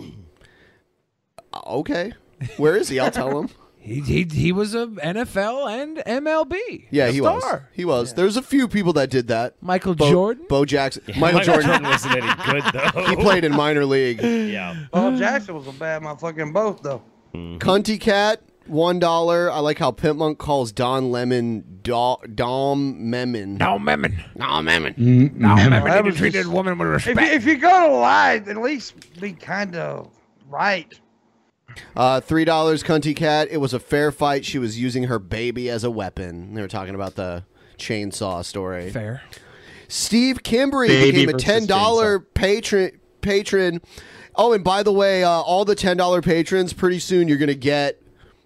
S4: okay, where is he? I'll tell him.
S6: He, he, he was a NFL and MLB.
S4: Yeah,
S6: A
S4: he
S6: star.
S4: was. He was. There's a few people that did that.
S6: Michael
S4: Jordan, Bo Jackson, Michael, Jordan.
S5: wasn't any good though.
S4: he played in minor league.
S5: Yeah.
S6: Oh,
S7: Paul Jackson was a bad motherfucker in both though.
S4: Cunty Cat, one dollar. I like how Pimp Monk calls Don Lemon Do- Dom Memon.
S6: Dom Memon.
S4: Dom Memon.
S6: Dom Memon.
S7: That was
S6: treated woman with
S7: If you, if you go to lie, at least be kind of right.
S4: Uh, Three dollars, Cunty Cat. It was a fair fight. She was using her baby as a weapon. They were talking about the chainsaw story.
S6: Fair.
S4: Steve Kimbry
S23: Baby
S4: became a
S23: versus
S4: ten dollar patron. Patron. Oh, and by the way, uh, all the ten dollar patrons. Pretty soon, you're gonna get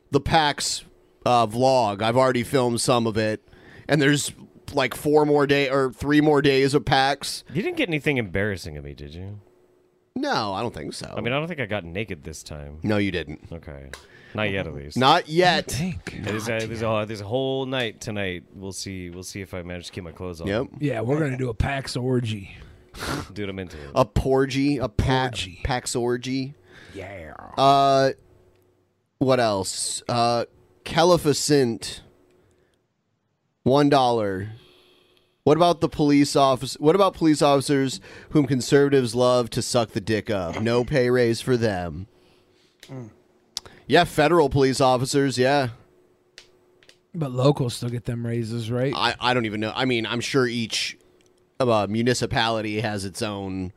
S4: the PAX uh, vlog. I've already filmed some of it, and there's like four more day or three more days of PAX.
S5: You didn't get anything embarrassing of me, did you?
S4: No, I don't think so.
S5: I mean, I don't think I got naked this time.
S4: No, you didn't.
S5: Okay, not yet at least.
S4: Not yet.
S5: There's a, there's, a, there's a whole night tonight. We'll see. We'll see if I manage to keep my clothes on.
S6: Yeah, we're gonna do a PAX orgy.
S5: Dude, I'm into it.
S4: A porgy, a pa- pax orgy.
S6: Yeah.
S4: Uh, what else? Uh, Calificent. One dollar. What about the police office? What about police officers whom conservatives love to suck the dick of? No pay raise for them.
S6: Mm.
S4: Yeah, federal police officers. Yeah,
S6: But locals still get them raises, right?
S4: I, I don't even know. I mean, I'm sure each uh, municipality has its own.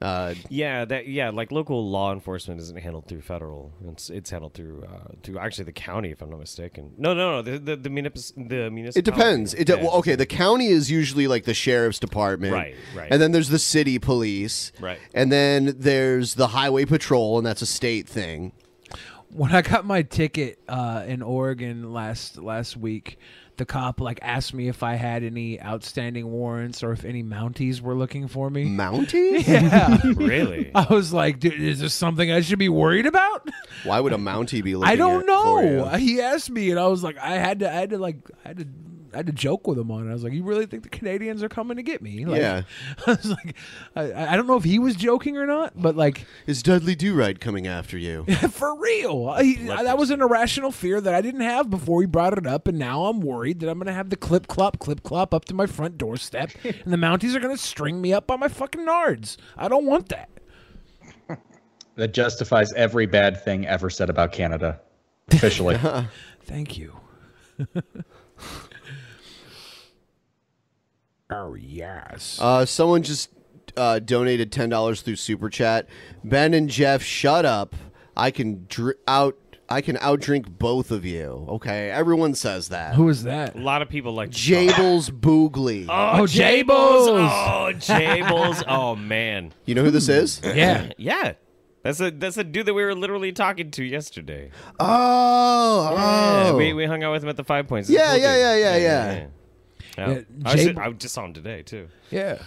S4: Uh,
S5: Yeah, that yeah, like local law enforcement isn't handled through federal. It's it's handled through uh, through actually the county, if I'm not mistaken. No, no, no. The the the, municip- the
S4: It
S5: municipality.
S4: depends. It de-
S5: Yeah.
S4: well, okay, the county is usually like the sheriff's department,
S5: Right, right.
S4: And then there's the city police,
S5: Right.
S4: And then there's the highway patrol, and that's a state thing.
S6: when I got my ticket uh, in Oregon last last week, the cop like asked me if I had any outstanding warrants or if any Mounties were looking for me.
S4: Mounties?
S6: Yeah.
S5: Really?
S6: I was like, dude, is there something I should be worried about?
S4: Why would a Mountie be? Looking
S6: I
S4: at-
S6: don't
S4: for you?
S6: know. He asked me, and I was like, I had to, I had to like, I had to. I had to joke with him on it. I was like, "You really think the Canadians are coming to get me?" Like,
S4: Yeah.
S6: I was like, I, I don't know if he was joking or not, but like,
S4: Is Dudley Do Right coming after you?
S6: for real. He, I- that was an irrational fear that I didn't have before he brought it up, and now I'm worried that I'm gonna have the clip clop clip clop up to my front doorstep, and the Mounties are gonna string me up by my fucking nards. I don't want that.
S8: That justifies every bad thing ever said about Canada, officially.
S6: Thank you. oh yes.
S4: Uh, someone just uh, donated ten dollars through super chat. Ben and Jeff, shut up. I can dr- out. I can outdrink both of you. Okay, everyone says that.
S6: Who is that?
S5: A lot of people like
S4: Jables Boogly.
S5: Oh, Jables! Oh, Jables! oh man,
S4: You know who this is?
S5: Yeah. yeah. That's a that's a dude that we were literally talking to yesterday.
S4: Oh,
S5: Yeah,
S4: oh.
S5: we, we hung out with him at the Five Points.
S4: Yeah,
S5: Cool
S4: yeah,
S5: dude.
S4: yeah, yeah, yeah.
S5: Yeah.
S4: Yeah,
S5: I, was,
S4: Jab-
S5: I just saw him today too.
S6: Yeah.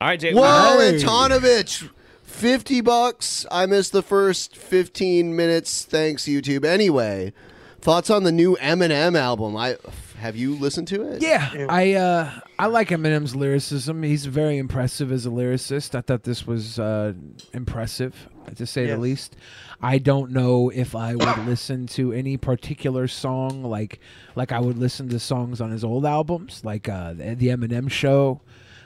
S5: All right, Jay.
S4: Whoa, Antonovich, fifty bucks. I missed the first fifteen minutes. Thanks, YouTube. Anyway, thoughts on the new Eminem album? I f- Have you listened to it?
S6: Yeah, I uh, I like Eminem's lyricism. He's very impressive as a lyricist. I thought this was uh, impressive, to say
S4: Yes.
S6: the least. I don't know if I would listen to any particular song like like I would listen to songs on his old albums, like uh, the, the Eminem Show.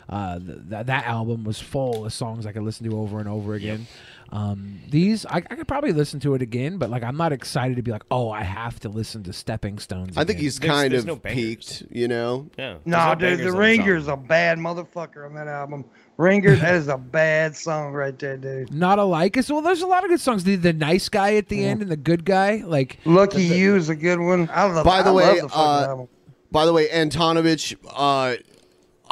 S6: Uh, th- that that album was full of songs I could listen to over and over again. Um, these I, I could probably listen to it again, but like I'm not excited to be like, oh, I have to listen to Stepping Stones.
S4: I think he's kind of peaked, you know?
S5: Yeah.
S7: Nah, dude, the Ringer's a bad motherfucker on that album. Ringer, that is a bad song right there, dude.
S6: Not alike. It's, well, there's a lot of good songs. The, the nice guy at the
S4: Mm-hmm.
S6: end and the good guy, like
S7: Lucky You is a good one. I love.
S4: By the
S7: I
S4: way,
S7: love the fucking
S4: uh,
S7: album.
S4: by the way, Antonovich, uh,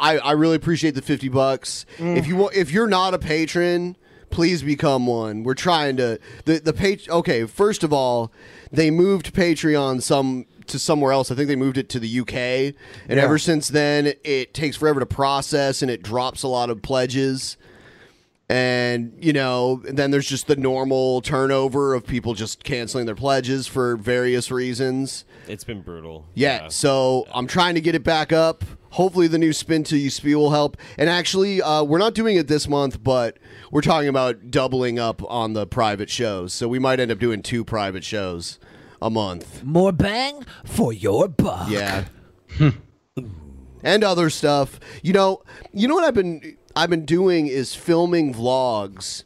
S4: I I really appreciate the fifty bucks.
S7: Mm.
S4: If you wa- if you're not a patron, please become one. We're trying to the the page. Okay, first of all, they moved Patreon some to somewhere else. I think they moved it to the UK, and
S23: Yeah.
S4: ever since then, it takes forever to process, and it drops a lot of pledges. And you know, then there's just the normal turnover of people just canceling their pledges for various reasons.
S5: It's been brutal.
S4: Yeah, so I'm trying to get it back up. Hopefully, the new spin to you spiel will help. And actually, uh, we're not doing it this month, but we're talking about doubling up on the private shows. So we might end up doing two private shows a month.
S12: More bang for your buck.
S4: Yeah. and other stuff. You know, you know what I've been I've been doing is filming vlogs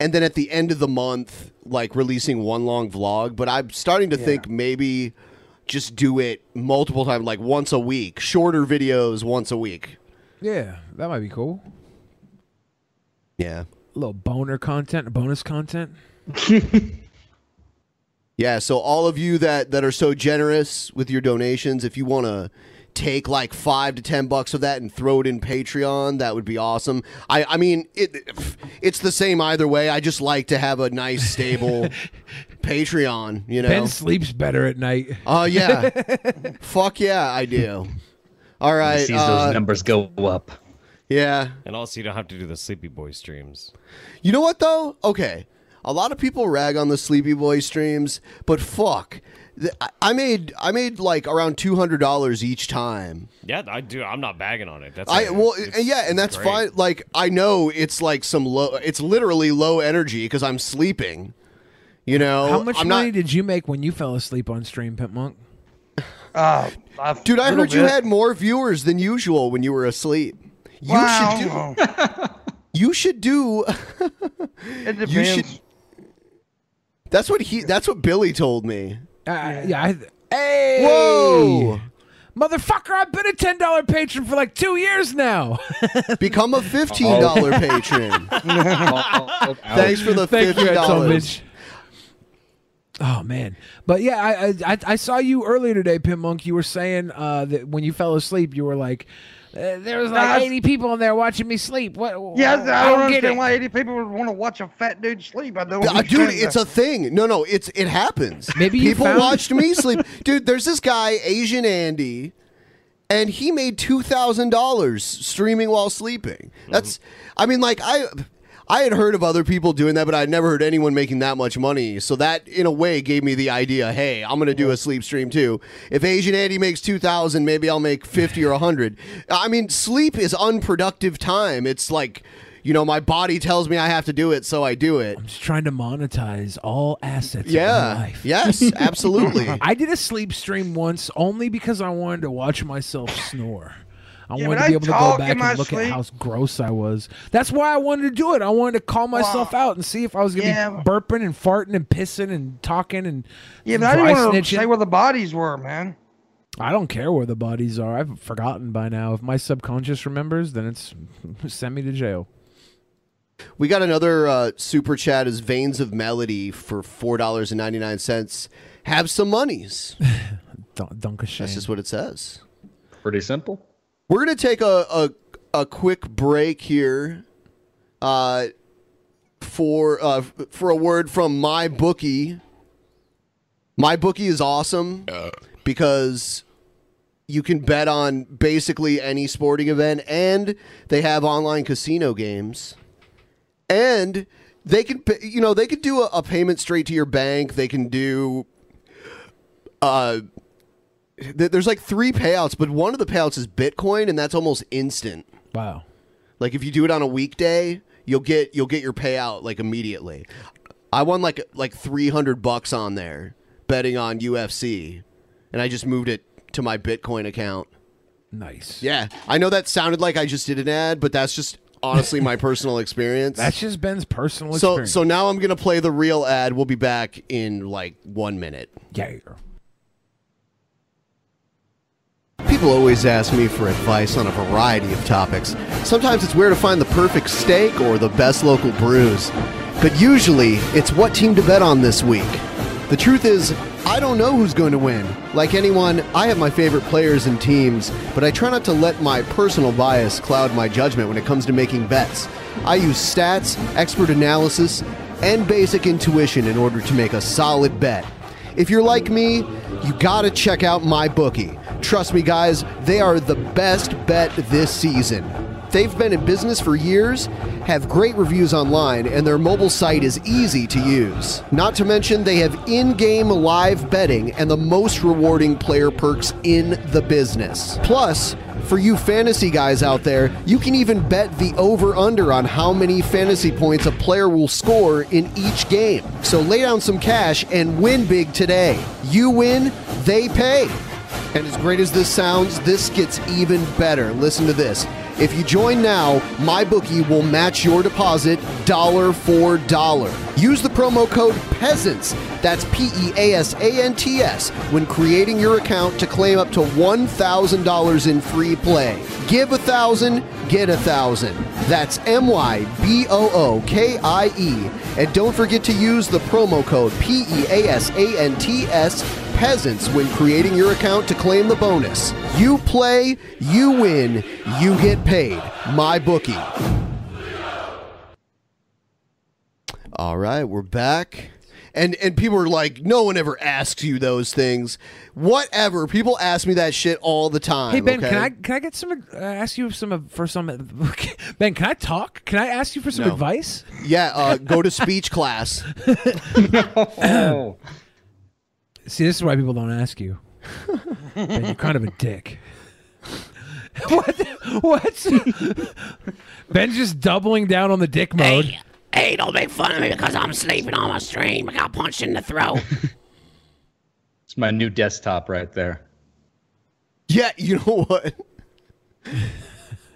S4: and then at the end of the month like releasing one long vlog, but I'm starting to think maybe just do it multiple times like once a week, shorter videos once a week.
S6: yeah, that might be cool.
S4: Yeah.
S6: A little boner content, bonus content.
S4: Yeah, so all of you that that are so generous with your donations, if you want to take like 5 to 10 bucks of that and throw it in Patreon, that would be awesome. I I mean, it it's the same either way. I just like to have a nice stable Patreon, you know.
S6: Ben sleeps better at night.
S4: Oh yeah. Fuck yeah, I do. All right.
S8: sees
S4: uh,
S8: those numbers go up.
S4: Yeah.
S5: And also, you don't have to do the Sleepy Boy streams.
S4: You know what though? Okay, a lot of people rag on the Sleepy Boy streams, but fuck, Th- I- I made I made like around two hundred dollars each time.
S5: Yeah, I do. I'm not bagging on it. That's
S4: I
S5: like-
S4: well
S5: it's-
S4: and yeah, and that's
S5: great.
S4: fine. Like I know it's like some low, it's literally low energy because I'm sleeping. You know,
S6: How much
S4: Oh, I'm
S6: money
S4: Not,
S6: did you make when you fell asleep on stream, Pimp Monk?
S7: Uh,
S6: Uh,
S4: dude, I
S6: little
S4: heard you
S6: bit.
S4: had more viewers than usual when you were asleep. You
S7: Wow.
S4: should do. you should do.
S7: It depends.
S4: You should. That's what he. That's what Billy told me.
S6: Uh, yeah. I, hey.
S4: Whoa.
S6: Motherfucker, I've been a ten dollar patron for like two years now.
S4: Become a fifteen dollar patron. Thanks for the
S6: Thank you,
S4: fifty
S6: Antonovich.
S4: dollars.
S6: Oh man, but yeah, I, I- I I saw you earlier today, Pim Monk. You were saying uh, that when you fell asleep, you were like, uh, "There was
S7: Nah,
S6: like
S7: it's-
S6: eighty people in there watching me sleep." What?
S7: Yeah, I don't,
S6: get
S7: understand
S6: it.
S7: why 80 people would want to watch a fat dude sleep. I don't.
S4: Uh, dude,
S7: understand
S4: it's
S7: that.
S4: a thing. No, no, it's it happens.
S7: Maybe you
S4: people
S7: found-
S4: watched me sleep. Dude, there's this guy, Asian Andy, and he made two thousand dollars streaming while sleeping. That's,
S7: Mm-hmm.
S4: I mean, like I, I had heard of other people doing that, but I'd never heard anyone making that much money. So that, in a way, gave me the idea. Hey, I'm gonna do a sleep stream too. If Asian Andy makes two thousand, maybe I'll make fifty or hundred. I mean, sleep is unproductive time. It's like. You know, my body tells me I have to do it, so I do it.
S6: Just trying to monetize all assets.
S4: Yeah.
S6: Of my life.
S4: Yes, absolutely.
S6: I did a sleep stream once only because I wanted to watch myself snore. I
S7: Yeah,
S6: wanted
S7: but
S6: to
S7: I
S6: be able to go
S7: talk
S6: back
S7: in my
S6: and look at
S7: sleep.
S6: how gross I was. That's why I wanted to do it. I wanted to call myself out and see if I was gonna
S7: Yeah,
S6: be
S7: but-
S6: burping and farting and pissing and talking and
S7: Yeah, but I didn't
S6: dry
S7: want to
S6: snitching.
S7: say where the bodies were, man.
S6: I don't care where the bodies are. I've forgotten by now. If my subconscious remembers, then it's send me to jail.
S4: We got another uh, super chat is Veins of Melody for four dollars and ninety nine cents. Have some monies.
S6: Dun- dunk a shame.
S4: That's just what it says.
S8: Pretty simple.
S4: We're gonna take a a, a quick break here, uh, for uh, f- for a word from my bookie. My bookie is awesome because you can bet on basically any sporting event, and they have online casino games, and they can pa- you know they could do a, a payment straight to your bank. They can do uh th- there's like three payouts, but one of the payouts is Bitcoin, and that's almost instant.
S6: Wow.
S4: Like if you do it on a weekday, you'll get you'll get your payout like immediately. I won like like three hundred bucks on there betting on UFC, and I just moved it to my Bitcoin account.
S6: Nice.
S4: Yeah, I know that sounded like I just did an ad, but that's just honestly my personal experience.
S6: That's just Ben's personal
S4: so
S6: experience.
S4: so now I'm gonna play the real ad. We'll be back in like one minute.
S6: Yeah.
S4: People always ask me for advice on a variety of topics. Sometimes it's where to find the perfect steak or the best local brews. But usually, it's what team to bet on this week. The truth is, I don't know who's going to win. Like anyone, I have my favorite players and teams, but I try not to let my personal bias cloud my judgment when it comes to making bets. I use stats, expert analysis, and basic intuition in order to make a solid bet. If you're like me, you gotta check out my bookie. Trust me, guys, they are the best bet this season. They've been in business for years, have great reviews online, and their mobile site is easy to use. Not to mention, they have in game live betting and the most rewarding player perks in the business. Plus, for you fantasy guys out there, you can even bet the over under on how many fantasy points a player will score in each game. So lay down some cash and win big today. You win, they pay. And as great as this sounds, this gets even better. Listen to this. If you join now, MyBookie will match your deposit dollar for dollar. Use the promo code PEASANTS, that's P E A S A N T S, when creating your account to claim up to $1,000 in free play. Give a thousand, get a thousand. That's M Y B O O K I E. And don't forget to use the promo code P E A S A N T S peasants when creating your account to claim the bonus. You play, you win, you get paid. My bookie. All right, we're back. And and people are like, no one ever asks you those things. Whatever. People ask me that shit all the time.
S6: Hey Ben,
S4: okay?
S6: can I can I get some uh, ask you some of- for some Ben? Can I talk? Can I ask you for some
S4: No.
S6: advice?
S4: Yeah, uh, go to speech class.
S6: See, this is why people don't ask you. Ben, you're kind of a dick. what? What? Ben's just doubling down on the dick mode.
S21: Hey, don't make fun of me because I'm sleeping on my stream. I got punched in the throat.
S8: It's my new desktop right there.
S4: Yeah, you know what?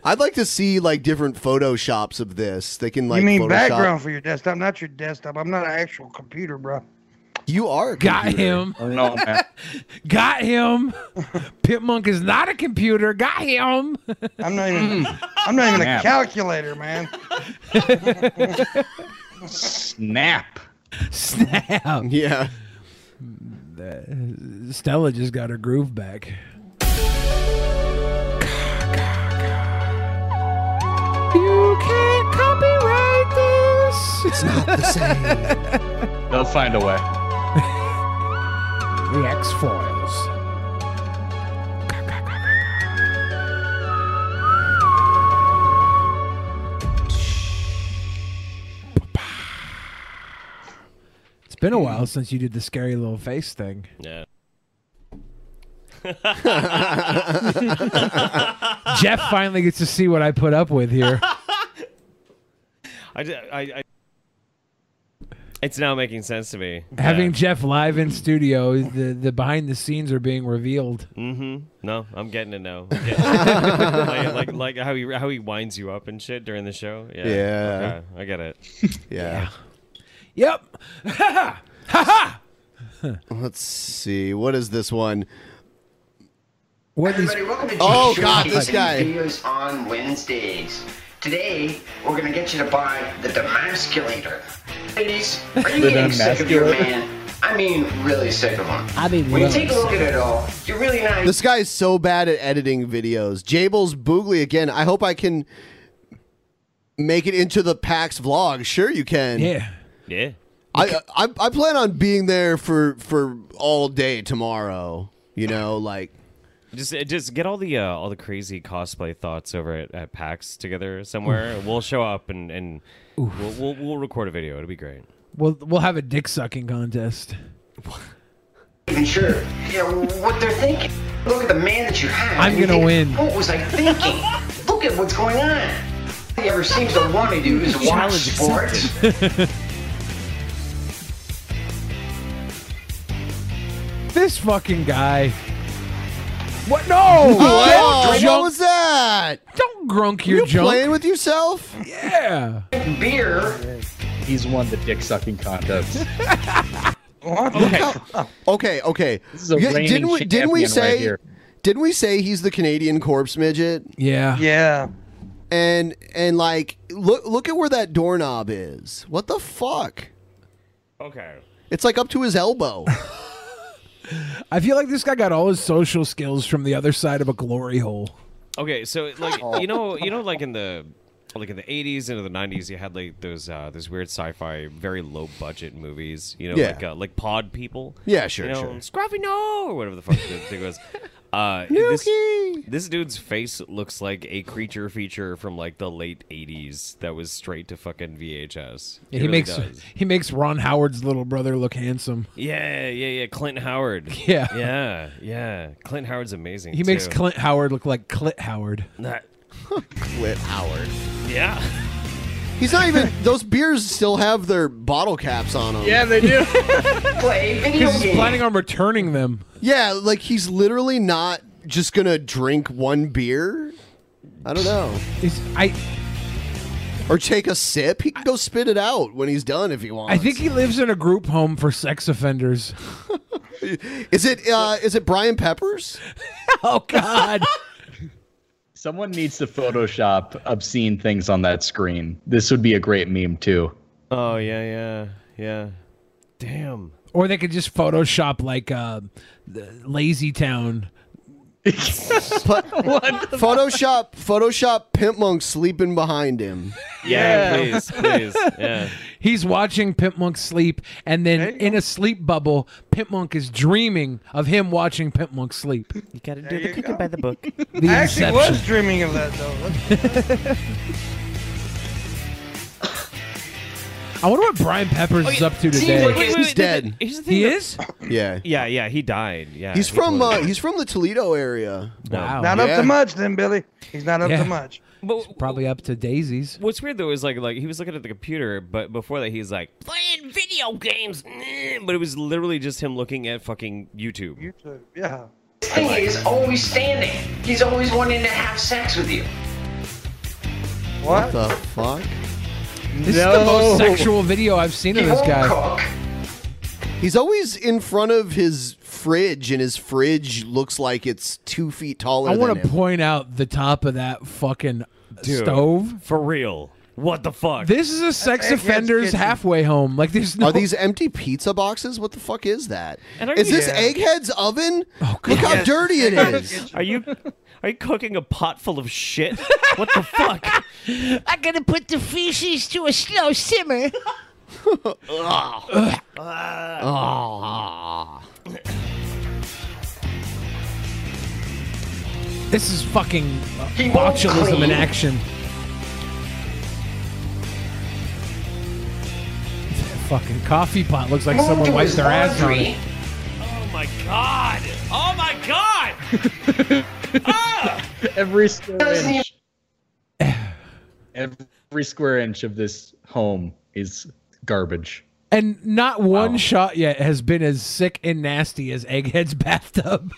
S4: I'd like to see like different photoshops of this. They can like
S7: you mean
S4: Photoshop-
S7: background for your desktop, not your desktop. I'm not an actual computer, bro.
S4: You are a
S6: Got
S4: computer.
S6: him. Got him. Pitmonk is not a computer. Got him. Mm.
S7: I'm not even. I'm not even a
S6: Snap.
S7: calculator, man.
S8: Snap.
S6: Snap. Uh,
S4: Yeah.
S6: Stella just got her groove back. You can't copyright this.
S4: It's not the same.
S8: They'll find a way.
S6: The X Files. It's been a while since you did the scary little face thing.
S5: Yeah.
S6: Jeff finally gets to see what I put up with here.
S5: I, d- I- I- it's now making sense to me.
S6: Having Jeff live in studio, the, the behind the scenes are being revealed.
S5: Mm-hmm. No, I'm getting it now. I'm getting it. like, like like how he how he winds you up and shit during the show. Yeah.
S4: Yeah.
S5: Okay, I get it.
S4: Yeah.
S6: Yep. Ha ha.
S4: Let's see. What is this one?
S6: What is?
S23: welcome to
S4: Oh
S23: Jim's
S4: God,
S23: Show.
S4: this
S23: These
S4: guy.
S23: Videos on Wednesdays. Today, we're gonna get you to buy the Demasculator. Ladies, are you
S8: The
S23: getting sick of your
S8: Demasculator?
S23: man? I mean, really sick of him.
S12: I mean,
S23: when you
S12: really
S23: take a look at
S12: sick.
S23: it all, you're really not.
S4: This guy is so bad at editing videos. Jables Boogly again. I hope I can make it into the PAX vlog. Sure, you can.
S6: Yeah.
S5: Yeah.
S4: I, I I plan on being there for for all day tomorrow. You know, like
S5: Just uh, just get all the uh, all the crazy cosplay thoughts over at, at PAX together somewhere. We'll show up and and we'll, we'll we'll record a video. It'll be great.
S6: We'll we'll have a dick sucking contest.
S23: even sure you know, what they're thinking. Look at the man that you have.
S6: I'm
S23: and you
S6: gonna
S23: think,
S6: win.
S23: What was I thinking? Look at what's going on. All he ever seems to want to do is watch
S6: Challenge
S23: sports.
S6: accepted. this fucking guy. What?
S23: Oh,
S6: No!
S4: What?
S6: Don't
S4: What
S6: grunk-
S4: was that?
S6: Don't grunk
S4: you
S6: your junk.
S4: playing with yourself?
S6: Yeah.
S23: Beer.
S8: He's won the dick sucking contest.
S4: Okay, okay.
S8: is a
S4: Yeah,
S8: reigning
S4: didn't we, didn't we
S8: champion right
S4: say?
S8: here.
S4: Didn't we say he's the Canadian corpse midget?
S6: Yeah.
S7: Yeah.
S4: And and like look look at where that doorknob is. What the fuck?
S5: Okay.
S4: It's like up to his elbow.
S6: I feel like this guy got all his social skills from the other side of a glory hole.
S5: Okay, so like
S4: Oh.
S5: you know, you know, like in the like in the eighties into the nineties, you had like those uh, those weird sci-fi, very low budget movies. You know,
S4: Yeah.
S5: like uh, like Pod People.
S4: Yeah, sure,
S5: you know,
S4: sure.
S5: Scruffy no, or whatever the fuck the thing was. Uh, this, this dude's face looks like a creature feature from like the late '80s that was straight to fucking VHS. It
S6: Yeah, he
S5: really
S6: makes
S5: does.
S6: he makes Ron Howard's little brother look handsome.
S5: Yeah, yeah, yeah. Clint Howard.
S6: Yeah.
S5: yeah, yeah. Clint Howard's amazing.
S6: He makes
S5: too.
S6: Clint Howard look like Clit Howard.
S5: That-
S4: Clint Howard.
S5: Yeah.
S4: He's not even. Those beers still have their bottle caps on them.
S6: they do.
S23: Play video
S6: Because he's
S23: games.
S6: planning on returning them.
S4: Yeah, like he's literally not just gonna drink one beer. I don't know.
S6: He's, I
S4: or take a sip. He can go spit it out when he's done if he wants.
S6: I think he lives in a group home for sex offenders.
S4: Is it uh, is it Brian Peppers?
S6: oh God!
S8: Someone needs to Photoshop obscene things on that screen. This would be a great meme too.
S5: Oh yeah, yeah, yeah. Damn.
S6: Or they could just Photoshop like uh, the Lazy Town.
S4: Photoshop Photoshop Pimp Monk sleeping behind him.
S5: Yeah, please, please. Yeah.
S6: He's watching Pimp Monk sleep, and then in a sleep bubble, Pimp Monk is dreaming of him watching Pimp Monk sleep. You gotta do the cooking by the book. The
S7: I actually was
S6: Inception.
S7: dreaming of that though.
S6: I wonder what Brian Peppers is up to
S5: See,
S6: today.
S5: Oh, wait, wait, wait, the- the- here's the thing
S6: He
S5: that-
S6: is.
S4: Yeah.
S5: Yeah, yeah. He died. Yeah.
S4: he's
S5: he
S4: from
S5: was.
S4: uh, he's from the Toledo area.
S5: Wow.
S7: Not up
S5: Yeah.
S7: to much then, Billy. He's not up
S5: Yeah.
S7: to much.
S6: probably up to daisies.
S5: What's weird though is like like he was looking at the computer, but before that he's like playing video games, mm," but it was literally just him looking at fucking YouTube.
S7: YouTube. Yeah.
S23: This thing is always standing. He's always wanting to have sex with you.
S4: What the fuck?
S6: This is the most sexual video I've seen of this guy.
S4: He's always in front of his fridge, and his fridge looks like it's two feet taller.
S6: I want
S4: than
S6: to
S4: him.
S6: point out the top of that fucking
S4: Dude,
S6: stove.
S5: For real. What the fuck?
S6: This is a sex
S4: That's
S6: offender's
S4: kitchen.
S6: halfway home. Like there's no
S4: Are these empty pizza boxes? What the fuck is that?
S5: And are
S4: Is
S5: you-
S4: this
S5: Yeah.
S4: Egghead's oven?
S6: Oh,
S4: Look how dirty it is.
S5: Are you are you cooking a pot full of shit? What the fuck?
S21: I'm gonna put the feces to a slow simmer.
S5: Oh
S6: This is fucking uh,
S21: He won't
S6: botulism in
S21: clean.
S6: action. fucking coffee pot looks like
S5: Move
S6: someone
S5: to
S6: wiped
S5: his
S6: their ass on
S5: laundry.
S6: it.
S5: Oh my god! Oh my god! Ah.
S8: Every square
S5: Doesn't
S8: inch. Every square inch of this home is garbage.
S6: And not one shot yet has been as sick and nasty as Egghead's bathtub.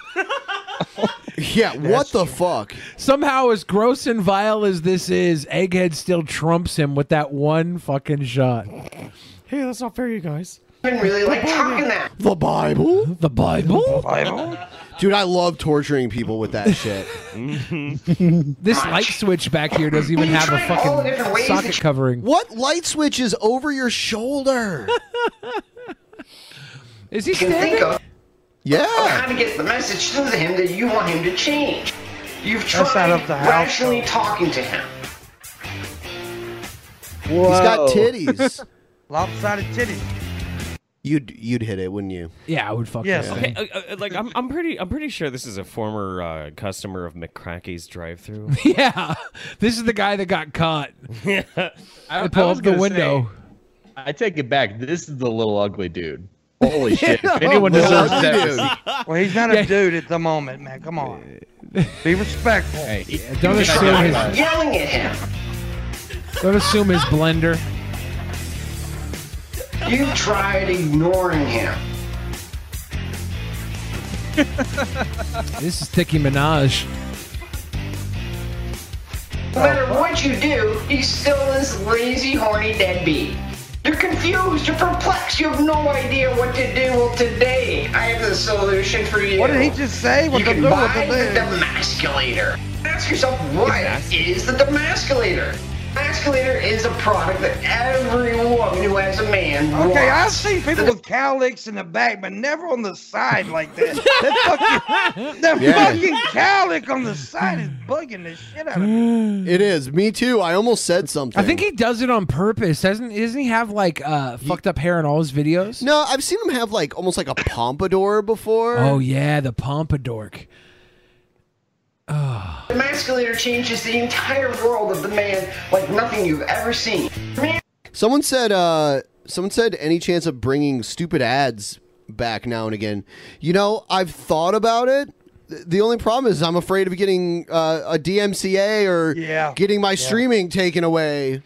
S4: yeah, what the fuck?
S6: Somehow, as gross and vile as this is, Egghead still trumps him with that one fucking shot.
S5: Hey, that's not fair, you guys.
S23: I didn't really like talking that.
S4: The Bible?
S6: The Bible?
S7: Bible?
S4: Dude, I love torturing people with that shit.
S6: This light switch back here doesn't even have a fucking socket covering.
S4: What light switch is over your shoulder?
S6: Is he
S23: You can think
S6: standing?
S23: of
S4: Yeah.
S23: how to get the message through to him that you want him to change. You've
S7: That's
S23: tried
S7: not up to house,
S23: rationally talking to him.
S4: He's got titties.
S7: Lopsided titties.
S4: You'd you'd hit it, wouldn't you?
S6: Yeah, I would fuck
S5: Okay, uh, uh, like I'm, I'm pretty, I'm pretty sure this is a former uh, customer of McCracky's drive-through.
S6: Yeah, this is the guy that got caught.
S5: Yeah,
S6: I pull
S8: was
S6: up the
S8: gonna
S6: window.
S8: say, I take it back. This is the little ugly dude. Holy shit!
S7: If
S8: anyone deserves that receipt.
S7: Well, he's not a dude at the moment, man. Come on. Be respectful.
S6: don't assume his-
S23: Yelling at him.
S6: Don't assume his blender.
S23: You tried ignoring him.
S6: This is Nicki Minaj.
S23: No matter what you do, he's still this lazy, horny deadbeat. You're confused, you're perplexed, you have no idea what to do. Well, today I have the solution for you.
S7: What did he just say? What
S23: you
S7: to
S23: can
S7: do,
S23: buy
S7: what to do?
S23: the demasculator. Ask yourself, what is the demasculator? Demasculator is a product that every woman who has a man wants.
S7: Okay, I've seen people with cowlicks in the back, but never on the side like that. that fucking, that
S4: Yeah.
S7: fucking cowlick on the side is bugging the shit out of me.
S4: it is. Me too. I almost said something.
S6: I think he does it on purpose. Doesn't doesn't he have like uh fucked up hair in all his videos?
S4: No, I've seen him have like almost like a pompadour before.
S6: Oh yeah, the pompadourk.
S23: The Demasculator changes the entire world of the man like nothing you've ever seen. Man,
S4: Someone said, uh, someone said, any chance of bringing stupid ads back now and again? You know, I've thought about it. Th- The only problem is I'm afraid of getting uh, a DMCA or
S7: Yeah.
S4: getting my streaming taken away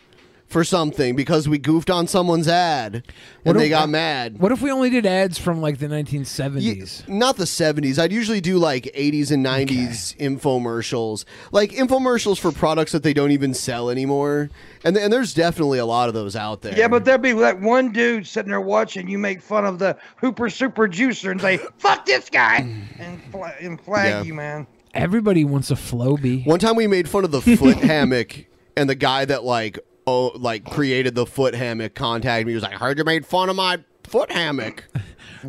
S4: for something because we goofed on someone's ad and
S6: What
S4: they
S6: if-
S4: got mad.
S6: What if we only did ads from like the 1970s?
S4: Not the 70s. I'd usually do like 80s and 90s infomercials, like infomercials for products that they don't even sell anymore. And, and there's definitely a lot of those out there.
S7: Yeah, but there'd be that one dude sitting there watching you make fun of the Hooper Super Juicer and say, fuck this guy, and, fla- and flag
S4: Yeah.
S7: you, man.
S6: Everybody wants a Floby.
S4: One time we made fun of the foot hammock and the guy that like oh like created the foot hammock contacted me. He was like, I heard you made fun of my foot hammock.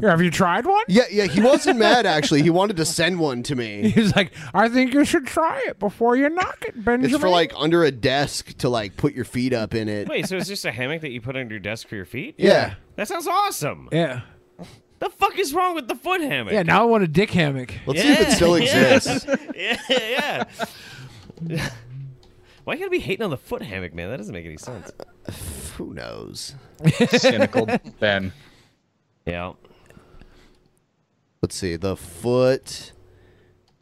S6: Have you tried one?
S4: Yeah, yeah, he wasn't mad actually. He wanted to send one to me.
S6: He's like, I think you should try it before you knock it, Benjamin.
S4: It's for like under a desk to like put your feet up in it.
S5: Wait, so it's just a hammock that you put under your desk for your feet?
S4: Yeah.
S5: That sounds awesome.
S6: Yeah.
S5: The fuck is wrong with the foot hammock?
S6: Yeah, now I want a dick hammock.
S4: Let's see if it still exists.
S5: yeah, yeah. Why you gotta be hating on the foot hammock, man? That doesn't make any sense.
S4: Who knows?
S8: Cynical Ben.
S5: Yeah.
S4: Let's see. The foot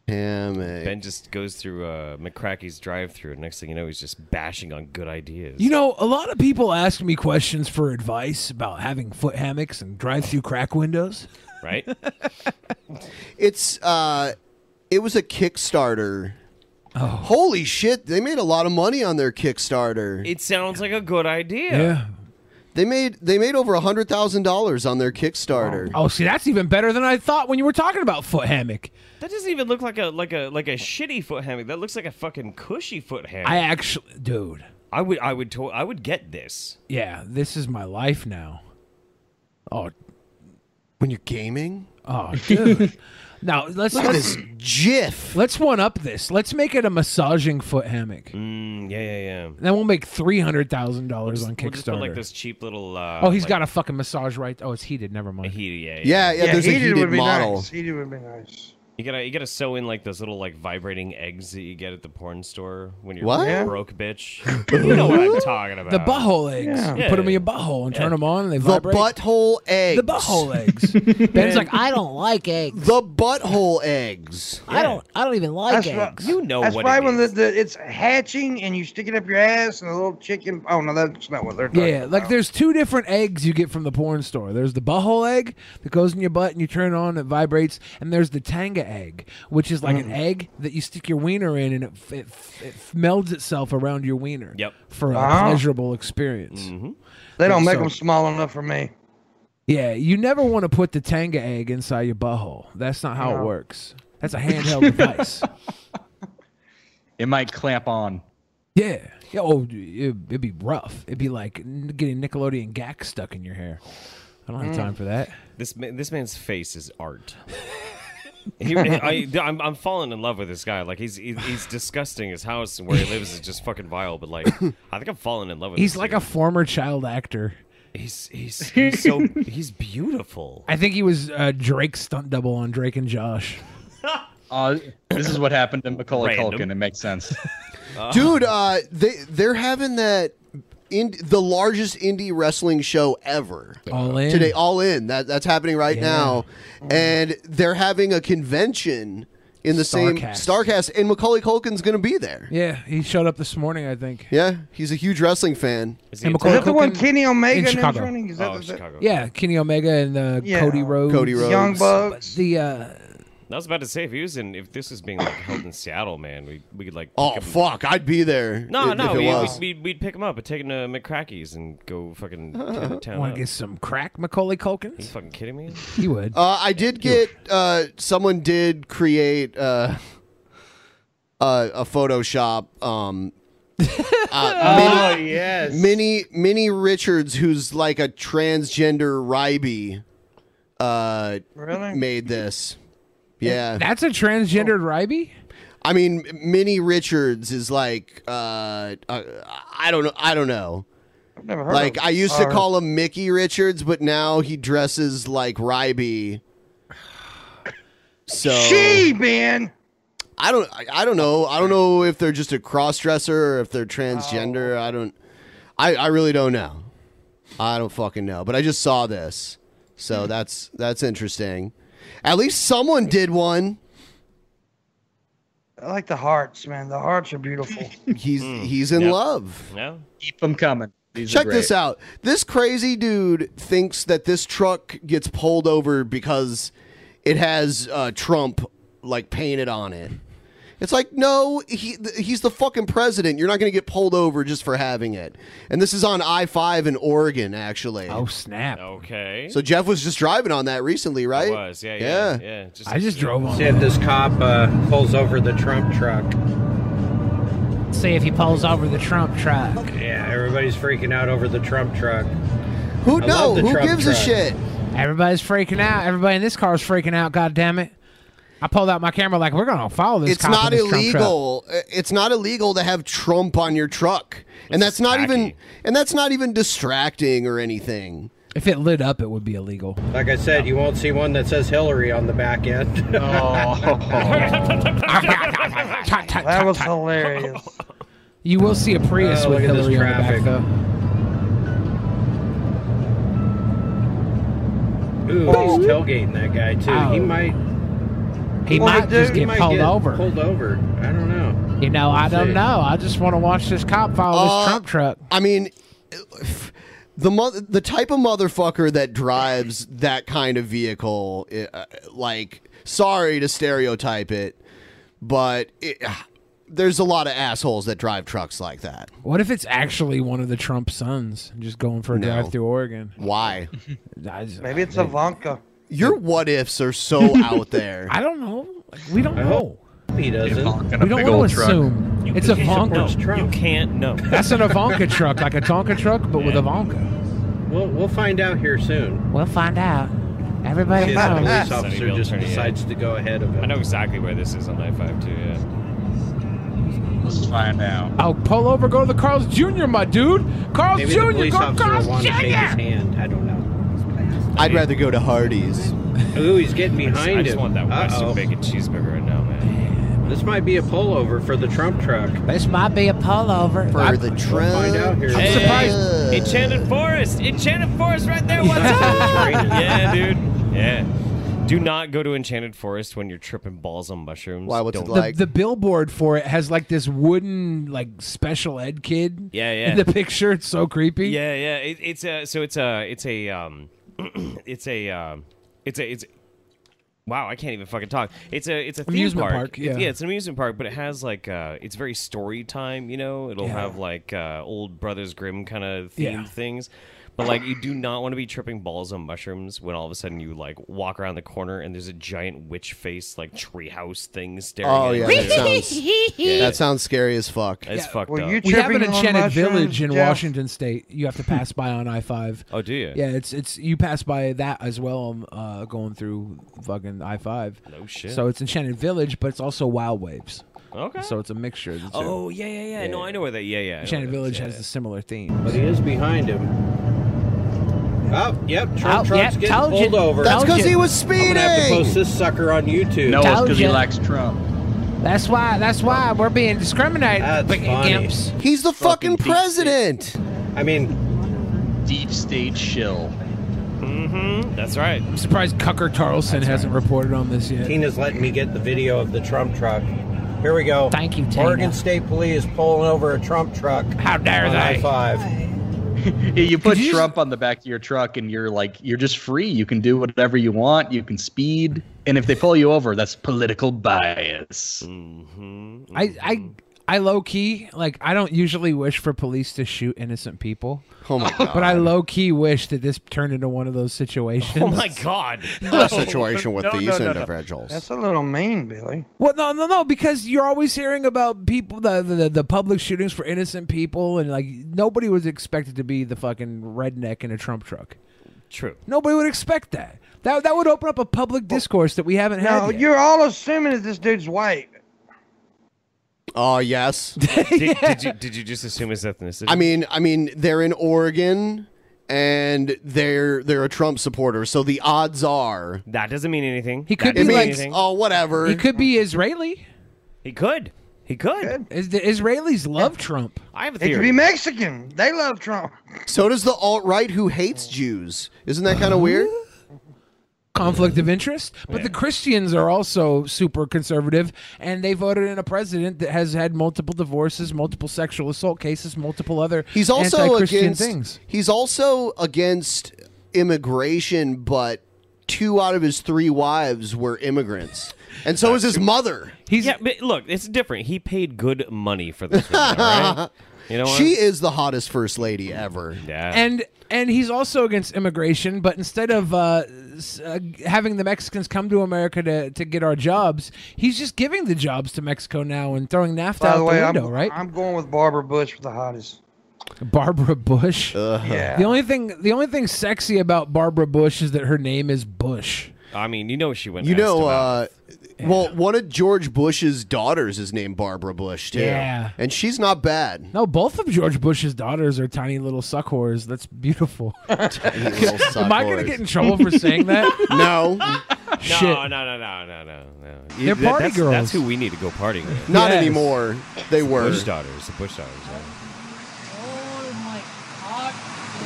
S4: hammock.
S5: Ben just goes through uh, McCracky's drive-through. Next thing you know, he's just bashing on good ideas.
S6: You know, a lot of people ask me questions for advice about having foot hammocks and drive-through crack windows.
S5: Right?
S4: It's uh it was a Kickstarter.
S6: Oh.
S4: Holy shit, they made a lot of money on their Kickstarter.
S5: It sounds like a good idea.
S4: They made they made over a hundred thousand dollars on their Kickstarter.
S6: Oh, see, that's even better than I thought when you were talking about foot hammock.
S5: That doesn't even look like a like a like a shitty foot hammock. That looks like a fucking cushy foot hammock.
S6: I actually, dude,
S5: I would I would to- I would get this.
S6: yeah, this is my life now. Oh,
S4: when you're gaming.
S6: Oh, dude. now let's
S4: Look at
S6: let's
S4: this GIF.
S6: Let's one up this. Let's make it a massaging foot hammock.
S5: Mm, yeah, yeah, yeah.
S6: Then we'll make three hundred thousand dollars on
S5: We'll just put
S6: Kickstarter.
S5: like this cheap little. Uh,
S6: oh, he's
S5: like,
S6: got a fucking massage right. Oh, it's heated. Never mind.
S5: Heated, yeah,
S4: Yeah, yeah, there's a heated model.
S7: Heated would be nice.
S5: You gotta you gotta sew in like those little like vibrating eggs that you get at the porn store when you're
S6: What? Yeah.
S5: broke, bitch. you know what I'm talking about.
S6: The butthole eggs.
S5: Yeah.
S6: You put them in your butthole and turn them on, and they
S4: The
S6: vibrate.
S4: butthole eggs.
S6: The butthole eggs. Ben's like, I don't like eggs.
S4: The butthole eggs.
S12: I don't. I don't even like
S7: That's
S12: eggs.
S7: right. that's right when the, the, it's hatching and you stick it up your ass and a little chicken. Oh no, that's not what they're talking.
S6: Yeah, like there's two different eggs you get from the porn store. There's the butthole egg that goes in your butt and you turn it on, it vibrates, and there's the tanga egg, which is like an
S7: Mm.
S6: egg that you stick your wiener in and it, f- it, f- it f- melds itself around your wiener.
S5: Yep.
S6: For a
S7: Wow.
S6: pleasurable experience.
S7: Uh-huh. They don't make
S6: So-
S7: them small enough for me.
S6: Yeah, you never want to put the tanga egg inside your butthole. That's not how it
S8: No.
S6: works. That's a handheld device.
S8: It might clamp on.
S6: Yeah. yeah oh, it, it'd be rough. It'd be like n- getting Nickelodeon gack stuck in your hair. I don't have
S5: Mm.
S6: time for that.
S5: This man, this man's face is art. He- I, I'm, I'm falling in love with this guy. Like he's he's, he's disgusting. His house and where he lives is just fucking vile. But like, I think I'm falling in love with.
S6: He's
S5: this
S6: like
S5: dude.
S6: a former child actor.
S5: He's he's, he's so he's beautiful.
S6: I think he was uh, Drake's stunt double on Drake and Josh.
S8: Uh, this is what happened to Macaulay
S6: Random.
S4: Uh-huh.
S8: Culkin. It makes sense.
S4: Dude, uh, they they're having that ind- the largest indie wrestling show ever.
S6: All In.
S4: Today, All In. That, that's happening right
S6: Yeah.
S4: now. And they're having a convention in the same
S6: Starcast.
S4: StarCast, and Macaulay Culkin's going to be there.
S6: Yeah, he showed up this morning, I think.
S4: Yeah, he's a huge wrestling fan.
S6: Is he And in Macaulay town? Culkin
S7: Kenny Omega
S6: in
S7: and
S6: Chicago.
S7: running? Is that
S5: Oh,
S7: the-
S6: Yeah, Kenny Omega and uh,
S7: Yeah.
S6: Cody Rhodes.
S4: Cody Rhodes. Young
S5: Bucks.
S6: The uh,
S5: I was about to say if he was in, if this was being like held in Seattle, man, we we could like.
S4: Oh,
S5: pick him-
S4: fuck. I'd be there.
S5: No,
S4: if,
S5: no,
S4: if it
S5: we,
S4: was.
S5: We'd, we'd pick him up and take him to McCracky's and go fucking town. town
S6: want to Uh,
S5: up.
S6: get some crack, Macaulay Culkin? You
S5: fucking kidding me?
S6: He would.
S4: Uh, I did get uh, someone did create uh, a, a Photoshop. Um,
S1: Oh, yes.
S4: Minnie Minnie Richards, who's like a transgender Ryby, uh,
S7: Really?
S4: made this. Yeah,
S6: That's a transgendered
S1: Oh.
S6: Ryby.
S4: I mean, Minnie Richards is like uh, uh, I don't know. I don't know. I've
S7: never heard of
S4: Like
S7: him.
S4: I used to
S7: Or-
S4: call him Mickey Richards, but now he dresses like Ryby. So
S7: She been.
S4: I don't. I, I don't know. I don't know if they're just a cross dresser or if they're
S7: Oh.
S4: transgender. I don't. I, I really don't know. I don't fucking know. But I just saw this, so that's that's interesting. At least someone did one.
S7: I like the hearts, man. The hearts are beautiful.
S4: He's
S7: Hmm.
S4: he's in love.
S5: No.
S8: Keep them coming. These are
S4: Check this
S8: great.
S4: out. This crazy dude thinks that this truck gets pulled over because it has uh, Trump like painted on it. It's like no, he th- he's the fucking president. You're not going to get pulled over just for having it. And this is on I-5 in Oregon, actually. Oh
S6: snap!
S5: Okay.
S4: So Jeff was just driving on that recently, right?
S5: was, yeah, yeah, yeah. Just- I just drove
S1: See if this cop uh, pulls over the Trump truck.
S6: See if he pulls over the Trump truck.
S1: Yeah, everybody's freaking out over the Trump truck.
S4: Who
S1: I
S6: knows?
S1: love the Trump truck.
S6: Everybody's freaking out. Everybody in this car is freaking out. God damn it! I pulled out my camera like we're gonna follow this.
S4: it's
S6: cop in
S4: not
S6: this Trump truck."
S4: illegal. Uh, It's not illegal to have Trump on your truck, and that's not even and that's not even distracting or anything.
S6: If it lit up, it would be illegal.
S1: Like I said, you won't see one that says Hillary on the back end. Oh.
S7: that was hilarious.
S6: You will see a Prius
S1: Oh,
S6: with
S1: look at this
S6: Hillary on the back
S1: traffic.
S6: though.
S1: Ooh, he's tailgating that guy too. He
S6: Ow.
S1: might.
S6: He
S1: Well,
S6: might
S1: the
S6: just
S1: dude- he
S6: get
S1: might
S6: pulled over.
S1: Pulled over. I don't know.
S6: You know, I
S1: We'll see.
S6: don't know. I just want to watch this cop follow
S4: Uh,
S6: this Trump truck.
S4: I mean, the mo- the type of motherfucker that drives that kind of vehicle, i- uh, like, sorry to stereotype it, but it, there's a lot of assholes that drive trucks like that.
S6: What if it's actually one of the Trump sons just going for a
S4: No.
S6: drive through Oregon?
S4: Why?
S7: Maybe it's Ivanka.
S4: Your what ifs are so out there.
S6: I don't know. Like, we don't know.
S1: He doesn't.
S6: We don't want to assume. it's a Ivanka.
S5: You can't know.
S6: That's an Ivanka truck, like a Tonka truck, but with Ivanka.
S1: We'll we'll find out here soon.
S6: We'll find out.
S1: See
S6: Everybody
S1: if the police
S6: knows.
S1: officer just decides to go ahead of him.
S5: I know exactly where this is on I five too. Yeah.
S1: Let's find out.
S6: I'll pull over, go to the Carl's Jr., my dude. Carl's
S1: Maybe the
S6: Jr.,
S1: police
S6: go
S1: officer will
S6: Carl's
S1: want to shake his
S6: Jr.
S1: hand. I don't know.
S4: I'd rather go to Hardee's.
S1: Ooh, he's getting behind
S5: I just
S1: him.
S5: want that Western
S1: Uh-oh.
S5: bacon cheeseburger right now, man.
S1: This might be a pullover for the Trump truck.
S6: This might be a pullover.
S4: For the
S1: We'll find out here. soon.
S5: Enchanted Forest, Enchanted Forest, right there. What's up? yeah, dude. Yeah. Do not go to Enchanted Forest when you're tripping balls on mushrooms. Why?
S4: What's
S5: Don't.
S6: the, the billboard for it has like this wooden like special ed kid.
S5: Yeah, yeah.
S6: In the picture, it's so creepy.
S5: Yeah, yeah. It, it's a so it's a it's a um it's a um it's a it's wow I can't even fucking talk. It's a it's a theme
S6: Amusement park,
S5: It's-
S6: yeah.
S5: yeah, it's an amusement park, but it has like uh it's very story time. You know, it'll
S6: Yeah.
S5: have like uh old Brothers Grimm kind of themed
S6: Yeah.
S5: things. But like you do not want to be tripping balls on mushrooms when all of a sudden you like walk around the corner and there's a giant witch face like treehouse thing staring.
S4: Oh
S5: at
S4: yeah,
S5: you.
S4: that sounds
S5: Yeah.
S4: that sounds scary as fuck.
S5: It's fucked up.
S6: we have an
S5: tripping on
S6: enchanted
S5: mushrooms,
S6: village in
S5: Jeff?
S6: Washington State. You have to pass by on I five.
S5: Oh, do you?
S6: Yeah, it's it's you pass by that as well. um, Uh, going through fucking I five.
S5: No shit.
S6: So it's enchanted village, but it's also Wild Waves.
S5: Okay.
S6: So it's a mixture. Of the two.
S5: Oh yeah, yeah, yeah. No, I know where that. Yeah, yeah. I know
S6: Enchanted
S5: where that
S6: Village
S5: is.
S6: has a similar theme.
S1: But he is behind him. Oh, yep, Trump
S6: Oh,
S1: truck's
S6: yep,
S1: getting
S6: told
S1: pulled
S6: you.
S1: over.
S6: That's 'cause he was
S1: I'm gonna have to
S6: speeding.
S1: post this sucker on YouTube.
S6: No, it's 'cause he Told ya. likes
S1: Trump.
S6: That's why. That's why we're being discriminated
S1: That's funny.
S6: against.
S4: He's the fucking president.
S1: I mean,
S8: Deep state shill.
S5: Mm-hmm. That's right.
S6: I'm surprised Cucker Tarlson hasn't reported on this yet.
S1: Tina's letting me get the video of the Trump truck. Here we go. Thank you,
S6: Tina.
S1: Oregon State Police pulling over a Trump truck. How
S6: dare
S8: they.
S1: five.
S8: you put Trump on the back of your truck and you're like, you're just free. You can do whatever you want. You can speed. And if they pull you over, that's political bias.
S6: I,
S4: Mm-hmm.
S6: I, I low key like I don't usually wish for police to shoot innocent people.
S4: Oh
S5: my
S6: But I
S5: God.
S6: low key wish that this turned into one of those situations.
S5: Oh my God!
S4: Not a situation with these individuals.
S7: That's a little mean, Billy.
S6: Well, no, no, no, because you're always hearing about people, the, the the public shootings for innocent people, and like nobody was expected to be the fucking redneck in a Trump truck.
S5: True.
S6: Nobody would expect that. That that would open up a public discourse that we haven't
S7: No,
S6: had. yet.
S7: you're all assuming that this dude's white.
S4: Oh yes.
S5: Did, did you did you just assume his ethnicity?
S4: I mean, I mean, they're in Oregon, and they're they're a Trump supporter, so the odds are
S5: that doesn't mean anything.
S4: He
S6: could
S4: it
S6: be like-
S4: means, oh whatever.
S6: He could be Israeli.
S5: He could. He could.
S6: Is the Israelis love Trump?
S5: I have
S7: It could be Mexican. They love Trump.
S4: So does the alt right who hates Jews. Isn't that kind of weird?
S6: conflict of interest. But the Christians are also super conservative, and they voted in a president that has had multiple divorces, multiple sexual assault cases, multiple other
S4: He's also
S6: anti-Christian
S4: against.
S6: things.
S4: He's also against immigration, but two out of his three wives were immigrants, and so is his mother.
S6: He's
S5: yeah. But look, it's different. He paid good money for this. Woman, all right? You know what?
S4: She is the hottest first lady ever.
S5: Yeah.
S6: And and he's also against immigration, but instead of uh, s- uh, having the Mexicans come to America to, to get our jobs, he's just giving the jobs to Mexico now and throwing NAFTA
S7: By
S6: out
S7: the way,
S6: the window,
S7: I'm,
S6: right?
S7: I'm going with Barbara Bush for the hottest.
S6: Barbara Bush.
S4: Uh.
S7: Yeah.
S6: The only thing the only thing sexy about Barbara Bush is that her name is Bush.
S5: I mean, you know she went.
S4: You
S5: ass to
S4: know,
S5: mouth.
S4: uh, well, one of George Bush's daughters is named Barbara Bush too.
S6: Yeah.
S4: and she's not bad.
S6: No, both of George Bush's daughters are tiny little suck whores. That's beautiful. Am I going to get in trouble for saying that?
S4: no.
S6: Shit.
S5: No, no, no, no, no, no, no. You-
S6: They're
S5: that-
S6: party
S5: that's,
S6: girls.
S5: That's who we need to go partying with.
S4: Not Yes. anymore. They
S5: It's the
S4: were.
S5: Bush daughters. The Bush daughters. yeah.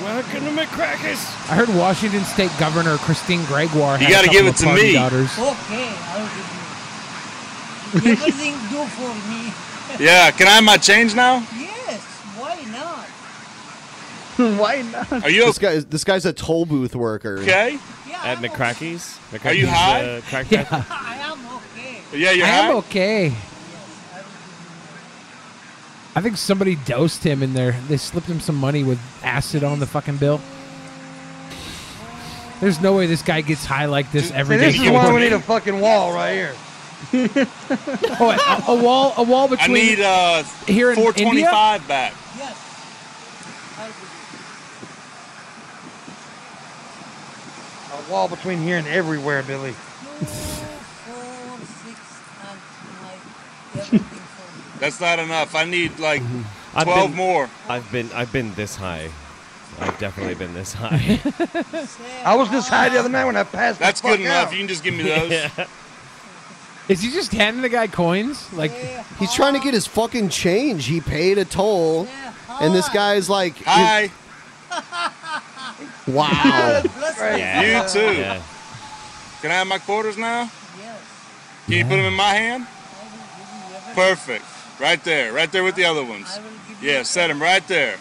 S24: Welcome to McCrackers.
S6: I heard Washington State Governor Christine Gregoire.
S24: You
S6: had a
S24: gotta
S6: couple
S24: give it
S6: of
S24: to
S6: party
S24: me.
S6: Daughters.
S24: Okay, I'll
S3: give you. Everything do for me.
S24: Yeah, can I have my change now?
S3: Yes, why not?
S7: Why not?
S24: Are you
S4: this guy? is- This guy's a toll booth worker.
S24: Okay.
S5: At McCracky's.
S24: Are you
S5: McCracky's,
S24: high?
S5: Uh, crack
S24: Yeah.
S5: Crack-
S24: Yeah, you're
S6: I
S24: high.
S6: am okay. I think somebody dosed him in there. They slipped him some money with acid on the fucking bill. There's no way this guy gets high like this
S7: See,
S6: every day.
S7: this is why we need a fucking wall right here.
S6: oh, a, a wall, a wall between.
S24: I need uh
S6: here in
S24: 425 back.
S7: A wall between here and everywhere, Billy.
S24: That's not enough. I need like
S5: I've
S24: 12
S5: been-
S24: more.
S5: I've been I've been this high. I've definitely been this high.
S7: I was this high the other night when I passed.
S24: That's
S7: the fuck
S24: good enough.
S7: out.
S24: You can just give me those.
S6: Is he just handing the guy coins? Like
S4: he's trying to get his fucking change. He paid a toll, and this guy's like,
S24: Hi.
S4: "Wow,
S24: You too. Can I have my quarters now? Yes. Can you put them in my hand? Perfect. Right there. Right there with the other ones. Yeah, set them right there.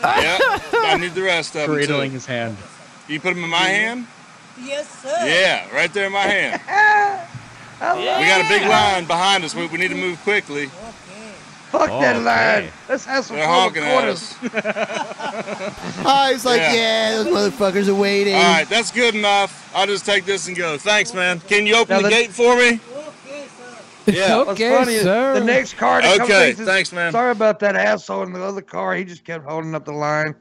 S24: Yeah. I need the rest of them too.
S8: Cradling
S24: Can
S8: his hand.
S24: you put them in my hand?
S3: Yes, sir.
S24: Yeah, right there in my hand. We got a big line behind us. We, we need to move quickly.
S7: Fuck that
S24: Okay.
S7: line. Let's have some
S24: They're
S7: fun
S24: honking
S7: with
S24: at
S7: quarters.
S24: us.
S4: Hi, he's like, yeah, those motherfuckers are waiting.
S24: All right, that's good enough. I'll just take this and go. Thanks, man. Can you open
S4: Now
S24: the
S4: the-
S24: gate for me? Yeah.
S7: What's funny is The next car that comes
S24: Okay,
S7: in says,
S24: thanks, man.
S7: Sorry about that asshole in the other car. He just kept holding up the line.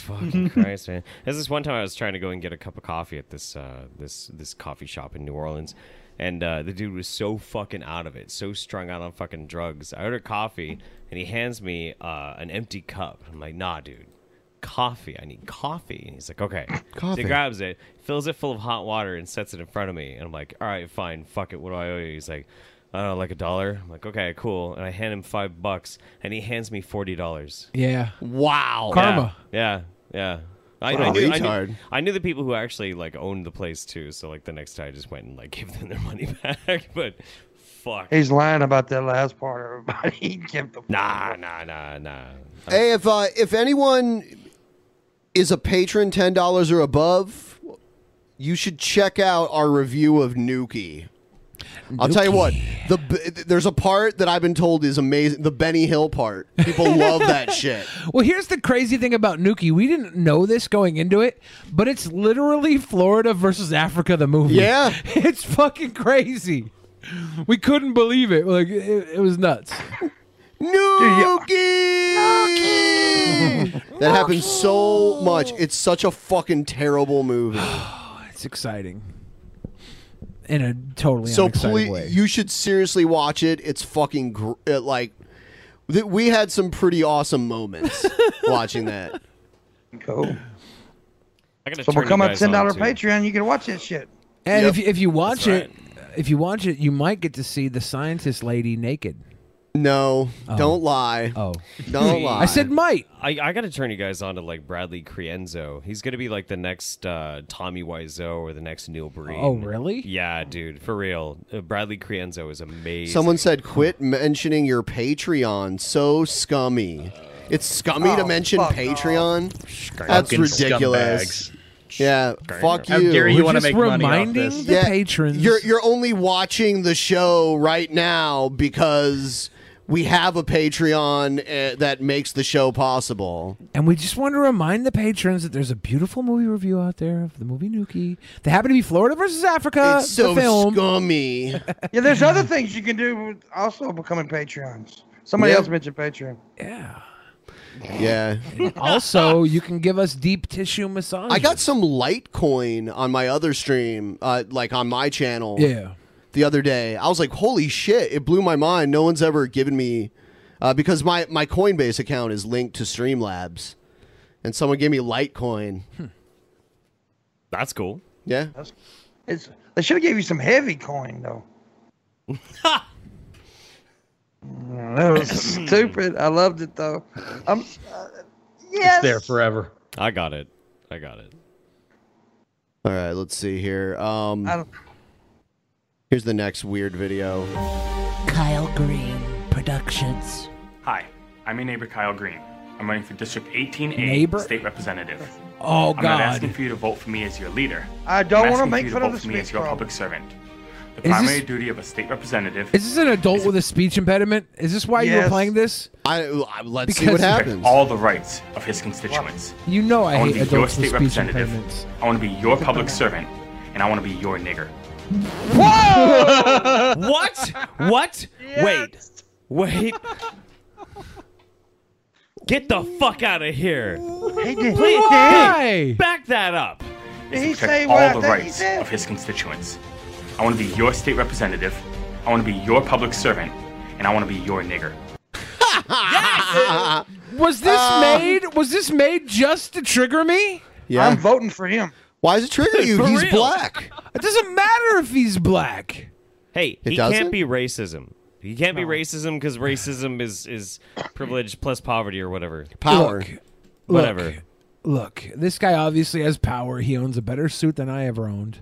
S5: fucking Christ, man. There's this one time I was trying to go and get a cup of coffee at this uh, this this coffee shop in New Orleans, and uh, the dude was so fucking out of it, so strung out on fucking drugs. I order coffee, and he hands me uh, an empty cup. I'm like, nah, dude. Coffee. I need coffee. And he's like, okay. So
S4: Coffee.
S5: he grabs it, fills it full of hot water, and sets it in front of me. And I'm like, all right, fine. Fuck it. What do I owe you? He's like, I don't know, like a dollar. I'm like, okay, cool. And I hand him five bucks, and he hands me forty dollars.
S6: Yeah.
S4: Wow.
S6: Karma.
S5: Oh, Yeah. Yeah. I,
S4: What a
S5: I knew, I,
S4: retard.
S5: knew, I knew the people who actually like owned the place too. So like the next day, I just went and like gave them their money back. but fuck.
S7: He's lying about that last part, everybody. He kept the
S5: Nah, nah, nah, nah.
S4: Hey, if uh, if anyone is a patron ten dollars or above, you should check out our review of Nuki. I'll tell you what. The b- there's a part that I've been told is amazing. The Benny Hill part. People love that shit.
S6: Well, here's the crazy thing about Nuki. We didn't know this going into it, but it's literally Florida versus Africa, the movie.
S4: Yeah.
S6: It's fucking crazy. We couldn't believe it. Like, it, it was nuts.
S4: Nuki.
S6: Mm.
S4: That happens so much. It's such a fucking terrible movie.
S6: it's exciting. In a totally
S4: so
S6: unexciting
S4: please,
S6: way.
S4: you should seriously watch it. It's fucking gr- it, like th- we had some pretty awesome moments watching that.
S7: Cool.
S5: I gotta
S7: So
S4: turn you
S7: become a
S4: guys
S7: ten dollar
S4: on, too.
S7: Patreon. You can watch that shit.
S6: And if, if you watch it, if you watch it, you might get to see the scientist lady naked.
S4: No, don't lie.
S6: Oh,
S4: Don't lie.
S6: I said might.
S5: I, I got to turn you guys on to like Bradley Crienzo. He's gonna be like the next uh, Tommy Wiseau or the next Neil Breen.
S6: Oh, really?
S5: Yeah, dude, for real. Uh, Bradley Crienzo is amazing.
S4: Someone said quit mentioning your Patreon. So scummy. It's scummy to
S5: Oh,
S4: mention
S5: fuck
S4: Patreon.
S5: Scum-
S4: That's
S5: Fucking
S4: ridiculous. Yeah, fuck
S8: How
S4: you.
S8: dare you We're wanna just make money off reminding this. the
S6: patrons.
S4: You're you're only watching the show right now because we have a Patreon uh, that makes the show possible.
S6: And we just want to remind the patrons that there's a beautiful movie review out there of the movie Nuki. They happen to be Florida versus Africa.
S4: It's so
S6: the film.
S4: scummy.
S7: Yeah, there's other things you can do with also becoming Patreons. Somebody
S6: Yeah.
S7: else mentioned Patreon.
S6: Yeah.
S4: Yeah.
S6: also, you can give us deep tissue massage.
S4: I got some Litecoin on my other stream, uh, like on my channel.
S6: Yeah.
S4: The other day, I was like, "Holy shit!" It blew my mind. No one's ever given me uh, because my my Coinbase account is linked to Streamlabs, and someone gave me Litecoin.
S6: Hmm.
S5: That's cool.
S4: Yeah.
S7: It's they should have gave you some heavy coin though. Mm, that was stupid. I loved it though. I'm uh, yes.
S8: forever.
S5: I got it. I got it.
S4: All right, let's see here.
S7: I
S4: Um,
S7: don't-
S4: here's the next weird video.
S9: Kyle Green Productions.
S10: Hi, I'm your neighbor Kyle Green. I'm running for District 18A
S9: Neighbor?
S10: state representative.
S9: Oh,
S10: I'm not
S9: God.
S10: asking for you to vote for me as your leader.
S7: I don't
S10: I'm
S7: wanna
S10: asking
S7: make
S10: for you
S7: fun
S10: to
S7: of
S10: vote
S7: the
S10: for me as
S7: speech
S10: your
S7: problem.
S10: public servant. The
S6: Is this-
S10: primary duty of a state representative
S6: Is this an adult with a speech impediment? Is this why you were
S10: Yes.
S6: playing this?
S4: I, I let's
S10: is to
S6: Because-
S10: protect all the rights of his constituents.
S6: You know I
S10: wanna
S6: hate
S10: be your
S6: adults with
S10: state
S6: speech
S10: representative.
S6: impediments.
S10: I want to be your public servant, and I want to be your nigger.
S5: Whoa! what? What? Wait. Wait. Get the fuck out of here.
S7: He did.
S10: Please,
S6: Why?
S5: Back that up.
S10: is
S7: Did he
S10: to protect
S7: say
S10: all
S7: what I
S10: the
S7: think he
S10: rights
S7: said?
S10: of his constituents. I want to be your state representative. I want to be your public servant, and I want to be your nigger.
S6: Was this
S4: Uh,
S6: made? Was this made just to trigger me?
S4: Yeah. I'm
S7: voting for him.
S4: Why is it triggering you? He's black.
S6: It doesn't matter if he's black.
S5: Hey,
S6: It
S5: he
S6: doesn't?
S5: can't be racism. He can't be racism because racism is is privilege plus poverty or whatever.
S6: Power. Look,
S5: whatever.
S6: Look, this guy obviously has power. He owns a better suit than I ever owned.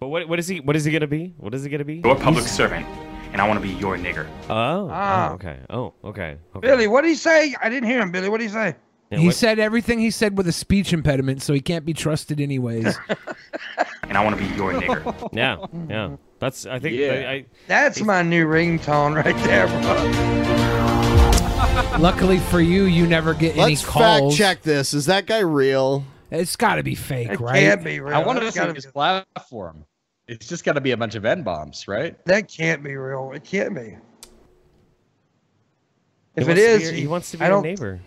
S5: But what what is he what is he gonna be? What is he gonna be?
S10: Your public servant, and I want to be your nigger.
S5: Oh,
S7: Ah.
S5: oh, okay. Oh, okay. okay.
S7: Billy, what did he say? I didn't hear him. Billy, what did he say?
S6: he said everything he said with a speech impediment, so he can't be trusted anyways.
S10: And I want to be your nigger.
S5: yeah, yeah. That's I think I, I,
S7: That's my new ringtone right there, bro.
S6: Luckily for you, you never get any
S4: Let's fact
S6: calls.
S4: check this. Is that guy real?
S6: It's got to be fake,
S4: right?
S7: can't be real.
S8: I want to
S7: That's
S8: listen
S7: gotta
S8: to his platform. It's just got to be a bunch of n bombs, right?
S7: That can't be real. It can't be. If it
S8: wants to
S7: is,
S8: be- he wants to be
S7: I
S8: your
S7: don't-
S8: neighbor.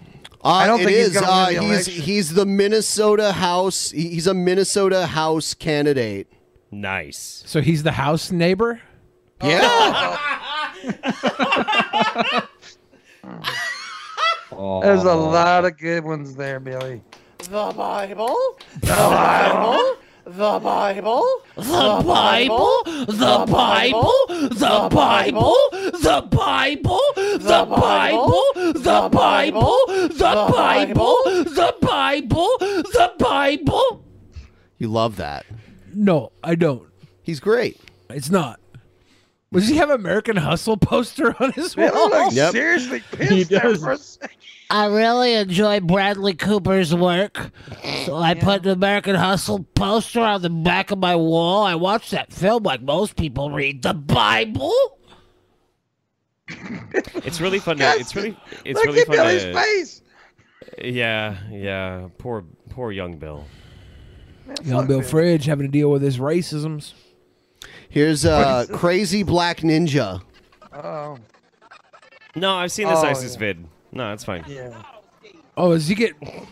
S4: Uh,
S7: I don't
S4: it
S7: think he's
S4: is,
S7: gonna
S4: uh,
S7: win the
S4: he's,
S7: election.
S4: he's the Minnesota House. he- He's a Minnesota House candidate.
S5: Nice.
S6: So he's the house neighbor.
S4: Yeah.
S7: Oh. There's a lot of good ones there, Billy.
S12: The Bible.
S7: The Bible.
S11: The Bible?
S9: The Bible, the Bible, the Bible, the Bible, the Bible, the Bible, the Bible, the Bible, the Bible.
S4: You love that.
S6: No, I don't.
S4: He's great.
S6: It's not. Does he have American Hustle poster on his
S7: It
S6: wall?
S7: looked like seriously pissed there for a second.
S11: I really enjoy Bradley Cooper's work, so I put an American Hustle poster on the back of my wall. I watch that film like most people read the Bible.
S5: It's really fun. To, it's really it's
S11: Look
S5: really
S11: at
S5: fun.
S11: Billy's
S5: to,
S11: face.
S5: Yeah, yeah. Poor poor young Bill.
S6: Young Bill Fridge having to deal with his racisms.
S4: Here's uh, Crazy Black Ninja.
S7: Oh.
S5: No, I've seen this
S6: Oh,
S5: ISIS vid. No, it's fine.
S7: Yeah.
S6: Oh, does he get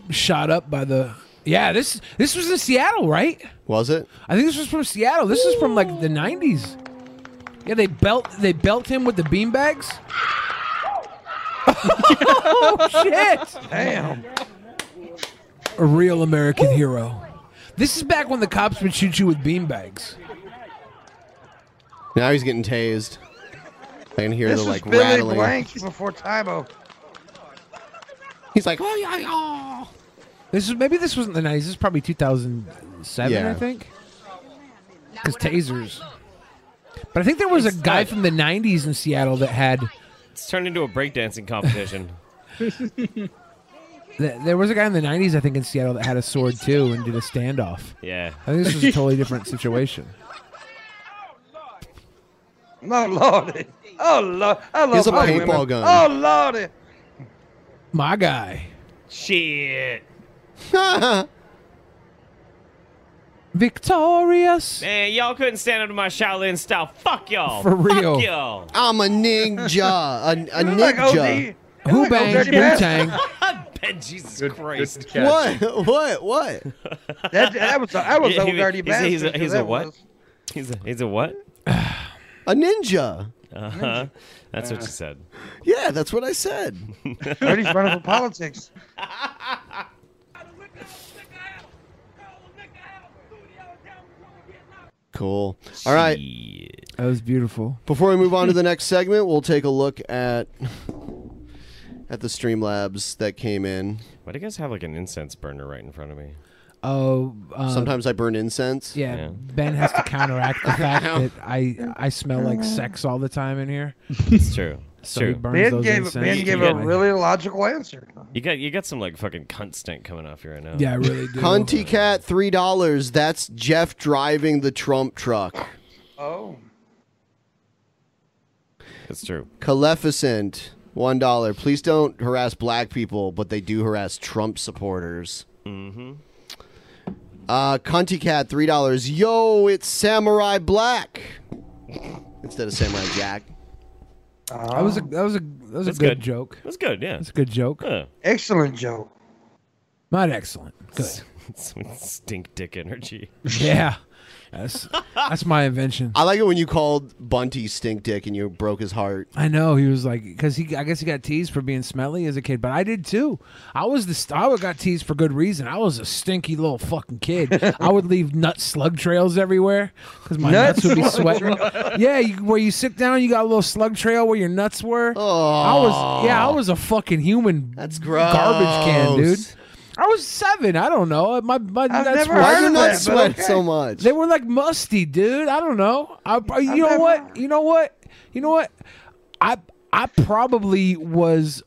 S6: shot up by the? Yeah, this this was in Seattle, right?
S4: Was it?
S6: I think this was from Seattle. This is from like the '90s. Yeah, they belt they belt him with the beanbags. oh shit!
S7: Damn.
S6: A real American hero. This is back when the cops would shoot you with beanbags.
S4: Now he's getting tased. I can hear
S7: This
S4: the
S7: was
S4: like
S7: Billy
S4: rattling.
S7: Blank before Tybo.
S4: He's like,
S6: This is maybe this wasn't the '90s. This is probably 2007,
S4: Yeah.
S6: I think. Because tasers. But I think there was a guy from the '90s in Seattle that had.
S5: It's turned into a breakdancing competition.
S6: Th- There was a guy in the '90s, I think, in Seattle that had a sword too and did a standoff.
S5: Yeah.
S6: I think this was a totally different situation.
S7: Oh lordy. Oh lord. I love
S6: Here's a
S7: white
S6: paintball
S7: women.
S6: gun.
S7: Oh lordy.
S6: My guy,
S5: Shit.
S7: Oh.
S6: victorious.
S5: Man, y'all couldn't stand up to my Shaolin style. Fuck y'all.
S6: For real.
S5: Fuck y'all.
S4: I'm a ninja. A, a ninja.
S6: Who bangs? Wu Tang.
S5: Ben, Jesus Christ.
S4: What? What? What?
S7: That, that was a, that was
S5: Yeah,
S7: a
S5: he-
S7: dirty
S5: he's a-
S7: bastard.
S5: He's a, he's a
S7: that
S5: what?
S7: was.
S5: He's a, he's a what?
S4: A ninja.
S5: Uh-huh. That's what you said.
S4: Yeah, that's what I said.
S7: Dirty's running for politics.
S4: Cool. All right.
S6: That was beautiful.
S4: Before we move on to the next segment, we'll take a look at at the Streamlabs that came in.
S5: Why do you guys have like an incense burner right in front of me?
S6: Oh, uh,
S4: Sometimes I burn incense.
S6: Yeah, Ben has to counteract the fact that I I smell like sex all the time in here.
S5: It's true. It's
S6: So he
S5: true.
S6: burns
S7: Ben
S6: those
S7: gave,
S6: incense
S7: ben
S6: to
S7: gave
S6: get
S7: a
S6: my-
S7: really logical answer.
S5: You got you got some like fucking cunt stink coming off you right now.
S4: Cunty Cat, three dollars. That's Jeff driving the Trump truck.
S7: Oh.
S5: That's true.
S4: Caleficent, one dollar. Please don't harass black people, but they do harass Trump supporters.
S5: Mm-hmm.
S4: Uh, Cunty Cat, three dollars. Yo, it's Samurai Black instead of Samurai Jack.
S6: Uh, That was a that was a that was
S4: That's
S6: a good,
S4: good.
S6: joke.
S5: That's good. Yeah.
S6: That's a good joke.
S7: Excellent joke.
S6: Not excellent. Good.
S5: Some stink dick energy.
S6: Yeah. That's that's my invention.
S4: I like it when you called Bunty Stink Dick and you broke his heart.
S6: I know he was like because he I guess he got teased for being smelly as a kid, but I did too. I was the st- I got teased for good reason. I was a stinky little fucking kid. I would leave nut slug trails everywhere because my
S9: Nut
S6: nuts would be
S9: slug
S6: sweating.
S9: trail.
S6: yeah, you, where you sit down, you got a little slug trail where your nuts were. I was yeah, I was a fucking human. That's Garbage can, dude.
S9: gross.
S6: I was seven. I don't know. My my
S9: I've
S6: nuts
S9: never
S6: were-
S9: Why heard do of your nuts that, but sweat okay. so
S4: much?
S6: They were like musty, dude. I don't know. I, I- you know what? You know what? You know what? I I probably was.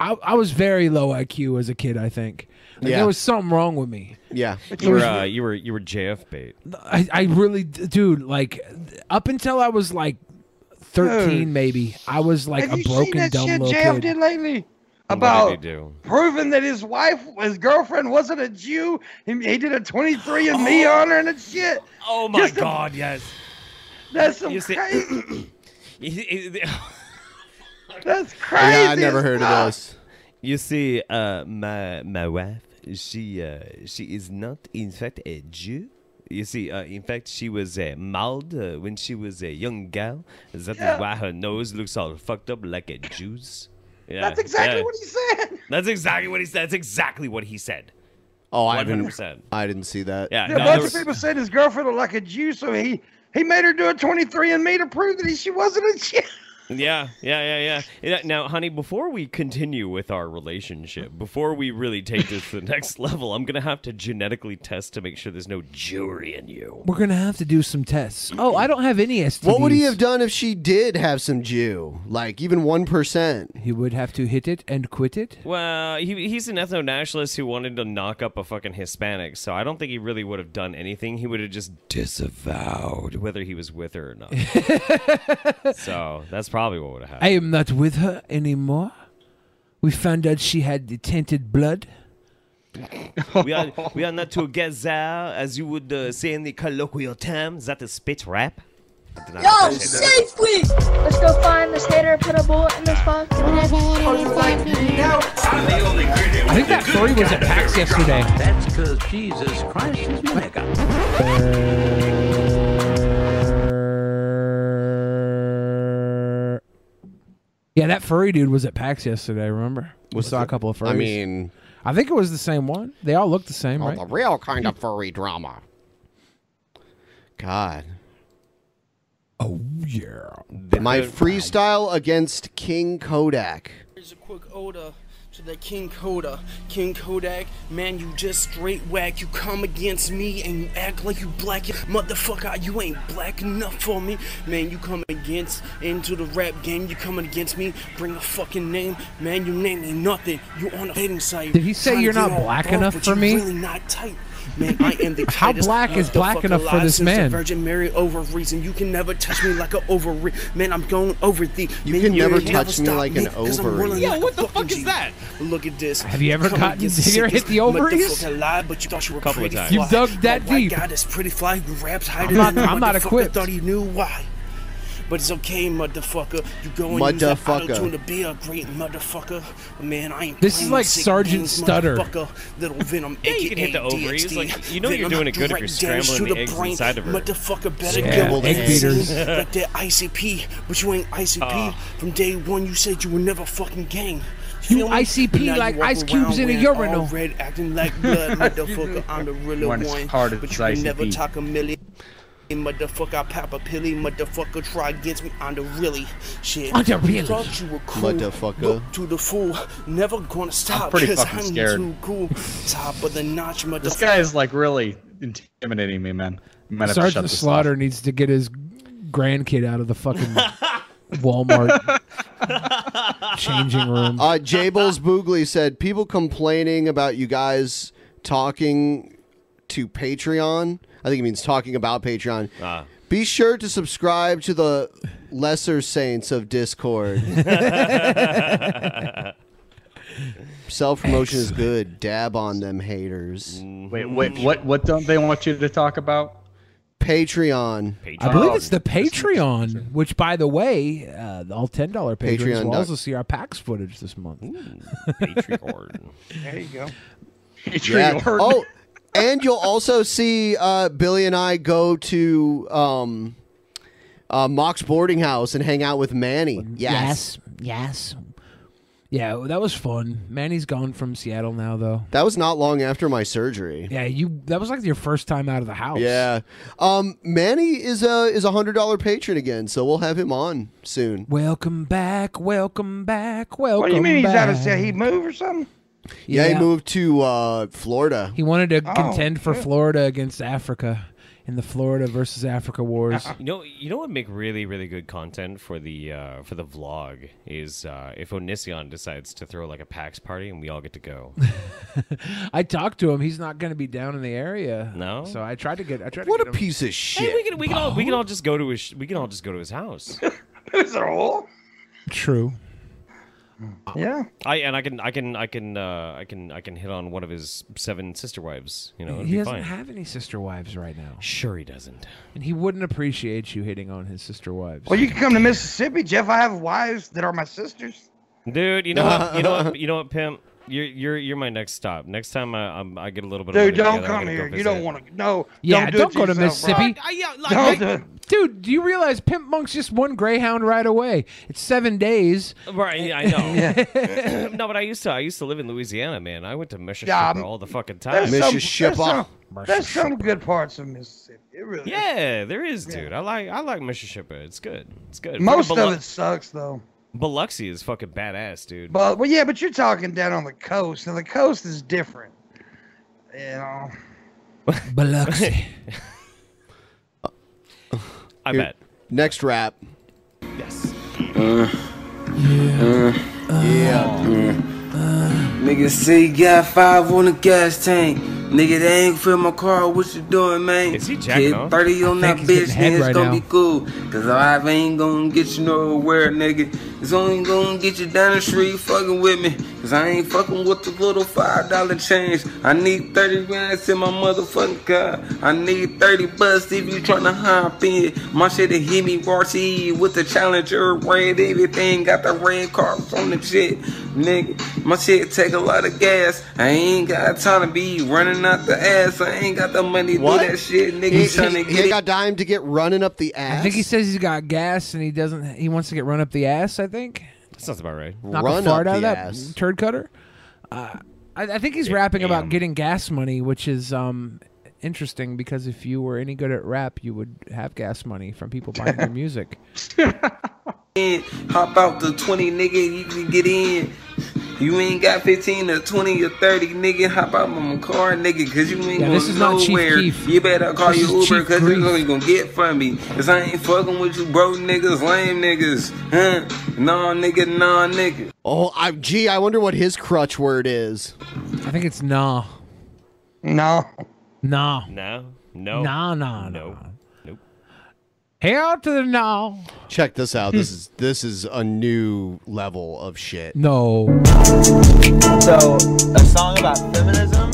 S6: I I was very low IQ as a kid. I think. Like,
S5: Yeah.
S6: There was something wrong with me.
S4: Yeah.
S5: You were uh, you were you were JF bait.
S6: I, I really, d- dude, like up until I was like 13,
S7: Dude.
S6: maybe, I was like
S7: Have
S6: a
S7: you seen
S6: broken,
S7: that
S6: dumb
S7: shit
S6: little
S7: JF
S6: kid.
S7: did lately?
S5: What
S7: About
S5: did he do?
S7: proving that his wife, his girlfriend, wasn't a Jew. He, he did a 23 and me on her and that shit.
S5: Oh my god, yes.
S7: That's some
S5: You see-
S7: crazy.
S5: That's
S7: crazy Yeah, I never as heard of fuck.
S4: this.
S5: You see, uh, my my wife, she uh, she is not in fact a Jew. You see, uh, in fact, she was uh, mauled uh, when she was a young gal. That is
S9: Yeah.
S5: why her nose looks all fucked up like a Jew's. Yeah,
S9: That's exactly
S5: yeah.
S9: what he said.
S5: That's exactly what he said. That's exactly what he said.
S4: Oh, I didn't.
S5: 100%.
S4: I didn't see that.
S5: Yeah,
S7: a bunch of people said his girlfriend looked like a Jew, so he he made her do a 23 and me to prove that he, she wasn't a Jew.
S5: Yeah, yeah, yeah, yeah, yeah. Now, honey, before we continue with our relationship, before we really take this to the next level, I'm gonna have to genetically test to make sure there's no jewelry in you.
S6: We're gonna have to do some tests. Oh, I don't have any STDs.
S4: What would he have done if she did have some Jew? Like even one percent?
S6: He would have to hit it and quit it.
S5: Well, he, he's an ethno nationalist who wanted to knock up a fucking Hispanic, so I don't think he really would have done anything. He would have just disavowed whether he was with her or not. so that's probably what would have happened.
S6: I am not with her anymore. We found out she had the tainted blood.
S5: we are we are not together, as you would uh, say in the colloquial term. Is that a spit rap? I did not
S25: Yo,
S5: appreciate that.
S25: safe please! Let's go find this hater, put a bullet in this box.
S6: I think that story was at PAX yesterday.
S25: That's because Jesus Christ is my
S6: Yeah, that furry dude was at PAX yesterday. Remember? Was saw a couple of furries.
S4: I mean-
S6: I think it was the same one. They all looked the same, right?
S4: the real kind of furry drama. God.
S6: Oh yeah.
S4: My freestyle against King Kodak.
S26: Here's a quick odor to that King Koda. King Kodak, man, you just straight whack. You come against me and you act like you black. Motherfucker, you ain't black enough for me. Man, you come against into the rap game. You coming against me. Bring a fucking name. Man, you name me nothing. You on a dating site.
S6: Did he say
S26: Trying to
S6: you're
S26: get
S6: not
S26: all
S6: black
S26: buff,
S6: enough
S26: but
S6: for
S26: you
S6: me?
S26: really not tight. Man, I am the
S6: How
S26: tightest
S6: black is
S26: motherfucker
S6: black enough for
S26: alive
S6: this
S26: since the
S6: man?
S26: Virgin Mary ovaries, and you can never touch me like an ovary. Man, I'm going over thee.
S4: You
S26: Man,
S4: can never touch me
S26: stop
S4: like an
S26: 'cause I'm
S4: ovary.
S26: rolling
S4: Yo,
S26: what the fuck is that? Look at this.
S6: Have you ever
S26: Come
S6: gotten-
S26: against
S6: have you ever hit
S26: sickness,
S6: the ovaries?
S26: motherfucker Lie, but you thought you were
S6: Couple of
S26: pretty
S6: times. You've
S26: fly. Oh,
S6: dug that
S26: My white
S6: deep.
S26: God is pretty fly. Who raps higher
S6: I'm
S26: than
S6: not-
S26: me,
S6: I'm not
S26: motherfucker
S6: equipped.
S26: Thought he knew why. But it's okay, motherfucker. You go and use that
S6: Motherfucker.
S26: auto-tune to be a great motherfucker. But man, I ain't
S6: This is
S26: playing
S6: like
S26: sick
S6: Sergeant
S26: games,
S6: Stutter.
S26: motherfucker. Little Venom,
S5: Yeah, you can hit
S26: aka
S5: the ovaries.
S26: DXD.
S5: Like, you know
S26: Venom,
S5: you're doing it good if
S26: direct
S5: you're
S26: damage
S5: scrambling
S26: to
S5: the
S26: the
S5: eggs
S26: brain.
S5: inside of her.
S26: Motherfucker, better
S5: Yeah,
S26: go
S5: egg
S26: and
S5: beaters.
S26: see Like that ICP, but you ain't ICP.
S5: Ah.
S26: From day one, you said you were never fucking gang.
S6: You
S26: Feel me?
S6: ICP
S26: But now you
S6: like
S26: walk
S6: ice cubes
S26: around
S6: in a
S26: wearing all
S6: urinal.
S26: Red acting like blood, motherfucker. I'm the real
S8: Weren't
S26: one,
S8: as hard
S26: but
S8: as
S26: you can never
S8: ICP.
S26: talk a million. Motherfucker, I pop a pilly. Motherfucker, try against me. I'm the really shit.
S4: I'm the really
S26: Thought you were cool.
S4: Motherfucker.
S26: Look to the fool. Never gonna stop.
S8: pretty
S26: 'cause
S8: fucking
S26: I'm
S8: scared.
S26: too cool. Top of the notch, motherfucker.
S8: This guy is like really intimidating me, man. I might have to shut
S6: Sergeant
S8: this
S6: Slaughter needs to get his grandkid out of the fucking Walmart changing room.
S4: Uh, Jables Boogly said people complaining about you guys talking to Patreon. I think it means talking about Patreon. Be sure to subscribe to the Lesser Saints of Discord. Self promotion is good. Dab on them haters.
S8: Wait, wait, what? What don't they want you to talk about?
S4: Patreon.
S6: I believe it's the Patreon, which, by the way, uh, all ten dollar patrons
S4: Patreon
S6: will
S4: dot-
S6: also see our PAX footage this month.
S5: Patreon.
S7: There you go.
S4: Yeah. Oh, and you'll also see uh, Billy and I go to um, uh, Mock's boarding house and hang out with Manny. Yes.
S6: Yes. Yes. Yeah, well, that was fun. Manny's gone from Seattle now, though.
S4: That was not long after my surgery.
S6: Yeah, you. That was like your first time out of the house.
S4: Yeah. Um, Manny is a is a hundred dollar patron again, so we'll have him on soon.
S6: Welcome back. Welcome back. Welcome.
S7: What do you mean he's out of
S6: back.
S7: state? He moved or something?
S4: Yeah, he
S6: Yeah.
S4: moved to uh, Florida.
S6: He wanted to
S7: Oh,
S6: contend for
S7: shit.
S6: Florida against Africa in the Florida versus Africa wars.
S5: You know, you know what would make really, really good content for the uh, for the vlog is uh, if Onision decides to throw like a PAX party and we all get to go.
S6: I talked to him. He's not going to be down in the area.
S5: No?
S6: So I tried to get. I tried.
S4: What
S6: to
S4: a
S6: get him-
S4: piece of shit!
S5: Hey, we can we can all we can all just go to his sh- we can all just go to his house.
S7: Is it all?
S6: True.
S7: Yeah.
S5: I and I can I can I can uh, I can I can hit on one of his seven sister wives. You know, it'd
S6: he
S5: be
S6: doesn't
S5: fine.
S6: have any sister wives right now.
S5: Sure, he doesn't.
S6: And he wouldn't appreciate you hitting on his sister wives.
S7: Well, you can come to Mississippi, Jeff. I have wives that are my sisters.
S5: Dude, you know what? You know what? You know what, pimp? You're you're you're my next stop. Next time I I'm, I get a little bit. of
S7: Dude,
S5: money
S7: don't
S5: together, I'm
S7: come
S5: gonna
S7: here.
S5: Go
S7: You don't
S5: visit.
S7: want to. No.
S6: Yeah,
S7: do
S6: don't,
S7: it
S6: go to
S7: to yourself, bro.
S6: Mississippi.
S7: Don't do it.
S6: Dude, do you realize Pimp Monk's just one Greyhound right away? It's seven days.
S5: Right, I know. no, but I used to. I used to live in Louisiana, man. I went to Mississippi
S7: I'm-
S5: all the fucking time.
S7: um, There's some- there's some- There's some good parts of Mississippi. It really.
S5: Yeah, there is, dude. I like I like Mississippi. It's good. It's good.
S7: Most
S5: Fucking
S7: of
S5: Biloxi-
S7: it sucks though.
S5: Biloxi is fucking badass, dude.
S7: But well, yeah, but you're talking down on the coast, and the coast is different. You know.
S6: Biloxi.
S5: I
S4: bet. Next rap.
S5: Yes.
S2: Uh,
S4: yeah.
S14: Nigga say you got five on the gas tank. Nigga, they ain't fill my car. What you doing, man? Is he
S5: jacking
S14: Hit
S5: off?
S14: 30 on
S5: I
S14: that
S5: think he's
S14: bitch,
S5: getting head
S14: then it's
S5: right
S14: gonna
S5: now.
S14: be cool. Cause live ain't gonna get you nowhere, nigga. It's only gonna get you down the street fucking with me. Cause I ain't fucking with the little $5 change. I need 30 rounds in my motherfucking car. I need 30 bucks if you tryna hop in. My shit to hit me RT with the Challenger red. Everything got the red carbs on the shit, nigga. My shit take a lot of gas. I ain't got time to be running out the ass. I ain't got the money to do
S4: What?
S14: that shit, nigga.
S4: He,
S14: tryna
S4: he,
S14: get
S4: he
S14: it.
S4: ain't got dime to get running up the ass.
S6: I think he says he's got gas and he doesn't. He wants to get run up the ass. I think.
S5: That sounds about right.
S6: Knock
S4: Run
S6: a fart
S4: up
S6: out of
S4: the
S6: that
S4: ass.
S6: turd cutter. Uh, I, I think he's
S5: Yeah,
S6: rapping about
S5: damn.
S6: getting gas money, which is um interesting because if you were any good at rap, you would have gas money from people buying your music.
S14: in, hop out the 20, nigga, you can get in. You ain't got 15 or 20 or 30, nigga, hop out my car, nigga, cause you ain't
S6: Yeah,
S14: going
S6: this is not Chief
S14: nowhere.
S6: Keef.
S14: You better call
S6: This
S14: your
S6: is
S14: Uber,
S6: Chief
S14: cause you
S6: Grief.
S14: ain't gonna get from me. Cause I ain't fucking with you, bro, niggas, lame niggas, huh? Nah, nigga, nah, nigga.
S4: Oh, I, gee, I wonder what his crutch word is.
S6: I think it's nah.
S7: No.
S6: Nah.
S5: No. No.
S6: Nah, nah,
S5: No. Nope.
S6: Hell to the no.
S4: Check this out. This is this is a new level of shit.
S6: No.
S15: So, a song about feminism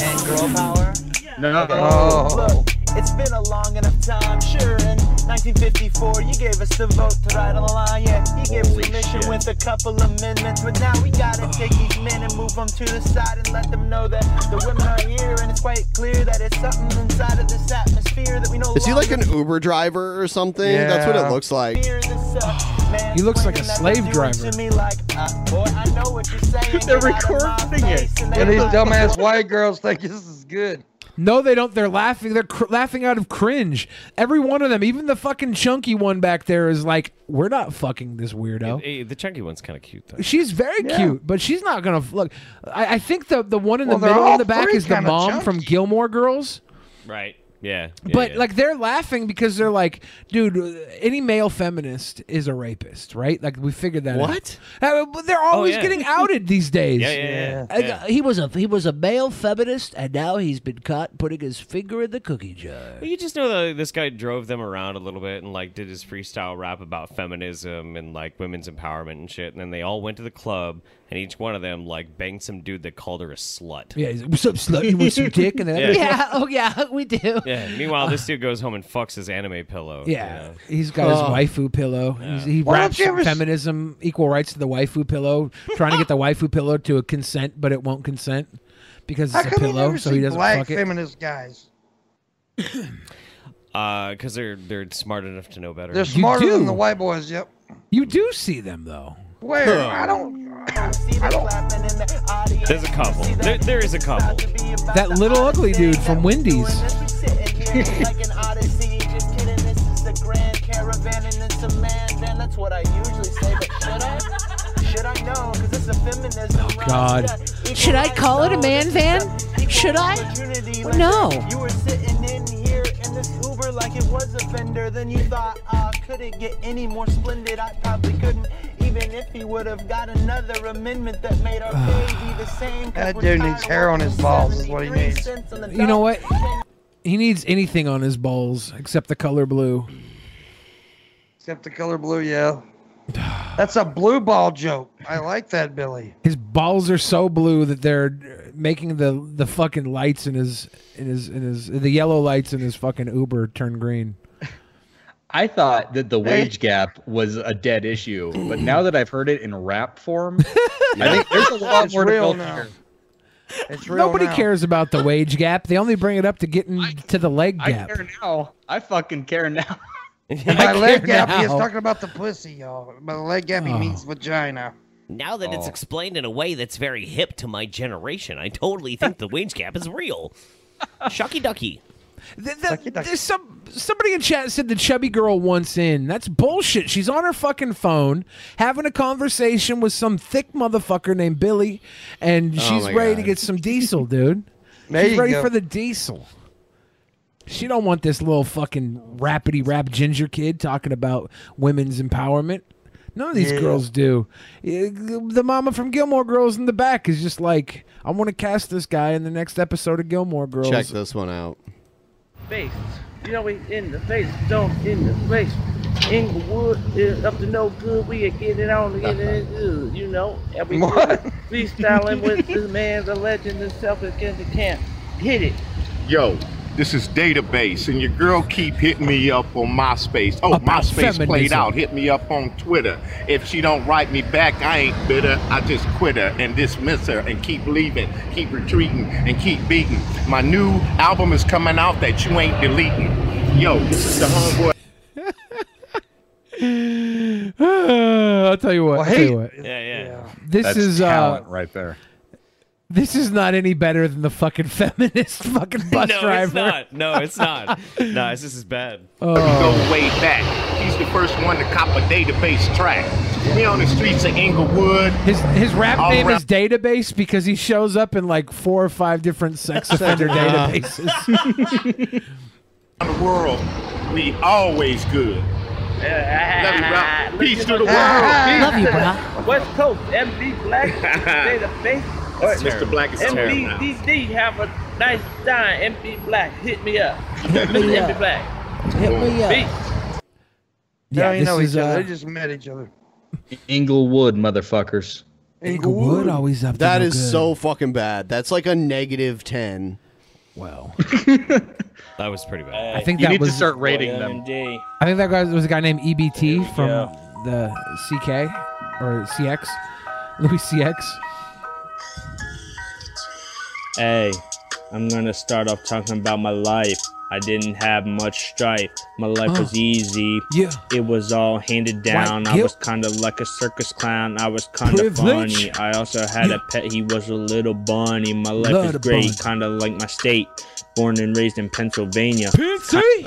S15: and girl power.
S4: No.
S7: Oh.
S15: Look, it's been a long enough time, sure. In 1954, you gave us the vote to ride on the line. Yeah, you gave us permission with a couple amendments. But now we gotta take these men and move them to the side and let them know that the women are here. And it's quite clear that it's something inside of this atmosphere that we no
S4: Is he like
S15: longer
S4: an Uber driver or something? That's what
S15: Yeah.
S4: it looks like.
S15: fear this, uh, man,
S4: He looks like a
S15: that
S4: slave
S15: they're doing
S4: driver.
S15: To me like, uh, boy, I know what you're saying.
S7: They're
S15: Get out of my
S7: recording
S15: face.
S7: And these dumbass white girls think this is good.
S6: No, they don't. They're laughing. They're cr- laughing out of cringe. Every one of them, even the fucking chunky one back there, is like, "We're not fucking this weirdo."
S5: Eh, the chunky one's kind of cute though.
S6: She's very
S5: Yeah.
S6: cute, but she's not gonna f- look. I, I think the the one in
S5: Well,
S6: the
S5: they're
S6: middle
S5: all
S6: in the back
S5: three
S6: is the
S5: kinda
S6: mom
S5: chunky.
S6: from Gilmore Girls.
S5: Right. Yeah. yeah,
S6: But
S5: yeah.
S6: like they're laughing because they're like, dude, any male feminist is a rapist, right? Like we figured that
S12: What?
S6: out. Uh, but they're
S4: Oh,
S23: Oh,
S6: always
S12: yeah.
S6: getting outed these days.
S12: I got- He was a he was a male feminist, and now he's been caught putting his finger in the cookie jar.
S5: Well, you just know that this guy drove them around a little bit and like did his freestyle rap about feminism and like women's empowerment and shit. And then they all went to the club and each one of them like banged some dude that called her a slut.
S6: Yeah, he's like, what's up, slut? You want some dick? And then
S5: Yeah.
S12: yeah, oh yeah, we do.
S5: Yeah. Meanwhile, this dude goes home and fucks his anime pillow.
S6: Yeah,
S5: you know?
S6: he's got his
S5: Oh.
S6: waifu pillow. He's, he
S5: Why don't
S6: raps
S5: you ever s-
S6: feminism, equal rights to the waifu pillow, trying to get the waifu pillow to a consent, but it won't consent because
S7: How
S6: it's a
S7: come you
S6: pillow,
S7: never
S6: so he
S7: see
S6: doesn't
S7: black
S6: fuck it.
S7: feminist guys?
S5: Uh, because they're they're smart enough to know better.
S7: They're smarter than the white boys. Yep.
S6: You do see them though.
S7: Where?
S5: Huh.
S7: I don't.
S5: There's a couple. There, there is a couple.
S6: That little ugly dude from Wendy's.
S15: like an odyssey. Just kidding, this is the grand caravan and it's a man van. That's what I usually say, but should I? Should I know? Because it's a feminism. rhyme.
S6: Oh, God.
S15: Should I call it a man van? Should I?
S12: No.
S15: You were sitting in here in this Uber like it was a fender. Then you thought, uh, could it get any more splendid? I probably couldn't. Even if he would have got another amendment that made our baby the same. 'cause
S7: That
S15: we're
S7: dude
S15: tired
S7: needs
S15: of
S7: hair on his balls. Is what he
S15: 73
S7: needs.
S15: cents on the
S6: You know
S15: dollar.
S6: what? He needs anything on his balls except the color blue.
S7: Except the color blue. Yeah. That's a blue ball joke. I like that, Billy.
S6: His balls are so blue that they're making the the fucking lights in his in his in his the yellow lights in his fucking Uber turn green.
S8: I thought that the wage gap was a dead issue, but now that I've heard it in rap form, I think there's a lot
S7: It's
S8: more to
S7: real
S8: go
S7: now.
S8: here.
S7: It's real
S6: Nobody
S7: now.
S6: cares about the wage gap. They only bring it up to getting to the leg
S8: I
S6: gap.
S8: care now. I fucking care now.
S7: And by leg gap, he is
S6: now.
S7: talking about the pussy, y'all. By leg gap, he
S5: Oh.
S7: means vagina.
S5: Now that it's
S7: Oh.
S5: explained in a way that's very hip to my generation, I totally think the wage gap is real. Shucky ducky.
S6: Th- th- there's some somebody in chat said the chubby girl wants in. That's bullshit. She's on her fucking phone having a conversation with some thick motherfucker named Billy, and
S7: Oh
S6: she's
S7: my
S6: ready to
S7: God.
S6: get some diesel, dude.
S7: There
S6: she's
S7: you
S6: ready
S7: go.
S6: for the diesel. She don't want this little fucking rapidy rap ginger kid talking about women's empowerment. None of these
S7: Yeah.
S6: girls do. Eh, The mama from Gilmore Girls in the back is just like, I want to cast this guy in the next episode of Gilmore Girls.
S4: Check this one out.
S16: face. You know we in the face, don't in the face. Inglewood is up to no good. We are getting on to get it good, you know. And we freestyling with this man, the legend himself, against the camp. Hit it.
S17: Yo, this is Database, and your girl keep hitting me up on MySpace. Oh, MySpace played
S18: feminism.
S17: out. Hit me up on Twitter. If she don't write me back, I ain't bitter. I just quit her and dismiss her and keep leaving, keep retreating, and keep beating. My new album is coming out that you ain't deleting. Yo, this is the homeboy.
S6: I'll tell you what. I'll tell you what.
S17: yeah.
S6: This
S8: That's
S6: is uh,
S8: talent right there.
S6: this is not any better than the fucking feminist fucking bus
S5: no,
S6: driver.
S5: it's not. No, it's not. no, it's just as bad.
S6: Oh.
S17: We go way back. He's the first one to cop a database track. We on the streets of Inglewood.
S6: His his rap
S17: All
S6: name
S17: around-
S6: is Database because he shows up in like four or five different sex offender databases.
S17: around the world, we always good. Love you, bro. Peace to the world.
S16: Love
S17: Peace.
S16: you, bro. West Coast, MB Black, they the face.
S17: That's Mr. Black is terrible now.
S16: MBDD have a nice time. MB Black, hit me up. Hit
S7: me up.
S16: MB Black.
S7: Hit me up.
S16: Peace.
S7: They don't
S8: Yeah,
S7: even know
S8: this
S7: each
S8: is,
S7: other.
S8: uh,
S7: They just met each other.
S8: Inglewood, motherfuckers.
S7: Inglewood
S6: always up.
S8: to
S4: That
S8: no
S4: is
S8: good.
S4: so fucking bad. That's like a negative ten.
S6: Wow.
S5: That was pretty bad.
S6: I think that was I think that guy was a guy named EBT from the CK or CX, Louis CX.
S19: Hey, I'm gonna start off talking about my life. I didn't have much strife. My life Oh. was easy. Yeah. It was all handed down. I guilt. was kinda like a circus clown. I was kinda Privilege. funny. I also had Yeah. a pet, he was a little bunny. My life Little is great, bunny. kinda like my state. Born and raised in Pennsylvania.
S6: I,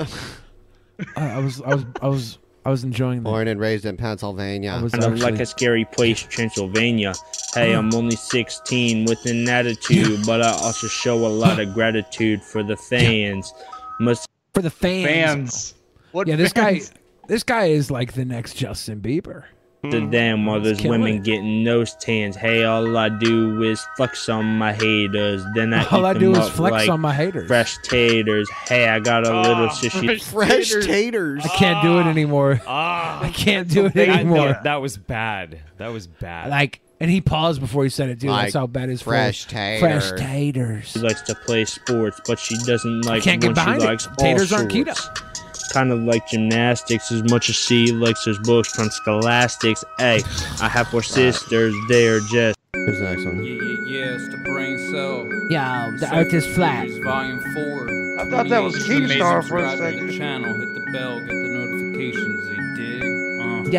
S6: I was I was I was I was enjoying that.
S4: Born and raised in Pennsylvania.
S19: I don't like a scary place, Transylvania. Hey,
S6: Hmm.
S19: I'm only 16 with an attitude, but I also show a lot of gratitude for the fans. Must
S6: for the fans.
S19: Fans. What
S6: yeah, this
S19: fans?
S6: guy this guy is like the next Justin Bieber.
S19: to
S6: Hmm.
S19: them while there's
S6: killing
S19: women
S6: it.
S19: getting nose tans. Hey, all I do is flex on my haters. Then I
S6: All
S19: eat
S6: I
S19: them
S6: do is
S19: up
S6: flex
S19: like
S6: on my haters.
S19: Fresh taters. Hey, I got a
S6: Oh,
S19: little sissy.
S4: Fresh taters.
S6: I can't
S12: Ah.
S6: do it anymore. I can't do it anymore.
S5: Ah. That, that was bad. That was bad.
S6: Like, and he paused before he said it, dude.
S19: Like
S6: That's how bad his
S19: fresh
S6: voice- Fresh
S19: tater.
S6: taters.
S19: She likes to play sports, but she doesn't like
S6: can't get
S19: when she
S6: behind it.
S19: likes all
S6: Taters aren't
S19: sorts. Kind of like gymnastics as much as she likes his books from Scholastics. Hey, I have four sisters. They're just.
S4: Here's the next one.
S27: Yes, the brain cell.
S6: Yo, the earth is flat.
S27: Volume four.
S7: I thought that was
S27: Please
S7: Keemstar for a
S27: subscribe to
S7: second.
S27: the Channel, hit the bell, get the notifications. You dig? Uh,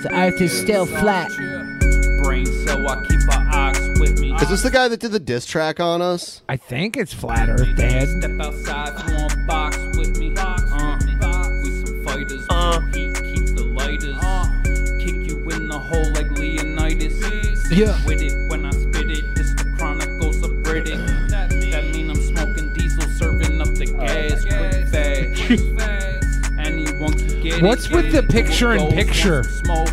S12: Yo, the earth is still flat.
S27: Brain cell, I keep my ox with me.
S4: Is this the guy that did the diss track on us?
S6: I think it's Flat Earth Dad.
S27: Step outside, you want box with me. Uh, we some fighters, uh, heat, keep the lighters. Kick you in the hole like Leonidas. Sit
S6: Yeah.
S27: with it when I spit it. It's the chronicles of Reddit. That, that mean I'm smoking diesel, serving up
S6: Uh.
S27: the gas. Quick fast, quick fast. Anyone can get it,
S6: What's
S27: get
S6: with the
S27: it.
S6: picture in
S27: Goes, wants
S6: picture?
S27: some Smoke.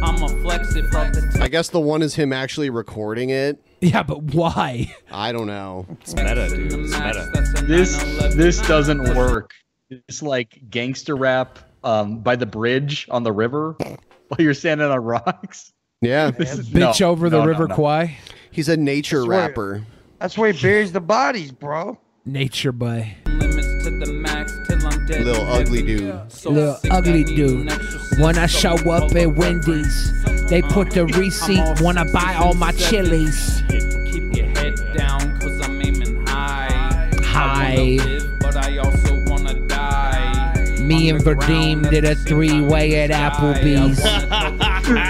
S27: I'ma flex it, bro.
S4: I guess the one is him actually recording it.
S6: Yeah, but why?
S4: I don't know.
S27: It's
S5: meta, dude. It's
S27: meta.
S4: This
S8: This doesn't work. It's like gangster rap um, by the bridge on the river while you're standing on rocks.
S4: Yeah.
S8: This is,
S6: Bitch
S8: no,
S6: over the
S8: no, no,
S6: river
S8: no.
S6: Kwai.
S4: He's a nature
S7: Swear.
S4: rapper.
S7: That's where he buries the bodies, bro.
S6: Nature boy.
S27: limits. to the max till I'm dead.
S4: Little ugly dude.
S6: Little ugly dude.
S12: When I show up at Wendy's, they put the receipt when I buy all my chilies.
S27: Keep your head down, cause I'm aiming high.
S12: High.
S27: I wanna live, but I also wanna die.
S12: Me and Verdeem did a three-way at Applebee's.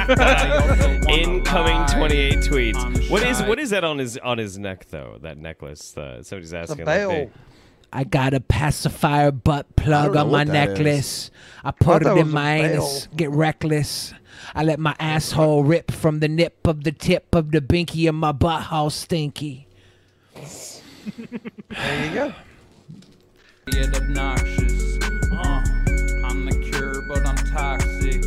S5: Incoming 28 tweets. What is what is that on his on his neck though? That necklace. Uh, somebody's asking. like,
S12: bell.
S5: they-
S12: I got a pacifier butt plug
S5: know
S12: on my
S5: what that
S12: necklace.
S5: is.
S12: I put
S5: I
S12: it
S5: thought it
S12: in
S5: was a
S12: my anus, get reckless. I let my asshole rip from the nip of the tip of the binky and my butthole stinky.
S27: There you go. Get obnoxious. Uh, I'm the cure, but I'm toxic.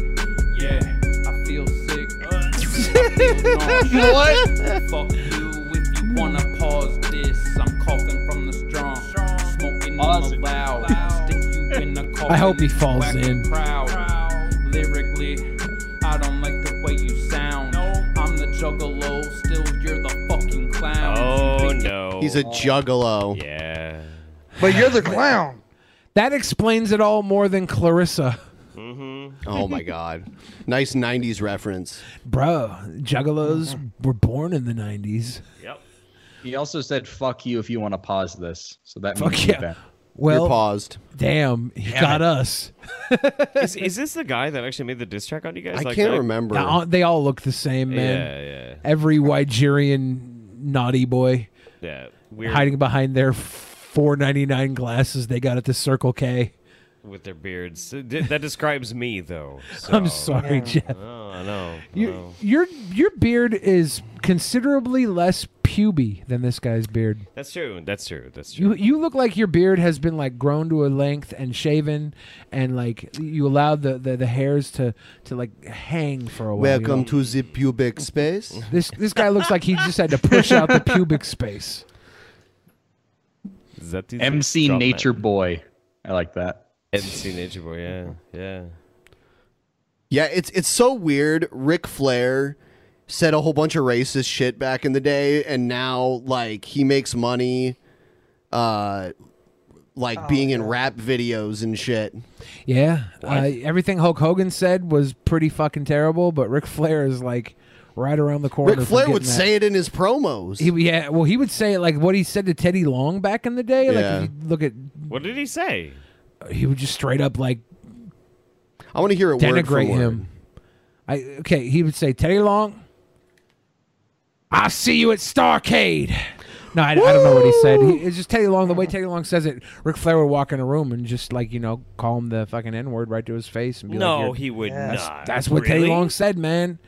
S27: Yeah, I feel sick. Uh, I feel
S15: What?
S27: nauseous. Fuck you if you wanna pause this. I'm coughing from the strong. Smoking on the loud. Stick you in a coffin.
S6: I hope he falls
S27: Whack
S6: in.
S27: and Proud. Lyrically, I don't like the way you sound. I'm the juggalo, still you're the fucking clown.
S5: Oh no.
S4: He's a juggalo.
S5: Yeah.
S7: But you're the clown.
S6: That explains it all more than Clarissa.
S5: Mm-hmm.
S4: Oh my god. Nice 90s reference.
S6: Bro, juggalos were born in the 90s.
S5: Yep.
S8: He also said, "Fuck you if you want to pause this." So that
S6: Fuck
S8: means
S6: yeah. Well,
S4: paused.
S6: Damn, he
S5: Damn
S6: got
S5: it.
S6: us.
S5: is, is this the guy that actually made the diss track on you guys?
S6: I
S5: Like,
S6: can't
S5: like-
S6: They all, they all look the same, man.
S5: Yeah, yeah.
S6: Every Nigerian naughty boy.
S5: Yeah, weird.
S6: Hiding behind their 4.99 glasses they got at the Circle K.
S5: With their beards. Uh, Th- That describes me though.
S6: I'm
S5: so-
S6: sorry, Jeff.
S5: Oh, I know.
S6: Your,
S5: no.
S6: your your beard is considerably less puby than this guy's beard.
S5: That's true. That's true. That's true.
S6: You you look like your beard has been like grown to a length and shaven, and like you allowed the, the, the hairs to to like hang for a while. you
S4: Welcome
S6: know?
S4: to the pubic space.
S6: this this guy looks like he just had to push out the pubic space.
S5: Is that the
S8: MC
S5: drop
S8: Nature
S5: that?
S8: Boy. I like that.
S5: MC Nature Boy. Yeah, yeah.
S4: Yeah, it's it's so weird. Ric Flair said a whole bunch of racist shit back in the day, and now like he makes money, uh, like
S6: Oh,
S4: being in rap videos and shit.
S6: Yeah, uh, everything Hulk Hogan said was pretty fucking terrible, but Ric Flair is like right around the corner.
S4: Ric Flair would say it in his promos.
S6: He, yeah, well, he would say it like what he said to Teddy Long back in the day. Like,
S4: Yeah.
S6: if you look at
S5: What did he say?
S6: he would just straight up like
S4: I want to hear it word for
S6: denigrate
S4: word.
S6: him. I okay, he would say Teddy Long. I see you at Starcade. No, I, I don't know what he said. He, it's just Teddy Long. The way Teddy Long says it, Ric Flair would walk in a room and just like you know call him the fucking N word right to his face and be like,
S5: No,
S6: "You're-"
S5: he would
S6: That's-
S5: not.
S6: That's what Teddy
S5: Really?
S6: Long said, man.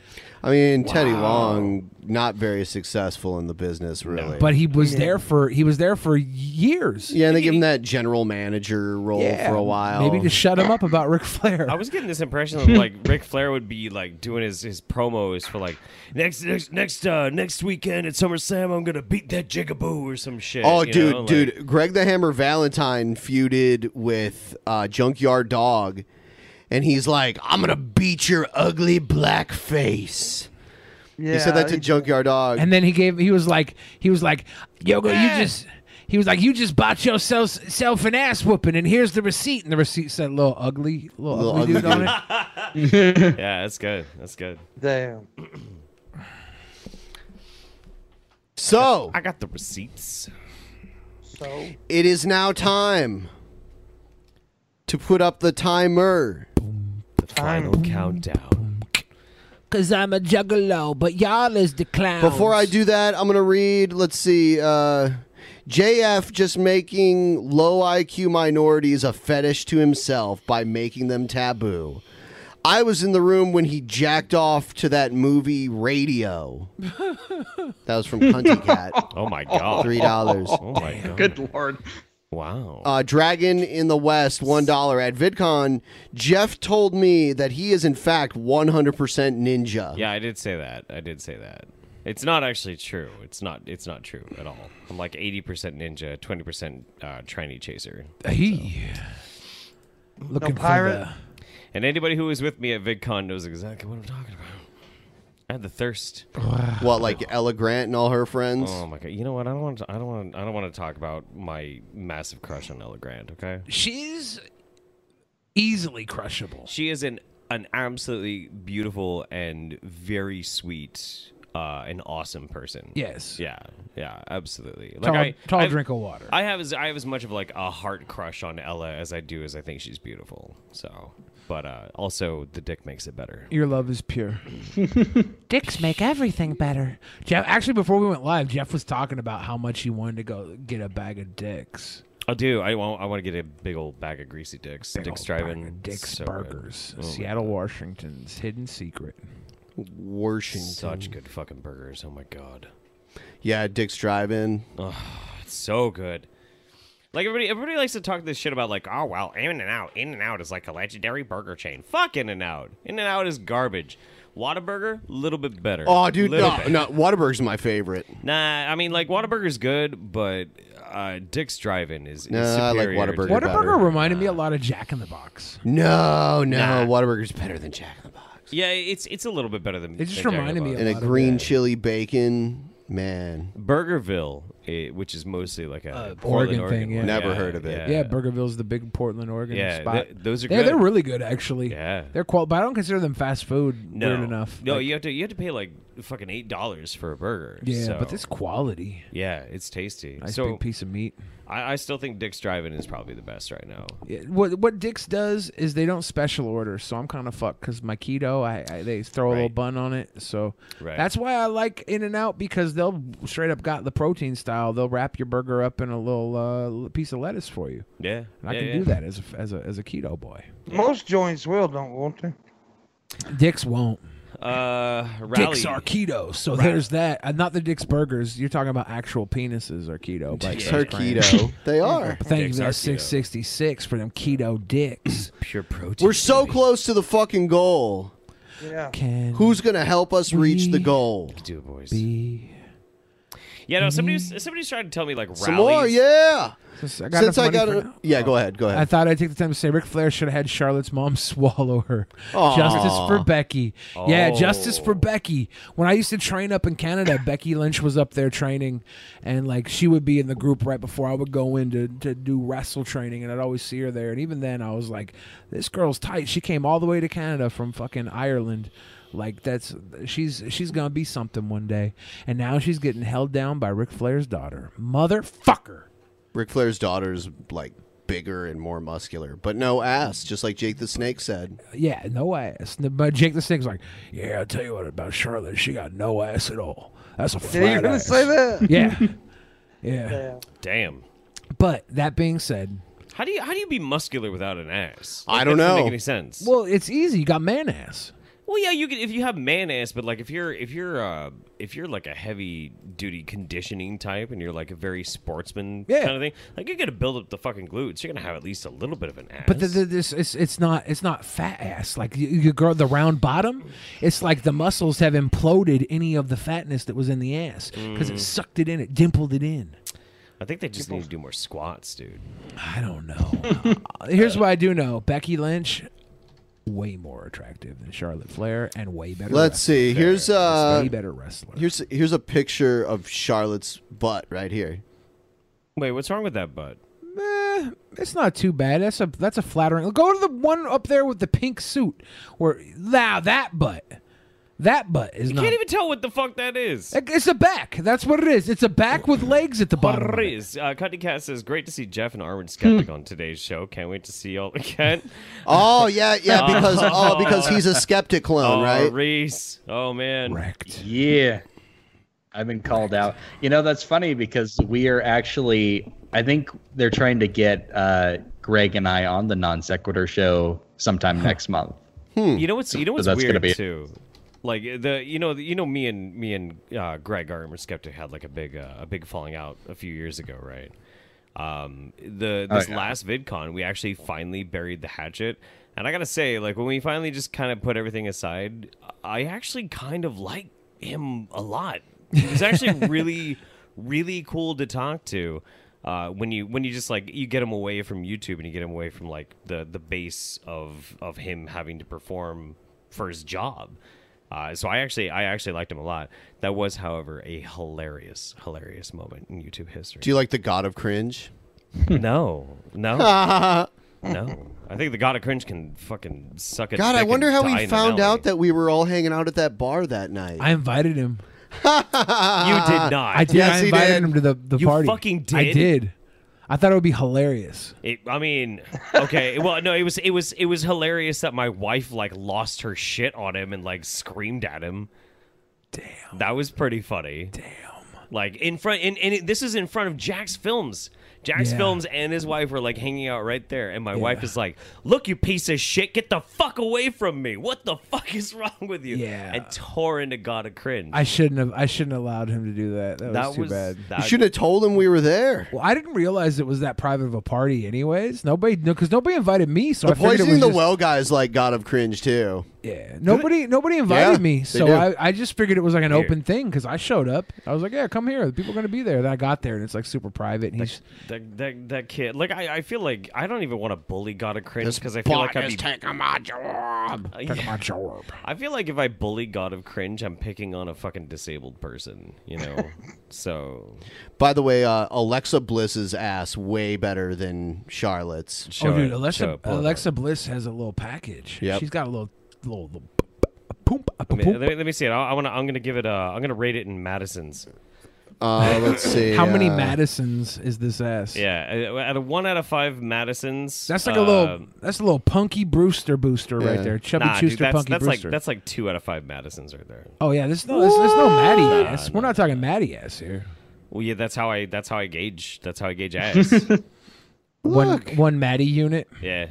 S4: I mean, Teddy Long not very successful in the business, really.
S6: But he was there for he was there for years.
S4: Yeah, and they give him that general manager role
S6: Yeah,
S4: for a while.
S6: Maybe to shut him up about Ric Flair.
S5: I was getting this impression of like Ric Flair would be like doing his, his promos for like next next next uh next weekend at SummerSlam I'm gonna beat that jigaboo or some shit.
S4: Oh,
S5: you
S4: dude,
S5: know, like-
S4: dude, Greg the Hammer Valentine feuded with uh, Junkyard Dog, and he's like, "I'm gonna beat your ugly black face." he said that to Junkyard Dog.
S6: And then he gave he was like he was like Yoga, you just he was like you just bought yourself self an ass whooping and here's the receipt and the receipt said little ugly little,
S5: Little
S6: ugly, dude
S5: ugly
S6: on it.
S5: yeah, that's good. That's good.
S7: Damn.
S4: So
S5: I got the receipts.
S7: So
S4: it is now time to put up the timer.
S5: The final countdown.
S12: Cause I'm a juggalo, but y'all is the clown.
S4: Before I do that, I'm gonna read. Let's see. Uh, JF just making low IQ minorities a fetish to himself by making them taboo. I was in the room when he jacked off to that movie Radio. That was from Cunty Cat.
S5: Oh my god.
S4: Three dollars.
S5: Oh my god. Oh.
S8: Good lord.
S5: Wow.
S4: Uh, Dragon in the West, one dollar at VidCon. Jeff told me that he is in fact 100% ninja.
S5: Yeah, I did say that. I did say that. It's not actually true. It's not. It's not true at all. I'm like 80% ninja, 20% uh, tranny chaser.
S6: Hey. Looking for
S5: And anybody who was with me at VidCon knows exactly what I'm talking about. I had the thirst.
S4: what, like Ella Grant and all her friends?
S5: Oh my god! You know what? I don't want. To, I don't want. I don't want to talk about my massive crush on Ella Grant. Okay.
S6: She's easily crushable.
S5: She is an an absolutely beautiful and very sweet. Uh, an awesome person.
S6: Yes.
S5: Yeah. Yeah. Absolutely.
S6: tall
S5: I-
S6: tall
S5: I've-
S6: drink of water.
S5: I have as I have as much of like a heart crush on Ella as I do as I think she's beautiful. So, but uh, also the dick makes it better.
S6: Your love is pure.
S12: Dicks make everything better.
S6: Jeff, actually, before we went live, Jeff was talking about how much he wanted to go get a bag of dicks.
S5: I do. I want. I want to get a big old bag of greasy dicks.
S6: Big
S5: dicks Oh
S6: old bag
S5: driving. Mm.
S6: of Dick's Burgers, Seattle, Washington's hidden secret.
S4: Washington.
S5: Such good fucking burgers. Oh my god.
S4: Yeah, Dick's Drive-In.
S5: it's so good. Like everybody, everybody likes to talk this shit about like, oh well, In and Out, In and Out is like a legendary burger chain. Fuck In and Out. In and Out is garbage. Whataburger, little bit better.
S4: Oh, dude,
S5: Little
S4: no,
S5: bit.
S4: no, Whataburger's my favorite.
S5: Nah, I mean like Whataburger's good, but uh, Dick's Drive-In is, is
S4: Nah, I like
S5: superior to-
S4: Whataburger
S6: Whataburger reminded me a lot of Jack in the Box.
S4: No, no,
S5: Nah.
S4: Whataburger's better than Jack in the Box.
S5: Yeah, it's it's a little bit better than.
S6: It just
S5: than Jack in the
S6: reminded me
S5: Box.
S4: And a green chili bacon, man.
S5: Burgerville, eh, which is mostly like a
S6: Oregon,
S5: Portland,
S6: thing. Yeah.
S5: one. Yeah,
S6: Yeah, Burgerville's the big Portland, Oregon
S5: Yeah,
S6: spot.
S5: th- those are
S6: yeah, they're
S5: good.
S6: really good actually.
S5: Yeah.
S6: they're qual. But I don't consider them fast food.
S5: No,
S6: Weird enough.
S5: No, you have to you have to pay like fucking eight dollars for a burger.
S6: Yeah, but
S5: so-
S6: this quality.
S5: Yeah, it's tasty.
S6: Nice
S5: so
S6: big piece of meat.
S5: I, I still think Dick's Drive-In is probably the best right now.
S6: Yeah, What what Dick's does is they don't special order, so I'm kind of fucked because my keto, I, I they throw a little bun on it, so
S5: Right.
S6: that's why I like In and Out because they'll straight up got the protein style. They'll wrap your burger up in a little uh, l- piece of lettuce for you.
S5: Yeah,
S6: and I
S5: yeah,
S6: can
S5: yeah.
S6: do that as a, as a as a keto boy.
S7: Most joints will, don't want to.
S6: Dick's won't.
S5: Uh, rally.
S6: Dicks are
S5: Oh,
S6: keto, so
S5: Ra-
S6: there's that. Uh, not the Dick's burgers. You're talking about actual penises are keto. But
S4: Dicks are keto. They are.
S6: But thank
S4: Dicks
S6: you,
S4: are
S6: that's six sixty six for them keto dicks.
S5: Pure protein.
S4: We're so close to the fucking goal.
S7: Yeah.
S4: Who's gonna help us reach the goal?
S5: Do it, boys.
S6: Be
S5: Yeah, no, somebody
S6: Mm-hmm.
S5: was, somebody's trying to tell me like rally.
S4: some more, yeah.
S6: Since I
S4: Since I
S6: money
S4: got
S6: for
S4: it, yeah. Go ahead, go ahead.
S6: I thought I'd take the time to say Ric Flair should have had Charlotte's mom swallow her.
S4: Aw.
S6: Justice for Becky. Yeah,
S4: Oh.
S6: justice for Becky. When I used to train up in Canada, Becky Lynch was up there training, and like she would be in the group right before I would go in to, to do wrestle training, and I'd always see her there. And even then, I was like, this girl's tight. She came all the way to Canada from fucking Ireland. Like that's she's she's gonna be something one day, and now she's getting held down by Ric Flair's daughter, motherfucker.
S4: Ric Flair's daughter's like bigger and more muscular, but no ass, just like Jake the Snake said.
S6: Yeah, no ass. N- But Jake the Snake's like, yeah, I'll tell you what about Charlotte. She got no ass at all. That's a flat
S7: Did he really
S6: ass."
S7: say that?
S6: Yeah. yeah.
S5: Damn.
S6: But that being said,
S5: How do you how do you be muscular without an ass?
S6: I don't
S5: that doesn't
S6: know.
S5: Make any sense?
S6: well, it's easy. You got man ass.
S5: Well, yeah, you can if you have man ass, but like if you're if you're uh if you're like a heavy duty conditioning type and you're like a very sportsman
S6: Yeah.
S5: kind of thing, like you're gonna build up the fucking glutes. You're gonna have at least a little bit of an ass.
S6: But the, the, this it's it's not it's not fat ass. Like you, you grow the round bottom. It's like the muscles have imploded any of the fatness that was in the ass because
S5: Mm.
S6: it sucked it in, it dimpled it in.
S5: I think they just need to do more squats, dude.
S6: I don't know. Uh, Here's what I do know: Becky Lynch, way more attractive than Charlotte Flair, and way better.
S4: Let's
S6: wrestler.
S4: see. Here's uh,
S6: way better wrestler.
S4: Here's here's a picture of Charlotte's butt right here.
S5: Wait, what's wrong with that butt?
S6: Eh, it's not too bad. That's a that's a flattering. Go to the one up there with the pink suit. Where now that butt, that butt is
S5: You
S6: not.
S5: can't even tell what the fuck that is.
S6: It's a back. That's what it is. It's a back with legs at the bottom. of it.
S5: Riz, uh, Cutty Cat says, "Great to see Jeff and Arwen Skeptic on today's show. Can't wait to see y'all again."
S4: Oh yeah, yeah, because oh because he's a skeptic clone,
S5: Oh,
S4: right?
S5: Reese. Oh man.
S8: Yeah. I've been called out. You know, that's funny because we are actually I think they're trying to get uh Greg and I on the non sequitur show sometime next month.
S4: Hmm.
S5: You know what's you know
S8: So
S5: what's
S8: that's gonna
S5: weird
S8: be-
S5: too. Like the you know you know me and me and uh, Greg Armour Skeptic had like a big uh, a big falling out a few years ago, right? Um, the
S8: Oh,
S5: this
S8: yeah.
S5: last VidCon we actually finally buried the hatchet, and I gotta say like when we finally just kind of put everything aside, I actually kind of like him a lot. He's actually really really cool to talk to. Uh, when you when you just like you get him away from YouTube and you get him away from like the the base of of him having to perform for his job. Uh, so I actually I actually liked him a lot. That was, however, a hilarious hilarious moment in YouTube history.
S4: Do you like the God of Cringe?
S5: no, no, no. I think the God of Cringe can fucking suck it.
S4: God, I wonder how he found out that we were all hanging out at that bar that night.
S6: I invited him.
S5: you
S4: Uh,
S5: did not.
S6: I did. I invited him to the, the
S5: You
S6: party.
S5: fucking
S6: I
S5: did?
S6: did. I thought it would be hilarious.
S5: It, I mean, okay. Well, no, it was it was it was hilarious that my wife like lost her shit on him and like screamed at him. Damn. That was pretty funny. Damn. Like in front and, and it, this is in front of Jack's Films. Jack's
S18: Yeah.
S5: Films and his wife were like hanging out right there and my wife is like, "Look, you piece of shit, get the fuck away from me. What the fuck is wrong with you?" Yeah. And tore into God of Cringe.
S6: I shouldn't have. I shouldn't have allowed him to do that. That was
S5: That
S6: too
S5: was-
S6: bad.
S5: that- You shouldn't
S4: have told him we were there.
S6: Well, I didn't realize it was that private of a party. Anyways, nobody no, because nobody invited me. So
S4: the
S6: I figured it
S4: poisoning
S6: was
S4: the
S6: just-
S4: well guys like God of Cringe too.
S6: Yeah, Nobody, nobody invited
S4: Yeah,
S6: me,
S4: they
S6: so
S4: do.
S6: I, I just figured it was like an
S4: Weird.
S6: open thing because I showed up. I was like, "Yeah, come here. People are gonna be there." Then I got there, and it's like super private. And he's
S5: That, that, that kid, like I, I feel like I don't even want to bully God of Cringe because I feel like I'd be
S6: my Um, job.
S5: Take my job. I feel like if I bully God of Cringe, I'm picking on a fucking disabled person, you know? so.
S4: By the way, uh, Alexa Bliss's ass way better than Charlotte's.
S6: oh, dude, Alexa, Alexa Bliss has a little package.
S4: Yep.
S6: she's got a little, little, little
S5: Let me, let me, let me see it. I, I wanna, I'm going to give it, uh, I'm going to rate it in Madison's.
S4: Uh, let's see.
S6: How many
S4: uh,
S6: Madisons is this ass?
S5: Yeah. uh, At a one out of five Madison's.
S6: That's like a
S5: uh,
S6: little. That's a little punky Brewster booster right there. Chubby
S5: nah, dude,
S6: Chooster,
S5: that's,
S6: punky
S5: that's
S6: Brewster.
S5: Like, that's like two out of five Madison's right there.
S6: oh yeah, there's no, there's, there's no Maddie
S5: Nah,
S6: ass. We're not talking Maddie ass here.
S5: Well, yeah, that's how I, that's how I gauge, that's how I gauge ass.
S6: One one Maddie unit.
S5: yeah.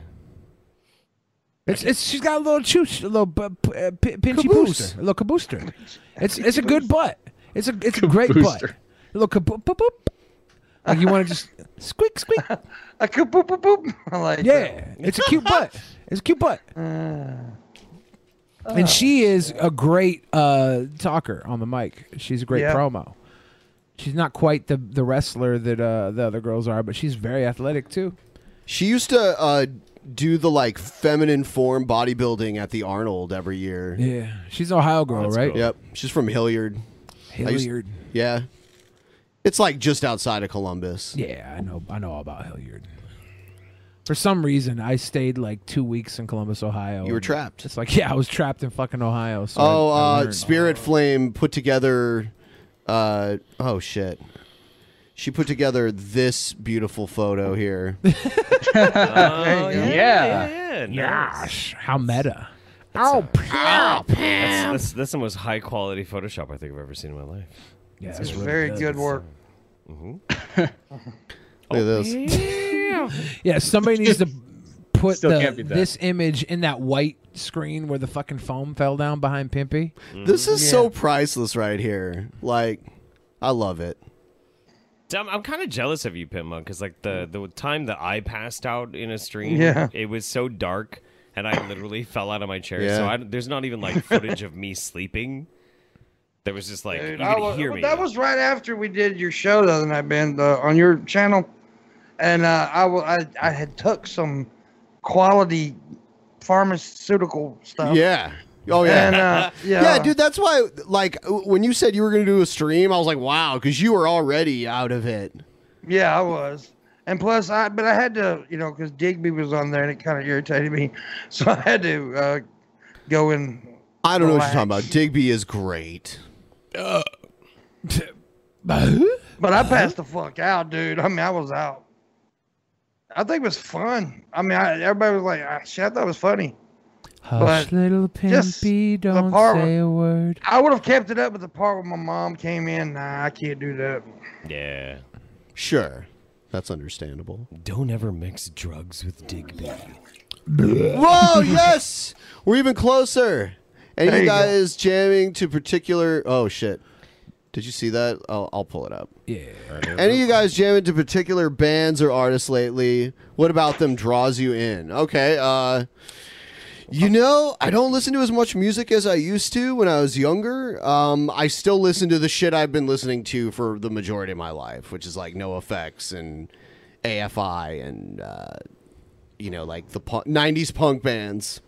S6: It's, it's she's got a little chooch, a little bu- p- uh, p- pinchy booster, a little cabooster. It's it's a good butt. It's a it's a great butt.
S7: Cabooster.
S6: A little kaboop, boop, boop. Like you want to just squeak squeak.
S7: A kaboop, boop, boop. I like
S6: yeah,
S7: that. Uh,
S6: it's a cute butt. It's a cute butt. and she is a great uh, talker on the mic. She's a great
S7: Yeah.
S6: promo. She's not quite the the wrestler that uh, the other girls are, but she's very athletic too.
S4: She used to uh, do the like feminine form bodybuilding at the Arnold every year.
S6: Yeah, she's an Ohio girl, right?
S4: Yep. She's from Hilliard. I used-
S6: Hilliard.
S4: yeah. It's like just outside of Columbus.
S6: Yeah, I know. I know all about Hilliard. For some reason, I stayed like two weeks in Columbus, Ohio.
S4: You were
S6: and
S4: trapped.
S6: It's like yeah, I was trapped in fucking Ohio. So
S4: oh,
S6: I, I
S4: uh,
S6: learned.
S4: Spirit Flame put together. Uh, oh shit. She put together this beautiful photo here.
S5: Oh, yeah. Yeah.
S6: Gosh, how meta.
S5: Oh,
S6: pimp.
S5: That's, that's, that's the most high quality Photoshop I think I've ever seen in my life.
S6: Yeah,
S7: It's very good work.
S5: hmm
S4: Look at this.
S6: Yeah, somebody needs to put
S4: Still
S6: the-
S4: can't beat that.
S6: this image in that white screen where the fucking foam fell down behind Pimpy.
S4: This is so priceless right here. Like, I love it.
S5: So I'm, I'm kind of jealous of you, Pimma, because like the the time that I passed out in a stream,
S4: Yeah.
S5: it was so dark, and I literally fell out of my chair. So
S4: Yeah.
S5: I, there's not even like footage of me sleeping. There was just like you
S7: I
S5: could
S7: was-
S5: hear me.
S7: That was right after we did your show the other night, Ben, the, on your channel, and uh, I wa- I I had took some quality pharmaceutical stuff.
S4: Yeah. Oh yeah.
S7: And, uh, yeah.
S4: dude. That's why, like, w- when you said you were going to do a stream, I was like, wow, because you were already out of it.
S7: Yeah, I was. And plus, I but I had to, you know, because Digby was on there and it kind of irritated me, so I had to uh, go and.
S4: I don't know what you're talking about. Digby is great.
S7: But
S4: Uh-huh.
S7: I passed the fuck out, dude. I mean, I was out. I think it was fun. I mean, I, everybody was like, ah, "Shit, I thought it was funny."
S6: Hush,
S7: But
S6: little
S7: just
S6: Pimpy, don't
S7: part
S6: say a word.
S7: I would have kept it up, but the part where my mom came in, nah, I can't do that.
S5: Yeah.
S4: Sure. That's understandable.
S5: Don't ever mix drugs with Digby.
S4: Whoa, yes! We're even closer. And
S5: There
S4: you
S5: you go.
S4: guys jamming to particular. Oh, shit. Did you see that? I'll, I'll pull it up.
S6: Yeah.
S4: Any of you guys jamming to particular bands or artists lately? What about them draws you in? Okay. Uh, you know, I don't listen to as much music as I used to when I was younger. Um, I still listen to the shit I've been listening to for the majority of my life, which is like No Effects and AFI and, uh, you know, like the pu- 90s punk bands.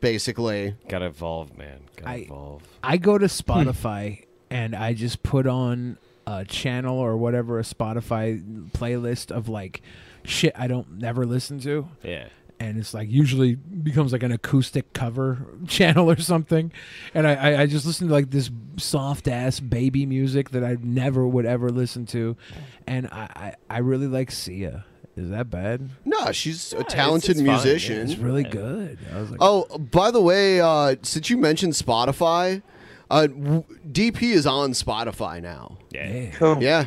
S4: basically.
S5: Got to evolve, man. Got to
S6: I-
S5: evolve.
S6: I go to Spotify and I just put on a channel or whatever a Spotify playlist of like shit I don't never listen to.
S5: Yeah.
S6: And it's like usually becomes like an acoustic cover channel or something. And I, I, I just listen to like this soft ass baby music that I never would ever listen to. And I, I, I really like Sia. Is that bad?
S4: No, she's a
S6: it's-
S4: talented
S6: it's fine, yeah,
S4: musician.
S6: it's really good. I was like,
S4: oh, by the way, uh, since you mentioned Spotify, uh, w- DP is on Spotify now.
S5: Yeah.
S6: Cool.
S4: Yeah.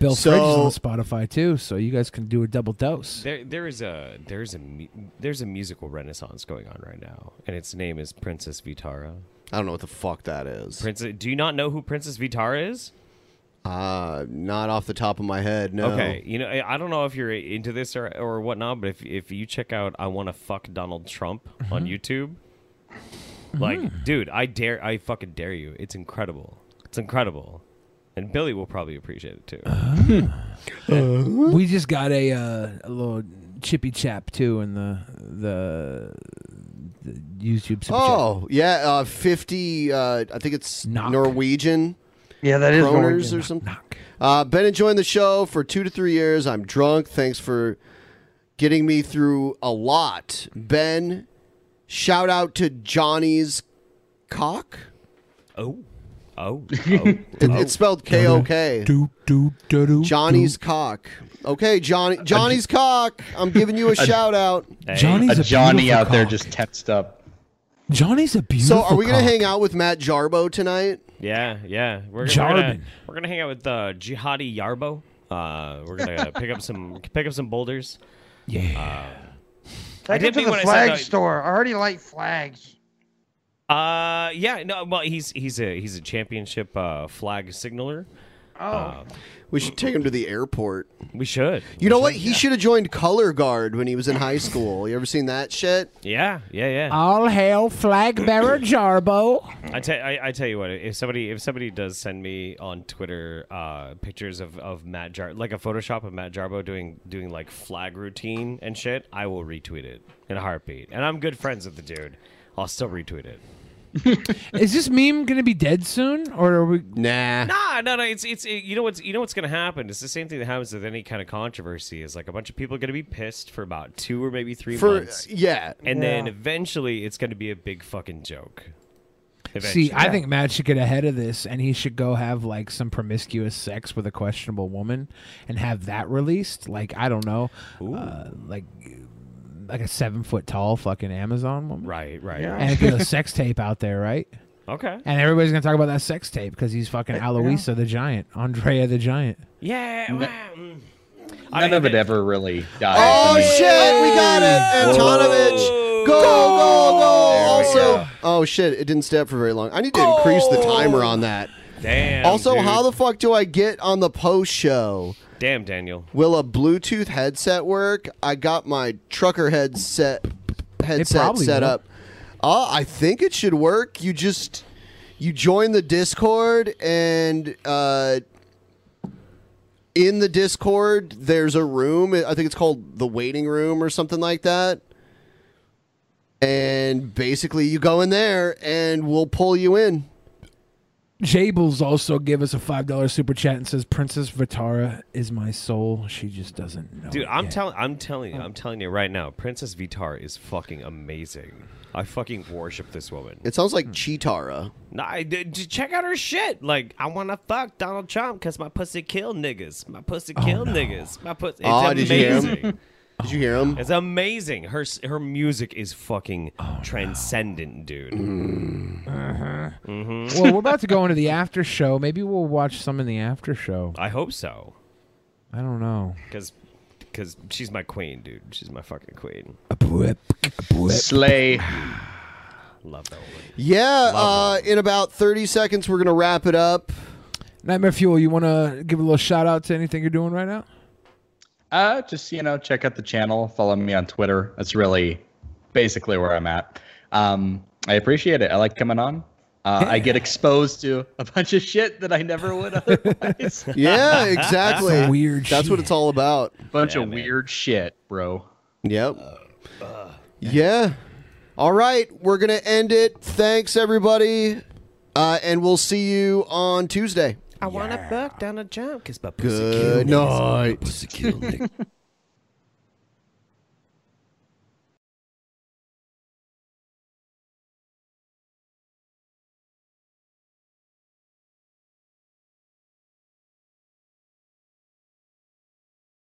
S6: Bill
S4: So-
S6: Fridge is on Spotify too, so you guys can do a double dose.
S5: There, there is a there's a mu- there's a musical renaissance going on right now, and its name is Princess Vitara.
S4: I don't know what the fuck that is.
S5: Princess, do you not know who Princess Vitara is?
S4: Uh, not off the top of my head, no.
S5: Okay, you know, I I don't know if you're into this or or whatnot, but if if you check out "I Want to Fuck Donald Trump" on YouTube, like, dude, I dare, I fucking dare you. It's incredible. It's incredible, and Billy will probably appreciate it too.
S6: we just got a uh, a little chippy chap too in the the, the YouTube. Super
S4: Oh, yeah, uh, 50, uh, I think it's Norwegian.
S7: Yeah, that is
S4: Kroners
S7: Norwegian.
S4: or something. Uh, been enjoying the show for two to three years. I'm drunk. Thanks for getting me through a lot. Ben, shout out to Johnny's cock.
S5: Oh, oh,
S4: It- it's spelled K O K.
S6: Do, do, do, do,
S4: Johnny's cock. Okay, Johnny. Johnny's cock. I'm giving you a, shout out.
S8: a Johnny out there just tensed up.
S6: Johnny's a
S4: So, are we gonna
S5: cock.
S4: hang out with Matt Jarbo tonight?
S5: Yeah, yeah. We're, we're
S4: Jarvin.
S5: gonna we're gonna hang out with uh, Jihadi Yarbo. Uh, we're gonna pick up some pick up some boulders.
S6: Yeah.
S7: Take him to
S5: mean
S7: the
S5: when I said
S7: flag
S5: that-
S7: store. I already like flags.
S5: Uh, yeah. No, well, he's he's a he's a championship uh, flag signaler. Uh,
S7: Oh.
S4: we should take him to the airport.
S5: We should.
S4: You know what? He should have joined color guard when he was in high school. You ever seen that shit?
S5: Yeah, yeah, yeah.
S12: All hail flag bearer Jarbo.
S5: I tell I, I tell you what, if somebody if somebody does send me on Twitter uh, pictures of, of Matt Jar like a Photoshop of Matt Jarbo doing doing like flag routine and shit, I will retweet it in a heartbeat. And I'm good friends with the dude. I'll still retweet it.
S6: Is this meme gonna be dead soon, or are we?
S4: Nah.
S5: Nah, no, no. It's it's it, you know what's you know what's gonna happen. It's the same thing that happens with any kind of controversy. Is like a bunch of people are gonna be pissed for about two or maybe three
S4: For-
S5: months.
S4: yeah.
S5: and then
S4: Yeah.
S5: eventually it's gonna be a big fucking joke.
S6: See, I
S5: Eventually.
S6: think Matt should get ahead of this, and he should go have like some promiscuous sex with a questionable woman, and have that released. Like I don't know, uh, like like a seven foot tall fucking Amazon woman.
S5: Right, right.
S6: Yeah.
S5: right.
S6: And get a sex tape out there, right?
S5: Okay.
S6: And everybody's gonna talk about that sex tape because he's fucking Aloisa the Giant, Andrea the Giant.
S5: Yeah.
S8: None of it ever really died.
S4: Oh
S8: I mean-
S4: shit, we got it, Antonovich. Go, go, go. Also, oh shit, it didn't stay up for very long. I need to increase the
S12: Oh.
S4: timer on that.
S5: Damn.
S4: also,
S5: dude.
S4: how the fuck do I get on the post show?
S5: Damn, Daniel.
S4: Will a Bluetooth headset work? I got my trucker headset headset
S5: probably
S4: set
S5: will.
S4: up. Uh, I think it should work. You just you join the Discord and uh, in the Discord there's a room. I think it's called the waiting room or something like that. And basically, you go in there and we'll pull you in.
S6: Jables also gave us a five dollar super chat and says Princess Vitara is my soul. She just doesn't know.
S5: Dude, I'm telling, I'm telling you,
S6: Oh.
S5: I'm telling you right now, Princess Vitar is fucking amazing. I fucking worship this woman.
S4: It sounds
S6: Hmm.
S4: like Chitara.
S5: Nah, I- d- d- check out her shit. Like, I want to fuck Donald Trump because my pussy kill niggas. My pussy
S6: Oh,
S5: kill niggas. My pussy. It's
S4: Aw, Ah, did you hear
S5: amazing.
S4: him? Did you hear him?
S5: It's amazing. Her s- her music is fucking
S6: Oh,
S5: transcendent, dude.
S4: Mm.
S5: Mm-hmm.
S6: Uh-huh. well, we're about to go into the after show. Maybe we'll watch some in the after show.
S5: I hope so,
S6: I don't know.
S5: because because she's my queen, dude. She's my fucking queen.
S8: Slay.
S5: Love that woman.
S4: Yeah, uh, in about 30 seconds, we're going to wrap it up.
S6: Nightmare Fuel, you want to give a little shout out to anything you're doing right now?
S8: Uh, just you know, check out the channel. Follow me on Twitter. That's really basically where I'm at. Um, I appreciate it. I like coming on. Uh, I get exposed to a bunch of shit that I never would otherwise.
S4: Yeah, exactly. That's what
S8: it's
S4: it's all about.
S8: bunch of weird shit, bro.
S4: Yep. yeah. All right, we're gonna end it. Thanks everybody, uh, and we'll see you on Tuesday.
S5: I want to buck down a jump because my pussy
S4: Good
S5: kill niggas.
S4: night.
S5: Pussy kill niggas.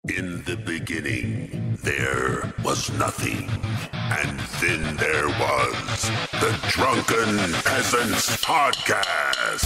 S28: In the beginning, there was nothing. And then there was the Drunken Peasants Podcast.